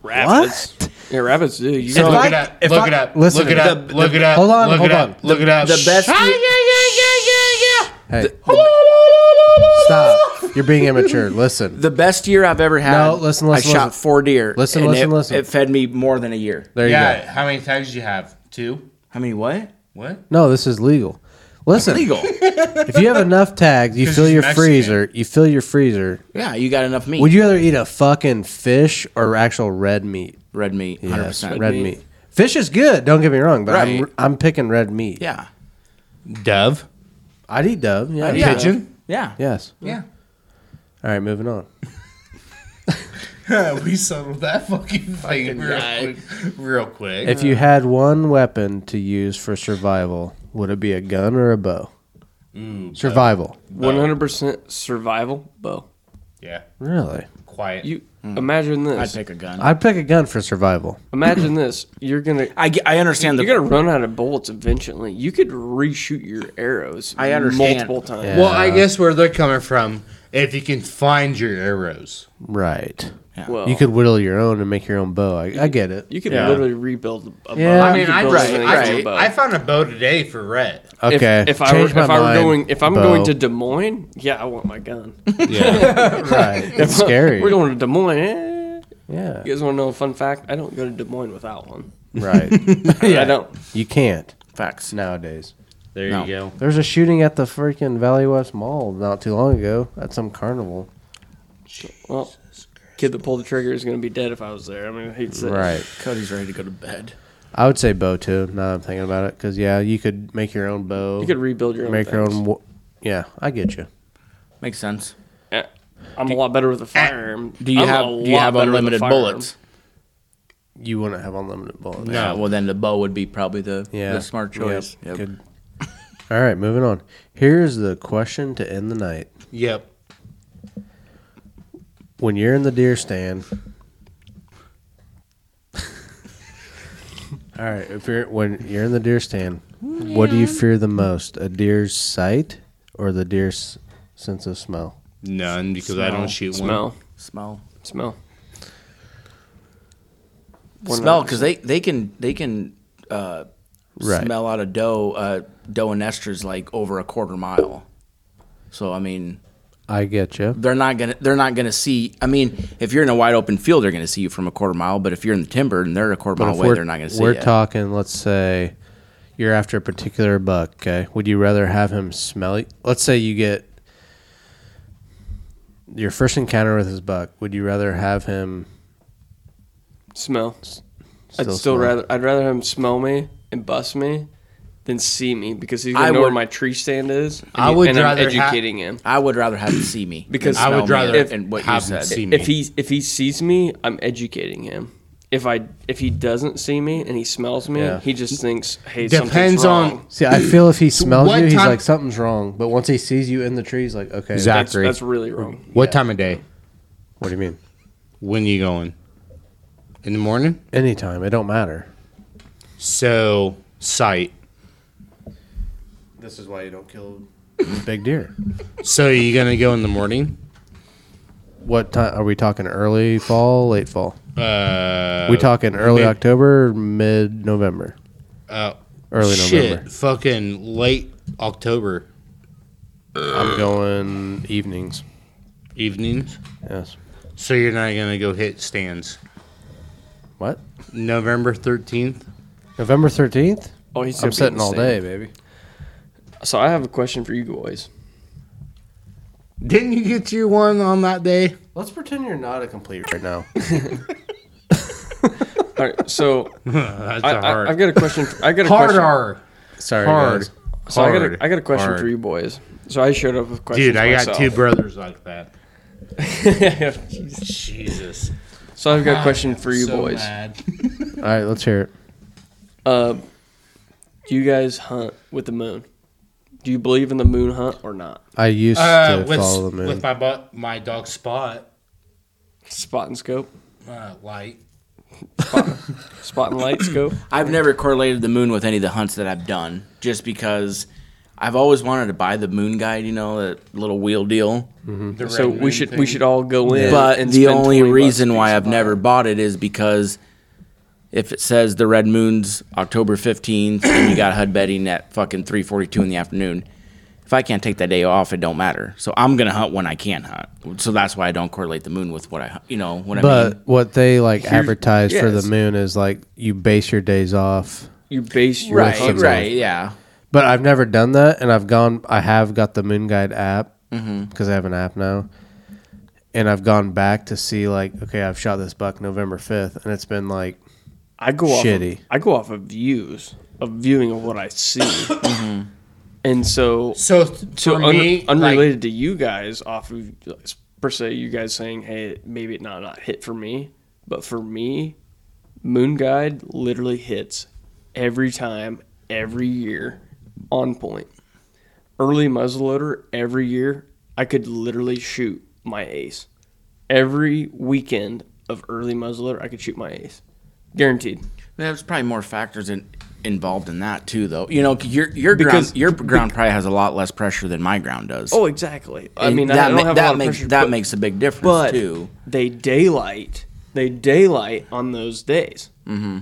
[SPEAKER 5] rabbits. Yeah, rabbits do. You
[SPEAKER 4] look
[SPEAKER 2] I-
[SPEAKER 4] it up.
[SPEAKER 2] if
[SPEAKER 4] Look
[SPEAKER 2] I-
[SPEAKER 4] it up.
[SPEAKER 2] listen,
[SPEAKER 4] look it up.
[SPEAKER 2] the-
[SPEAKER 4] look
[SPEAKER 2] the-
[SPEAKER 4] it up.
[SPEAKER 2] hold on,
[SPEAKER 4] Look
[SPEAKER 2] hold
[SPEAKER 4] it up.
[SPEAKER 2] on.
[SPEAKER 4] Look it up.
[SPEAKER 3] the best-
[SPEAKER 4] Ah, yeah, yeah, yeah, yeah, yeah.
[SPEAKER 2] hey, stop. You're being immature. Listen,
[SPEAKER 3] The best year I've ever had.
[SPEAKER 2] No, listen, listen,
[SPEAKER 3] I shot
[SPEAKER 2] listen.
[SPEAKER 3] four deer.
[SPEAKER 2] Listen,
[SPEAKER 3] and
[SPEAKER 2] listen,
[SPEAKER 3] it,
[SPEAKER 2] listen.
[SPEAKER 3] It fed me more than a year.
[SPEAKER 2] there you
[SPEAKER 4] Yeah.
[SPEAKER 2] go.
[SPEAKER 4] How many tags do you have? Two.
[SPEAKER 3] How many? What?
[SPEAKER 4] What?
[SPEAKER 2] No, this is legal. Listen,
[SPEAKER 3] Legal.
[SPEAKER 2] if you have enough tags, you
[SPEAKER 4] 'Cause
[SPEAKER 2] fill
[SPEAKER 4] he's
[SPEAKER 2] your
[SPEAKER 4] Mexican.
[SPEAKER 2] freezer. You fill your freezer.
[SPEAKER 3] yeah, you got enough meat.
[SPEAKER 2] Would you rather eat a fucking fish or actual red meat?
[SPEAKER 3] red meat, hundred
[SPEAKER 2] Yes,
[SPEAKER 3] percent.
[SPEAKER 2] red
[SPEAKER 5] meat.
[SPEAKER 2] meat. Fish is good. Don't get me wrong, but
[SPEAKER 3] Right.
[SPEAKER 2] I'm I'm picking red meat.
[SPEAKER 3] Yeah.
[SPEAKER 4] Dove.
[SPEAKER 2] I'd eat dove. Yeah,
[SPEAKER 3] Yeah.
[SPEAKER 4] Pigeon?
[SPEAKER 3] Yeah.
[SPEAKER 2] Yes.
[SPEAKER 4] Yeah.
[SPEAKER 2] All right, moving on.
[SPEAKER 4] we settled that fucking thing real quick. Real quick.
[SPEAKER 2] If you had one weapon to use for survival, would it be a gun or a bow?
[SPEAKER 4] Ooh,
[SPEAKER 2] Survival.
[SPEAKER 5] One hundred percent survival bow.
[SPEAKER 4] yeah,
[SPEAKER 2] Really?
[SPEAKER 4] quiet.
[SPEAKER 5] You
[SPEAKER 2] Hmm.
[SPEAKER 5] imagine
[SPEAKER 3] I'd
[SPEAKER 5] this.
[SPEAKER 3] pick a gun. I,
[SPEAKER 2] I'd pick a gun for survival.
[SPEAKER 5] Imagine this. You're gonna
[SPEAKER 3] ge- I understand the.
[SPEAKER 5] you're gonna run out of bullets eventually. You could reshoot your arrows.
[SPEAKER 3] I understand.
[SPEAKER 5] multiple times.
[SPEAKER 2] Yeah.
[SPEAKER 4] well, I guess where they're coming from, if you can find your arrows.
[SPEAKER 2] Right.
[SPEAKER 5] Well,
[SPEAKER 2] You could whittle your own and make your own bow. I, I get it.
[SPEAKER 5] you could
[SPEAKER 4] Yeah.
[SPEAKER 5] literally rebuild. A
[SPEAKER 2] Yeah.
[SPEAKER 5] bow.
[SPEAKER 2] I
[SPEAKER 4] I
[SPEAKER 5] You
[SPEAKER 4] mean,
[SPEAKER 5] could
[SPEAKER 4] I,
[SPEAKER 5] build
[SPEAKER 3] right,
[SPEAKER 5] an
[SPEAKER 4] I-
[SPEAKER 5] actual
[SPEAKER 3] right.
[SPEAKER 5] bow.
[SPEAKER 4] I found a bow today for Rhett.
[SPEAKER 5] If-
[SPEAKER 2] Okay.
[SPEAKER 5] If, I were,
[SPEAKER 2] Change
[SPEAKER 5] if
[SPEAKER 2] my
[SPEAKER 5] I were
[SPEAKER 2] mind,
[SPEAKER 5] going, if I'm
[SPEAKER 2] bow.
[SPEAKER 5] going to Des Moines, yeah, I want my gun.
[SPEAKER 2] right, it's scary.
[SPEAKER 5] We're going to Des Moines. eh?
[SPEAKER 2] yeah.
[SPEAKER 5] You guys want to know a fun fact? I don't go to Des Moines without one.
[SPEAKER 2] Right.
[SPEAKER 5] I don't.
[SPEAKER 2] You can't
[SPEAKER 3] facts.
[SPEAKER 2] nowadays.
[SPEAKER 4] There
[SPEAKER 3] No.
[SPEAKER 4] you go.
[SPEAKER 2] There's a shooting at the freaking Valley West Mall not too long ago at some carnival.
[SPEAKER 5] Well, kid that pulled the trigger is going to be dead if I was there. I mean, I hate to say. it.
[SPEAKER 3] Cody's ready to go to bed.
[SPEAKER 2] I would say bow too. Now that I'm thinking about it, because yeah, you could make your own bow.
[SPEAKER 5] You could rebuild your own.
[SPEAKER 2] make your
[SPEAKER 5] things.
[SPEAKER 2] own. Wo- yeah, I get you.
[SPEAKER 3] Makes sense.
[SPEAKER 5] Eh, I'm a lot better with a firearm.
[SPEAKER 3] Do you
[SPEAKER 5] I'm
[SPEAKER 3] have
[SPEAKER 5] a
[SPEAKER 3] Do you
[SPEAKER 5] lot
[SPEAKER 3] have
[SPEAKER 5] better with a
[SPEAKER 3] unlimited
[SPEAKER 5] firearm.
[SPEAKER 3] bullets?
[SPEAKER 2] You wouldn't have unlimited bullets.
[SPEAKER 3] Yeah, well, then the bow would be probably the,
[SPEAKER 2] Yeah.
[SPEAKER 3] the smart
[SPEAKER 2] Yep.
[SPEAKER 3] choice. Yep.
[SPEAKER 2] Good. All right, moving on. Here's the question to end the night.
[SPEAKER 4] Yep.
[SPEAKER 2] When you're in the deer stand. All right, if you're when you're in the deer stand, what do you fear the most? A deer's sight or the deer's sense of smell?
[SPEAKER 4] None because I
[SPEAKER 3] Smell.
[SPEAKER 4] don't shoot one.
[SPEAKER 5] Smell,
[SPEAKER 3] Smell.
[SPEAKER 5] smell,
[SPEAKER 3] Smell because they, they can they can uh,
[SPEAKER 2] Right.
[SPEAKER 3] smell out a doe uh, doe and esters like over a quarter mile. So I mean,
[SPEAKER 2] I get you.
[SPEAKER 3] they're not gonna they're not gonna see. I mean, if you're in a wide open field, they're gonna see you from a quarter mile. But if you're in the timber and they're a quarter
[SPEAKER 2] But
[SPEAKER 3] mile
[SPEAKER 2] if
[SPEAKER 3] away,
[SPEAKER 2] we're,
[SPEAKER 3] they're not gonna see
[SPEAKER 2] we're
[SPEAKER 3] you.
[SPEAKER 2] talking, let's say you're after a particular buck, okay? Would you rather have him smell you? Let's say you get your first encounter with this buck, would you rather have him?
[SPEAKER 5] Smell. I'd
[SPEAKER 2] Still
[SPEAKER 5] still
[SPEAKER 2] smell.
[SPEAKER 5] rather I'd rather have him smell me and bust me than see me because he's gonna
[SPEAKER 3] I
[SPEAKER 5] know where
[SPEAKER 3] would-
[SPEAKER 5] my tree stand is. and
[SPEAKER 4] I
[SPEAKER 5] he-
[SPEAKER 4] would
[SPEAKER 5] and
[SPEAKER 4] rather
[SPEAKER 5] I'm
[SPEAKER 4] ha-
[SPEAKER 5] educating him.
[SPEAKER 3] I would rather have him see me
[SPEAKER 5] Because
[SPEAKER 3] than
[SPEAKER 5] I
[SPEAKER 4] would
[SPEAKER 3] smell me
[SPEAKER 4] rather
[SPEAKER 3] if- and what you
[SPEAKER 4] have him
[SPEAKER 3] said.
[SPEAKER 4] see me.
[SPEAKER 5] If he if he sees me, I'm educating him. If I if he doesn't see me and he smells me,
[SPEAKER 2] Yeah.
[SPEAKER 5] he just thinks, hey,
[SPEAKER 4] Depends
[SPEAKER 5] something's wrong.
[SPEAKER 4] on
[SPEAKER 2] See, I feel if he smells
[SPEAKER 4] What
[SPEAKER 2] you, he's
[SPEAKER 4] time-
[SPEAKER 2] like something's wrong. But once he sees you in the tree, he's like, okay,
[SPEAKER 4] Exact-
[SPEAKER 5] that's,
[SPEAKER 4] Zachary.
[SPEAKER 5] that's really wrong.
[SPEAKER 4] what time of day.
[SPEAKER 2] what do you mean?
[SPEAKER 4] When you going? In the morning.
[SPEAKER 2] Anytime, it don't matter.
[SPEAKER 4] So sight.
[SPEAKER 2] This is why you don't kill big deer.
[SPEAKER 4] So you gonna go in the morning?
[SPEAKER 2] What time are we talking? Early fall, late fall?
[SPEAKER 4] Uh,
[SPEAKER 2] we talking early
[SPEAKER 4] mid-
[SPEAKER 2] October, mid November,
[SPEAKER 4] uh,
[SPEAKER 2] early
[SPEAKER 4] shit,
[SPEAKER 2] November.
[SPEAKER 4] fucking late October
[SPEAKER 2] I'm going evenings.
[SPEAKER 4] evenings.
[SPEAKER 2] Yes.
[SPEAKER 4] So you're not gonna go hit stands
[SPEAKER 2] What?
[SPEAKER 4] November thirteenth.
[SPEAKER 2] November thirteenth.
[SPEAKER 5] Oh, he's
[SPEAKER 2] I'm
[SPEAKER 5] gonna be in
[SPEAKER 2] sitting
[SPEAKER 5] the
[SPEAKER 2] all
[SPEAKER 5] stand.
[SPEAKER 2] day, baby.
[SPEAKER 5] So I have a question for you boys.
[SPEAKER 4] Didn't you get your one on that day?
[SPEAKER 2] Let's pretend you're not a complete right now.
[SPEAKER 5] All right, so
[SPEAKER 4] That's
[SPEAKER 5] I,
[SPEAKER 4] a
[SPEAKER 5] I,
[SPEAKER 4] hard.
[SPEAKER 5] I've got a question. I got a question.
[SPEAKER 4] harder.
[SPEAKER 2] Sorry,
[SPEAKER 4] Hard.
[SPEAKER 2] guys.
[SPEAKER 5] So I got
[SPEAKER 4] Hard.
[SPEAKER 5] a, I got a question
[SPEAKER 4] Hard.
[SPEAKER 5] for you boys. So I showed up with questions.
[SPEAKER 4] Dude, I got
[SPEAKER 5] myself.
[SPEAKER 4] two brothers like that.
[SPEAKER 5] so
[SPEAKER 4] Jesus.
[SPEAKER 5] I've got a question for you
[SPEAKER 4] Ah, So
[SPEAKER 5] boys.
[SPEAKER 4] mad.
[SPEAKER 2] All right, let's hear it.
[SPEAKER 5] Uh, do you guys hunt with the moon? Do you believe in the moon hunt or not?
[SPEAKER 2] I used
[SPEAKER 4] Uh,
[SPEAKER 2] to
[SPEAKER 4] with,
[SPEAKER 2] follow the moon.
[SPEAKER 4] with my bu- my dog Spot,
[SPEAKER 5] Spot and scope,
[SPEAKER 4] uh, light.
[SPEAKER 5] spot and light scope.
[SPEAKER 3] I've never correlated the moon with any of the hunts that I've done, just because I've always wanted to buy the moon guide. You know, that little wheel deal.
[SPEAKER 4] The
[SPEAKER 5] So
[SPEAKER 4] red
[SPEAKER 5] we
[SPEAKER 4] moon
[SPEAKER 5] should
[SPEAKER 4] thing.
[SPEAKER 5] we should all go in.
[SPEAKER 3] But
[SPEAKER 5] and
[SPEAKER 3] the
[SPEAKER 5] spend
[SPEAKER 3] only
[SPEAKER 5] 20 bucks
[SPEAKER 3] reason
[SPEAKER 5] each
[SPEAKER 3] why
[SPEAKER 5] to
[SPEAKER 3] I've
[SPEAKER 5] buy
[SPEAKER 3] never
[SPEAKER 5] it.
[SPEAKER 3] bought it is because if it says the red moon's October 15th and you got HUD bedding at fucking 3:42 in the afternoon, if I can't take that day off, it don't matter. So I'm gonna hunt when I can hunt. So that's why I don't correlate the moon with what I, hu- you know, what I
[SPEAKER 2] but
[SPEAKER 3] mean.
[SPEAKER 2] what they like advertise for the
[SPEAKER 5] yes.
[SPEAKER 2] moon is like you base your days off.
[SPEAKER 5] you base your
[SPEAKER 3] Right,
[SPEAKER 5] hunt-
[SPEAKER 3] right, yeah.
[SPEAKER 2] But I've never done that, and I've gone. I have got the Moon Guide app because
[SPEAKER 4] Mm-hmm.
[SPEAKER 2] I have an app now, and I've gone back to see like, okay, I've shot this buck November fifth, and it's been like,
[SPEAKER 5] I go off
[SPEAKER 2] Shitty.
[SPEAKER 5] Of, I go off of views of viewing of what I see,
[SPEAKER 4] Mm-hmm.
[SPEAKER 5] and so
[SPEAKER 4] So th-
[SPEAKER 5] so
[SPEAKER 4] for
[SPEAKER 5] un-
[SPEAKER 4] me,
[SPEAKER 5] unrelated to you guys off of like, per se you guys saying hey maybe it not not hit for me but for me moon guide literally hits every time every year on point early muzzleloader every year i could literally shoot my ace every weekend of early muzzleloader i could shoot my ace guaranteed
[SPEAKER 3] There's probably more factors in, involved in that too, though. You know, your your
[SPEAKER 5] Because-
[SPEAKER 3] ground, your ground probably has a lot less pressure than my ground does.
[SPEAKER 5] oh exactly i
[SPEAKER 3] And
[SPEAKER 5] mean
[SPEAKER 3] that
[SPEAKER 5] I don't
[SPEAKER 3] ma-
[SPEAKER 5] have
[SPEAKER 3] that
[SPEAKER 5] a lot of
[SPEAKER 3] makes
[SPEAKER 5] pressure,
[SPEAKER 3] that
[SPEAKER 5] but-
[SPEAKER 3] makes a big difference
[SPEAKER 5] but
[SPEAKER 3] too.
[SPEAKER 5] they daylight they daylight on those days mm-hmm.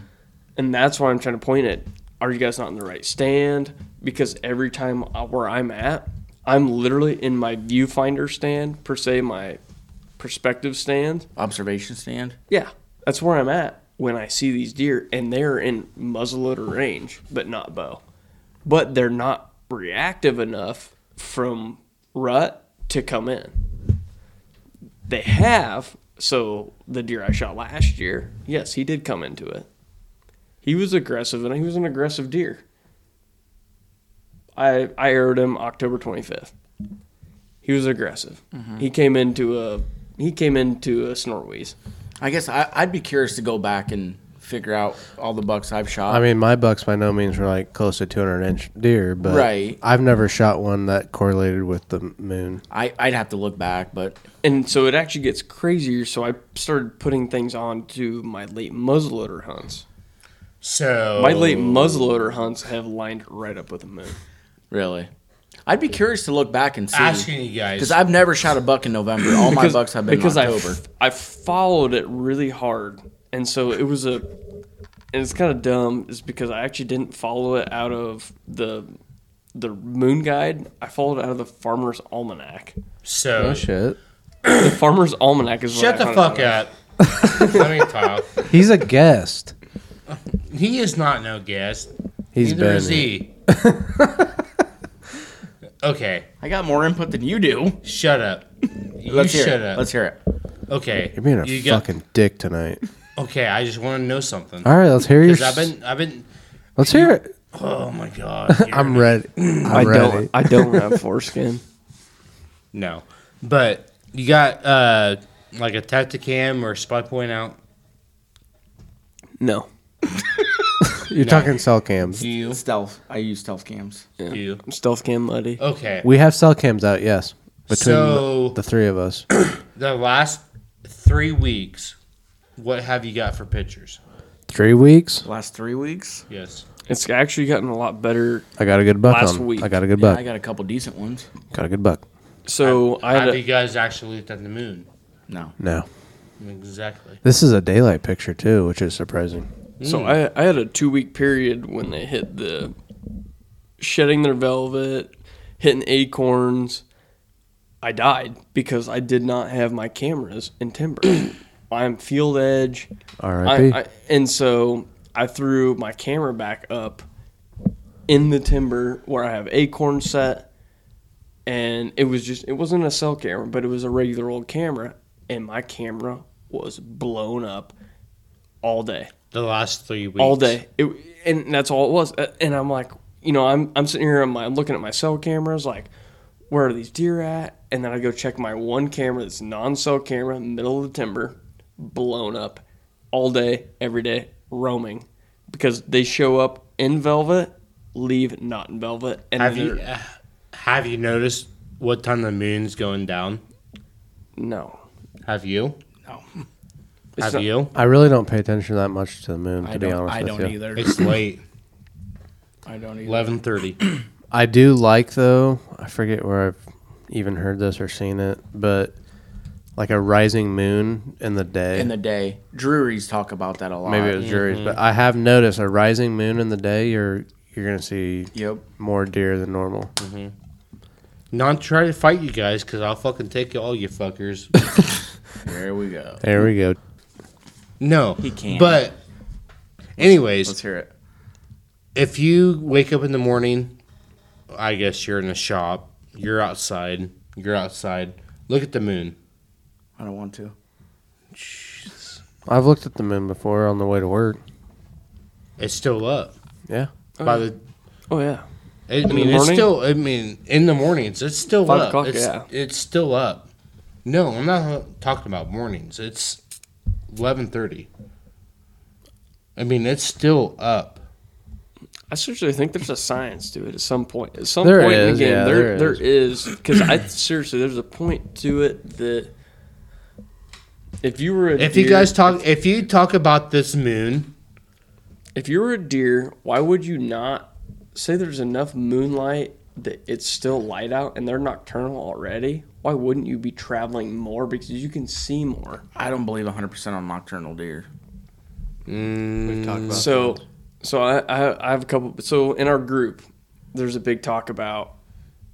[SPEAKER 5] and that's why i'm trying to point at are you guys not in the right stand because every time I- where i'm at i'm literally in my viewfinder stand per se my perspective stand
[SPEAKER 3] Observation stand.
[SPEAKER 5] yeah that's where i'm at when i see these deer and they're in muzzleloader range but not bow but they're not reactive enough from rut to come in they have so the deer i shot last year yes he did come into it he was aggressive and he was an aggressive deer i i aired him october 25th he was aggressive he came into a he came into a snortweeze
[SPEAKER 3] I guess I, I'd be curious to go back and figure out all the bucks I've shot.
[SPEAKER 2] I mean, my bucks by no means were like close to two hundred inch deer, but
[SPEAKER 3] Right.
[SPEAKER 2] I've never shot one that correlated with the moon.
[SPEAKER 3] I, I'd have to look back, but
[SPEAKER 5] and so it actually gets crazier. So I started putting things on to my late muzzleloader hunts.
[SPEAKER 4] so
[SPEAKER 5] My
[SPEAKER 3] Oh.
[SPEAKER 5] late muzzleloader hunts have lined right up with the moon.
[SPEAKER 3] really, I'd be curious to look back and see
[SPEAKER 4] asking you guys
[SPEAKER 3] because I've never shot a buck in November. All my bucks have been in
[SPEAKER 5] because
[SPEAKER 3] October.
[SPEAKER 5] I I followed it really hard, and so it was a, and it's kind of dumb, is because I actually didn't follow it out of the, the moon guide. I followed it out of the farmer's almanac.
[SPEAKER 4] so
[SPEAKER 2] Oh shit!
[SPEAKER 5] The farmer's almanac is what I
[SPEAKER 4] shut the
[SPEAKER 5] found
[SPEAKER 4] fuck
[SPEAKER 5] out.
[SPEAKER 4] up. Let me talk.
[SPEAKER 2] He's a guest.
[SPEAKER 4] He is not no guest.
[SPEAKER 2] He's
[SPEAKER 4] Neither is
[SPEAKER 2] been.
[SPEAKER 4] he. okay,
[SPEAKER 3] I got more input than you do.
[SPEAKER 4] shut up.
[SPEAKER 3] Let's hear
[SPEAKER 4] shut
[SPEAKER 3] it.
[SPEAKER 4] up.
[SPEAKER 3] Let's hear it.
[SPEAKER 4] Okay,
[SPEAKER 2] You're being a
[SPEAKER 4] you got-
[SPEAKER 2] fucking dick tonight.
[SPEAKER 4] okay. I just want to know something.
[SPEAKER 2] All right, let's hear your.
[SPEAKER 4] 'Cause I've been, I've been.
[SPEAKER 2] let's hear it.
[SPEAKER 4] Oh my god, you're
[SPEAKER 2] I'm ready. I'm
[SPEAKER 5] I
[SPEAKER 2] ready.
[SPEAKER 5] don't. I don't have foreskin.
[SPEAKER 4] No, but you got uh like a tacticam or spy point out.
[SPEAKER 5] No,
[SPEAKER 2] You're talking cell cams.
[SPEAKER 4] You,
[SPEAKER 3] Stealth. I use stealth cams.
[SPEAKER 4] you.
[SPEAKER 5] stealth cam lady.
[SPEAKER 4] Okay.
[SPEAKER 2] We have cell cams out, yes. Between
[SPEAKER 4] So-
[SPEAKER 2] the, the three of us.
[SPEAKER 4] The last three weeks, what have you got for pictures?
[SPEAKER 2] three weeks.
[SPEAKER 3] Last three weeks.
[SPEAKER 4] Yes.
[SPEAKER 5] It's actually gotten a lot better.
[SPEAKER 2] I got a good buck
[SPEAKER 5] Last
[SPEAKER 2] on.
[SPEAKER 5] week.
[SPEAKER 2] I got a good
[SPEAKER 3] Yeah,
[SPEAKER 2] buck.
[SPEAKER 3] I got a couple decent ones.
[SPEAKER 2] got a good buck.
[SPEAKER 5] So I had
[SPEAKER 4] Have
[SPEAKER 5] a,
[SPEAKER 4] you guys actually looked at the moon?
[SPEAKER 3] No.
[SPEAKER 2] No.
[SPEAKER 4] Exactly.
[SPEAKER 2] This is a daylight picture too, which is surprising.
[SPEAKER 5] So I, I had a two week period when they hit the shedding their velvet, hitting acorns. I died because I did not have my cameras in timber. I'm field edge. I,
[SPEAKER 2] R.I.P.
[SPEAKER 5] I, and so I threw my camera back up in the timber where I have acorn set. And it was just, it wasn't a cell camera, but it was a regular old camera. And my camera was blown up all day
[SPEAKER 4] The last three weeks.
[SPEAKER 5] all day, it, and that's all it was. Uh, And I'm like, you know, I'm I'm sitting here, I'm, I'm looking at my cell cameras, like, where are these deer at? And then I go check my one camera, this non-cell camera, middle of the timber, blown up, all day, every day, roaming, because they show up in velvet, leave not in velvet, and
[SPEAKER 4] Have
[SPEAKER 5] they're-
[SPEAKER 4] you uh, have you noticed what time the moon's going down?
[SPEAKER 5] no,
[SPEAKER 4] Have you?
[SPEAKER 3] No.
[SPEAKER 5] It's
[SPEAKER 4] have
[SPEAKER 5] not-
[SPEAKER 4] you?
[SPEAKER 2] I really don't pay attention that much to the moon, to
[SPEAKER 3] I
[SPEAKER 2] be
[SPEAKER 3] don't.
[SPEAKER 2] honest
[SPEAKER 3] I
[SPEAKER 2] with
[SPEAKER 3] don't
[SPEAKER 2] you.
[SPEAKER 3] either.
[SPEAKER 4] It's late.
[SPEAKER 3] I don't either.
[SPEAKER 4] Eleven thirty.
[SPEAKER 2] I do like though. I forget where I've even heard this or seen it, but like a rising moon in the day.
[SPEAKER 3] In the mm-hmm. day, Drury's talk about that a lot.
[SPEAKER 2] Maybe it was juries, but I have noticed a rising moon in the day. You're you're gonna see
[SPEAKER 3] Yep.
[SPEAKER 2] more deer than normal.
[SPEAKER 4] Not try to fight you guys, because I'll fucking take all you fuckers.
[SPEAKER 3] There we go.
[SPEAKER 2] There we go.
[SPEAKER 4] No,
[SPEAKER 3] He can't.
[SPEAKER 4] But, anyways,
[SPEAKER 3] Let's hear it.
[SPEAKER 4] if you wake up in the morning, I guess you're in a shop, you're outside, you're outside, look at the moon.
[SPEAKER 3] I don't want to.
[SPEAKER 2] I've looked at the moon before on the way to work.
[SPEAKER 4] It's still up.
[SPEAKER 2] Yeah.
[SPEAKER 4] By the,
[SPEAKER 5] oh yeah,
[SPEAKER 4] I mean, it's
[SPEAKER 5] the morning?
[SPEAKER 4] still, I mean, in the mornings, it's still
[SPEAKER 5] Five
[SPEAKER 4] up.
[SPEAKER 5] o'clock,
[SPEAKER 4] it's,
[SPEAKER 5] yeah.
[SPEAKER 4] it's still up. No, I'm not talking about mornings. It's 11:30. I mean, it's still up.
[SPEAKER 5] I seriously think there's a science to it at some point. At some
[SPEAKER 2] There
[SPEAKER 5] point in
[SPEAKER 2] is,
[SPEAKER 5] the game,
[SPEAKER 2] yeah, there
[SPEAKER 5] there there is because I seriously there's a point to it that if you were a
[SPEAKER 4] If
[SPEAKER 5] deer,
[SPEAKER 4] you guys talk, if you talk about this moon,
[SPEAKER 5] if you were a deer, why would you not say there's enough moonlight that it's still light out and they're nocturnal already? Why wouldn't you be traveling more because you can see more?
[SPEAKER 3] I don't believe 100% on nocturnal deer.
[SPEAKER 2] We've talked about
[SPEAKER 5] So, so I, I I have a couple. So in our group, there's a big talk about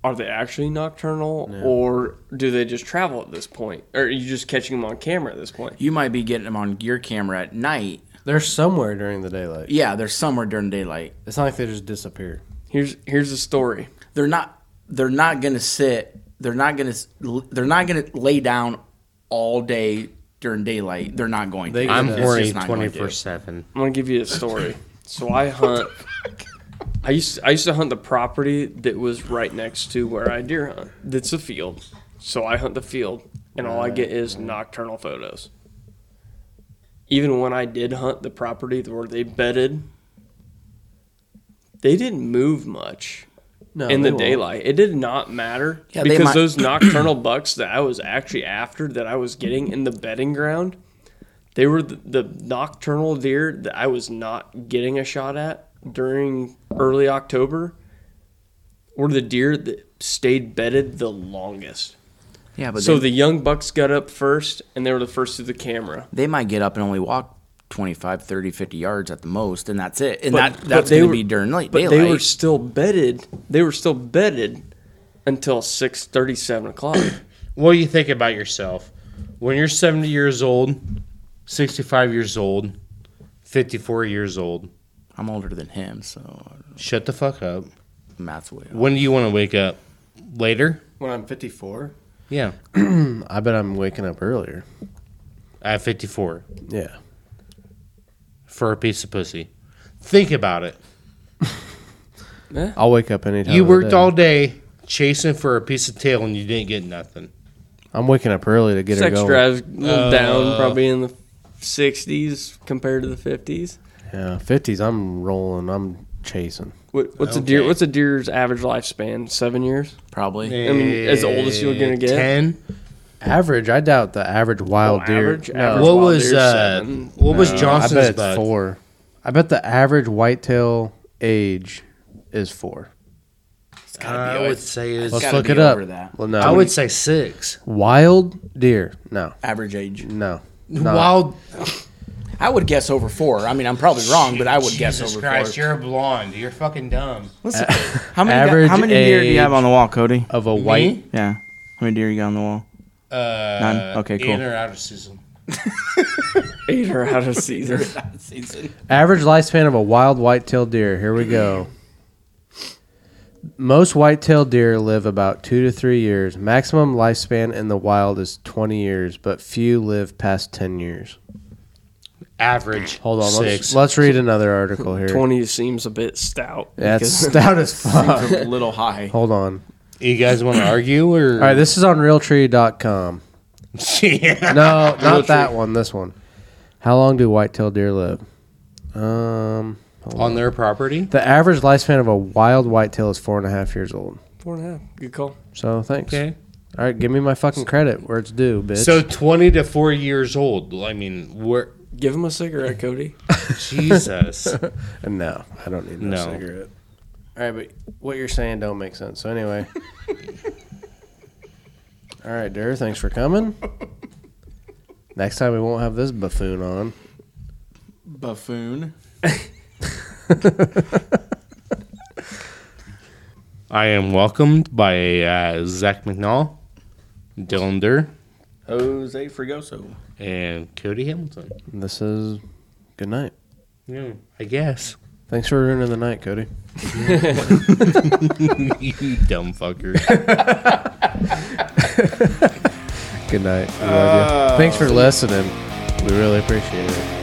[SPEAKER 5] are they actually nocturnal or do they just travel at this point, or are you just catching them on camera at this point?
[SPEAKER 3] You might be getting them on your camera at night.
[SPEAKER 2] they're somewhere during the daylight.
[SPEAKER 3] Yeah, they're somewhere during daylight.
[SPEAKER 2] It's not like they just disappeared.
[SPEAKER 5] Here's here's the story.
[SPEAKER 3] They're not. They're not gonna sit. They're not gonna. s- They're not gonna lay down all day during daylight. They're not going.
[SPEAKER 2] They-
[SPEAKER 3] to.
[SPEAKER 4] I'm
[SPEAKER 2] It's
[SPEAKER 4] horny
[SPEAKER 3] just not
[SPEAKER 4] twenty
[SPEAKER 3] going to.
[SPEAKER 4] four seven.
[SPEAKER 5] I'm gonna give you a story. So I hunt. I used I used to hunt the property that was right next to where I deer hunt. That's a field. So I hunt the field, and all I get is nocturnal photos. Even when I did hunt the property where they bedded, they didn't move much
[SPEAKER 2] No,
[SPEAKER 5] in
[SPEAKER 2] they
[SPEAKER 5] the
[SPEAKER 2] won't.
[SPEAKER 5] daylight. It did not matter
[SPEAKER 3] Yeah, they
[SPEAKER 5] because
[SPEAKER 3] might-
[SPEAKER 5] those nocturnal bucks that I was actually after, that I was getting in the bedding ground, they were the, the nocturnal deer that I was not getting a shot at during early October. Were the deer that stayed bedded the longest.
[SPEAKER 3] Yeah, but
[SPEAKER 5] so
[SPEAKER 3] they,
[SPEAKER 5] the young bucks got up first, and they were the first to the camera.
[SPEAKER 3] they might get up and only walk 25, 30, 50 yards at the most, and that's it. And
[SPEAKER 5] But-
[SPEAKER 3] that
[SPEAKER 5] but
[SPEAKER 3] that's
[SPEAKER 5] they
[SPEAKER 3] gonna
[SPEAKER 5] were-
[SPEAKER 3] be during late
[SPEAKER 5] But
[SPEAKER 3] daylight.
[SPEAKER 5] they were still bedded. They were still bedded until six thirty, seven o'clock.
[SPEAKER 4] What do you think about yourself when you're 70 years old, 65 years old, 54 years old?
[SPEAKER 3] I'm older than him, so
[SPEAKER 4] Shut the fuck up.
[SPEAKER 3] math's way. off.
[SPEAKER 4] When do you want to wake up? Later?
[SPEAKER 2] When I'm 54,
[SPEAKER 4] Yeah.
[SPEAKER 2] I bet I'm waking up earlier.
[SPEAKER 4] I have 54
[SPEAKER 2] Yeah.
[SPEAKER 4] for a piece of pussy. Think about it.
[SPEAKER 2] I'll wake up anytime.
[SPEAKER 4] you
[SPEAKER 2] of the
[SPEAKER 4] worked
[SPEAKER 2] day.
[SPEAKER 4] all day chasing for a piece of tail and you didn't get nothing.
[SPEAKER 2] I'm waking up early to get her
[SPEAKER 5] Sex
[SPEAKER 2] going.
[SPEAKER 5] drive's a little
[SPEAKER 4] Uh,
[SPEAKER 5] down, probably in the 60s compared to the 50s.
[SPEAKER 2] Yeah, fifties. I'm rolling. I'm chasing.
[SPEAKER 5] What, what's a deer?
[SPEAKER 4] Okay.
[SPEAKER 5] What's a deer's average lifespan? Seven years.
[SPEAKER 3] Probably.
[SPEAKER 5] I mean, as old as you're
[SPEAKER 4] Eh,
[SPEAKER 5] gonna get.
[SPEAKER 4] 10?
[SPEAKER 2] Average. I doubt the average wild
[SPEAKER 5] Oh,
[SPEAKER 2] deer.
[SPEAKER 5] average?
[SPEAKER 2] No,
[SPEAKER 5] Average
[SPEAKER 4] What
[SPEAKER 5] wild
[SPEAKER 4] was
[SPEAKER 5] deer's
[SPEAKER 4] uh,
[SPEAKER 5] seven.
[SPEAKER 4] what was
[SPEAKER 2] no, I
[SPEAKER 4] Johnson's
[SPEAKER 2] bet it's
[SPEAKER 4] bud?
[SPEAKER 2] four. I bet the average whitetail age is four.
[SPEAKER 3] gotta be
[SPEAKER 4] I
[SPEAKER 3] like-
[SPEAKER 4] would say it's,
[SPEAKER 2] Let's
[SPEAKER 3] gotta
[SPEAKER 2] look
[SPEAKER 3] be
[SPEAKER 2] it up.
[SPEAKER 3] over that.
[SPEAKER 2] Well, no.
[SPEAKER 4] I would say six.
[SPEAKER 2] wild deer. No,
[SPEAKER 3] Average age.
[SPEAKER 2] no. not-
[SPEAKER 4] Wild
[SPEAKER 3] I would guess over four. I mean, I'm probably wrong, but I would guess
[SPEAKER 4] Jesus
[SPEAKER 3] over
[SPEAKER 4] Christ,
[SPEAKER 3] four.
[SPEAKER 4] you're a blonde. You're fucking dumb.
[SPEAKER 3] Listen, how many
[SPEAKER 2] average
[SPEAKER 3] how many deer do you have
[SPEAKER 2] age-
[SPEAKER 3] on the wall, Cody?
[SPEAKER 2] of a white.
[SPEAKER 3] Yeah, how many deer you got on the wall?
[SPEAKER 4] Uh,
[SPEAKER 3] None? Okay, cool.
[SPEAKER 4] In or out of season.
[SPEAKER 5] Eight are out of season.
[SPEAKER 2] Average lifespan of a wild white-tailed deer. Here we go. Most white-tailed deer live about two to three years. Maximum lifespan in the wild is twenty years, but few live past ten years.
[SPEAKER 4] Average.
[SPEAKER 2] Hold on,
[SPEAKER 4] 6
[SPEAKER 2] let's, let's read another article here.
[SPEAKER 5] Twenty seems a bit stout.
[SPEAKER 2] That's
[SPEAKER 5] because-
[SPEAKER 2] stout as fuck.
[SPEAKER 3] Seems a little high.
[SPEAKER 2] Hold on.
[SPEAKER 4] you guys want to argue or?
[SPEAKER 2] All right, this is on Realtree.com.
[SPEAKER 4] yeah.
[SPEAKER 2] No, not that one. This one. How long do white-tailed deer live? Um,
[SPEAKER 4] on their property.
[SPEAKER 2] the average lifespan of a wild whitetail is four and a half years old.
[SPEAKER 5] Four and a half. Good call.
[SPEAKER 2] So thanks. All right, give me my fucking credit where it's due, bitch.
[SPEAKER 4] So twenty to four years old. I mean, we're
[SPEAKER 5] Give him a cigarette, Cody.
[SPEAKER 4] Jesus.
[SPEAKER 2] Uh, no, I don't need no,
[SPEAKER 4] No.
[SPEAKER 2] cigarette. All right, but what you're saying don't make sense. So anyway. All right, Durr, thanks for coming. Next time we won't have this buffoon on.
[SPEAKER 3] Buffoon.
[SPEAKER 4] I am welcomed by uh, Zach McNall, Dylan Durr,
[SPEAKER 3] Jose Fregoso.
[SPEAKER 4] and Cody Hamilton.
[SPEAKER 2] This is good night.
[SPEAKER 4] Yeah, I guess.
[SPEAKER 2] Thanks for ruining the night, Cody.
[SPEAKER 4] you dumb fucker.
[SPEAKER 2] Good night. We love you. Thanks for listening. We really appreciate it.